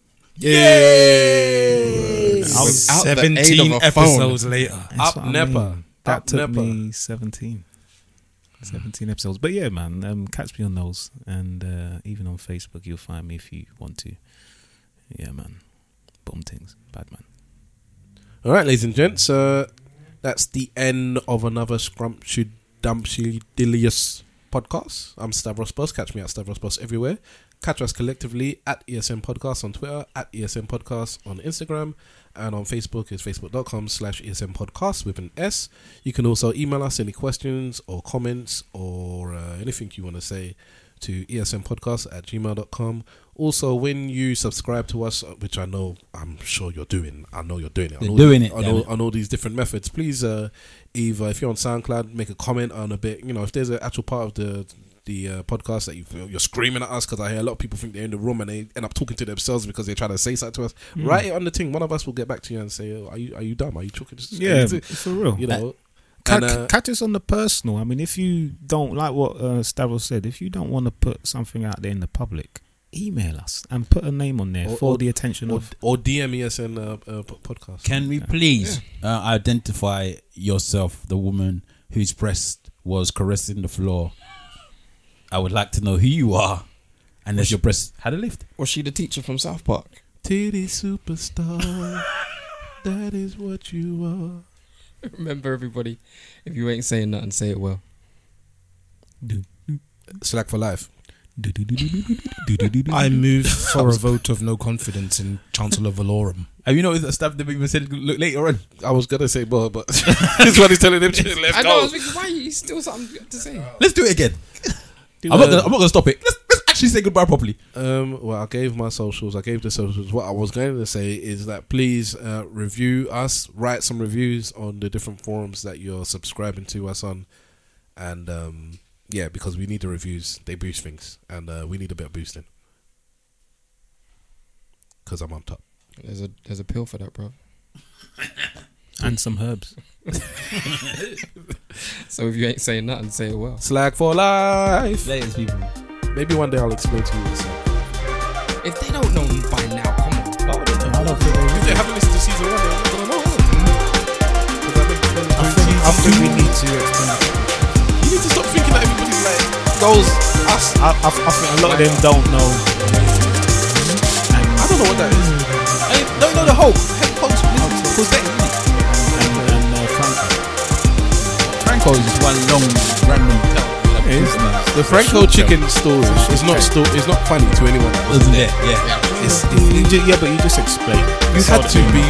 C: Yay!
G: I was
F: out the aid of
B: Seventeen
F: a phone.
B: episodes later.
G: That's
C: Up
G: what I
C: Nepper.
G: mean. That
C: Up
G: took
C: Nepper.
G: me 17. 17 episodes. But yeah, man, um, catch me on those. And uh, even on Facebook, you'll find me if you want to. Yeah, man. Bomb things. Bad man.
C: All right, ladies and gents. Uh, that's the end of another scrumptious, dumptious podcast. I'm Stavros Boss. Catch me at Stavros Boss everywhere. Catch us collectively at ESM Podcast on Twitter, at ESM Podcast on Instagram, and on Facebook is facebook.com slash ESM Podcast with an S. You can also email us any questions or comments or uh, anything you want to say to E esmpodcast at gmail.com. Also, when you subscribe to us, uh, which I know, I'm sure you're doing, I know you're doing it.
D: They're
C: on all
D: doing
C: the-
D: it,
C: on
D: damn
C: all,
D: it.
C: on all these different methods. Please, uh, either if you're on SoundCloud, make a comment on a bit. You know, if there's an actual part of the the uh, podcast that you feel you're screaming at us because I hear a lot of people think they're in the room and they end up talking to themselves because they're trying to say something to us. Write it on the thing. One of us will get back to you and say, oh, "Are you are you dumb? Are you talking?" to-
G: for real.
C: you know.
G: Ca-
C: and, uh,
G: catch us on the personal. I mean, if you don't like what uh, Stavros said, if you don't want to put something out there in the public, email us and put a name on there
C: Or-
G: for
C: or-
G: the attention
C: or,
G: of.
C: or DM ESN uh, uh, p- podcast.
D: Can we please uh, identify yourself, the woman whose breast was caressing the floor? I would like to know who you are, and has your breast had a lift?
F: Was she the teacher from South Park?
C: Titty superstar, that is what you
F: Remember, everybody, if you ain't saying nothing, say it well.
C: are. Slack for life.
B: I move for a vote of no confidence in Chancellor Valorum.
D: Have you noticed that stuff that people said look later on?
C: I was gonna say more, but this one is telling them to left
F: I know. I
C: out.
F: was thinking, why you still something to say?
D: Let's do it again. I'm not, gonna, I'm not gonna stop it. Let's, let's actually say goodbye properly.
C: Um, well, I gave my socials. I gave the socials. What I was going to say is that please uh, review us, write some reviews on the different forums that you're subscribing to us on, and um, yeah, because we need the reviews. They boost things, and uh, we need a bit of boosting. Because I'm on top.
F: There's a there's a pill for that, bro.
G: and some herbs.
F: So if you ain't saying nothing, say it well.
C: Slag for life.
D: Latest people.
C: Maybe one day I'll explain to you. This.
F: If they don't know you by now, come on.
C: If they haven't listened to season one, they're not gonna know. 'Cause I think-
A: I think we need to explain.
C: You need to stop thinking that everybody's like goals. Us.
A: I, I, I think a lot of them don't know.
C: I don't know what that is. I don't know the whole head coach. Who's that?
D: Franco is just one long random. It is nice.
C: The Franco chicken story is not sto- It's not funny to anyone. else.
D: Isn't it? Yeah.
A: It's, you ju- yeah, but you just explain.
C: You had to be.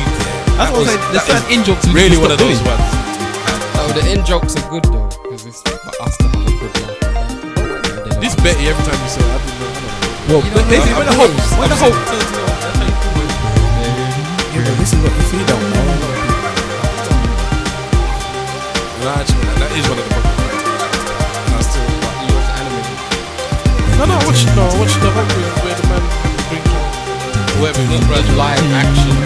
D: That's what I'm saying. That's an in joke to
C: Really,
D: stop
C: one of those
D: doing.
C: ones.
F: Oh, the in jokes are good though, because it's for us to have a good laugh.
C: This Betty, every time you say, I don't know.
D: Well, but they say when the hope, when the hope.
A: Yeah, but this is what if you don't know.
C: No, actually, that is one of the problems. That's still like, you watch anime. No, no, I watch, no, I watch the whole where, where the man brings whoever it is,
F: live action.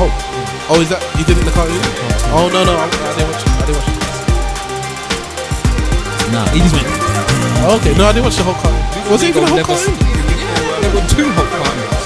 C: Oh, is that you did it in the car? Either? Oh no no, I, I didn't watch. It. I didn't watch. It.
D: Nah, he just went.
C: Oh, Okay, no, I didn't watch the whole car. Was it even a whole car?
F: Never, yeah, there were two Hulk comics.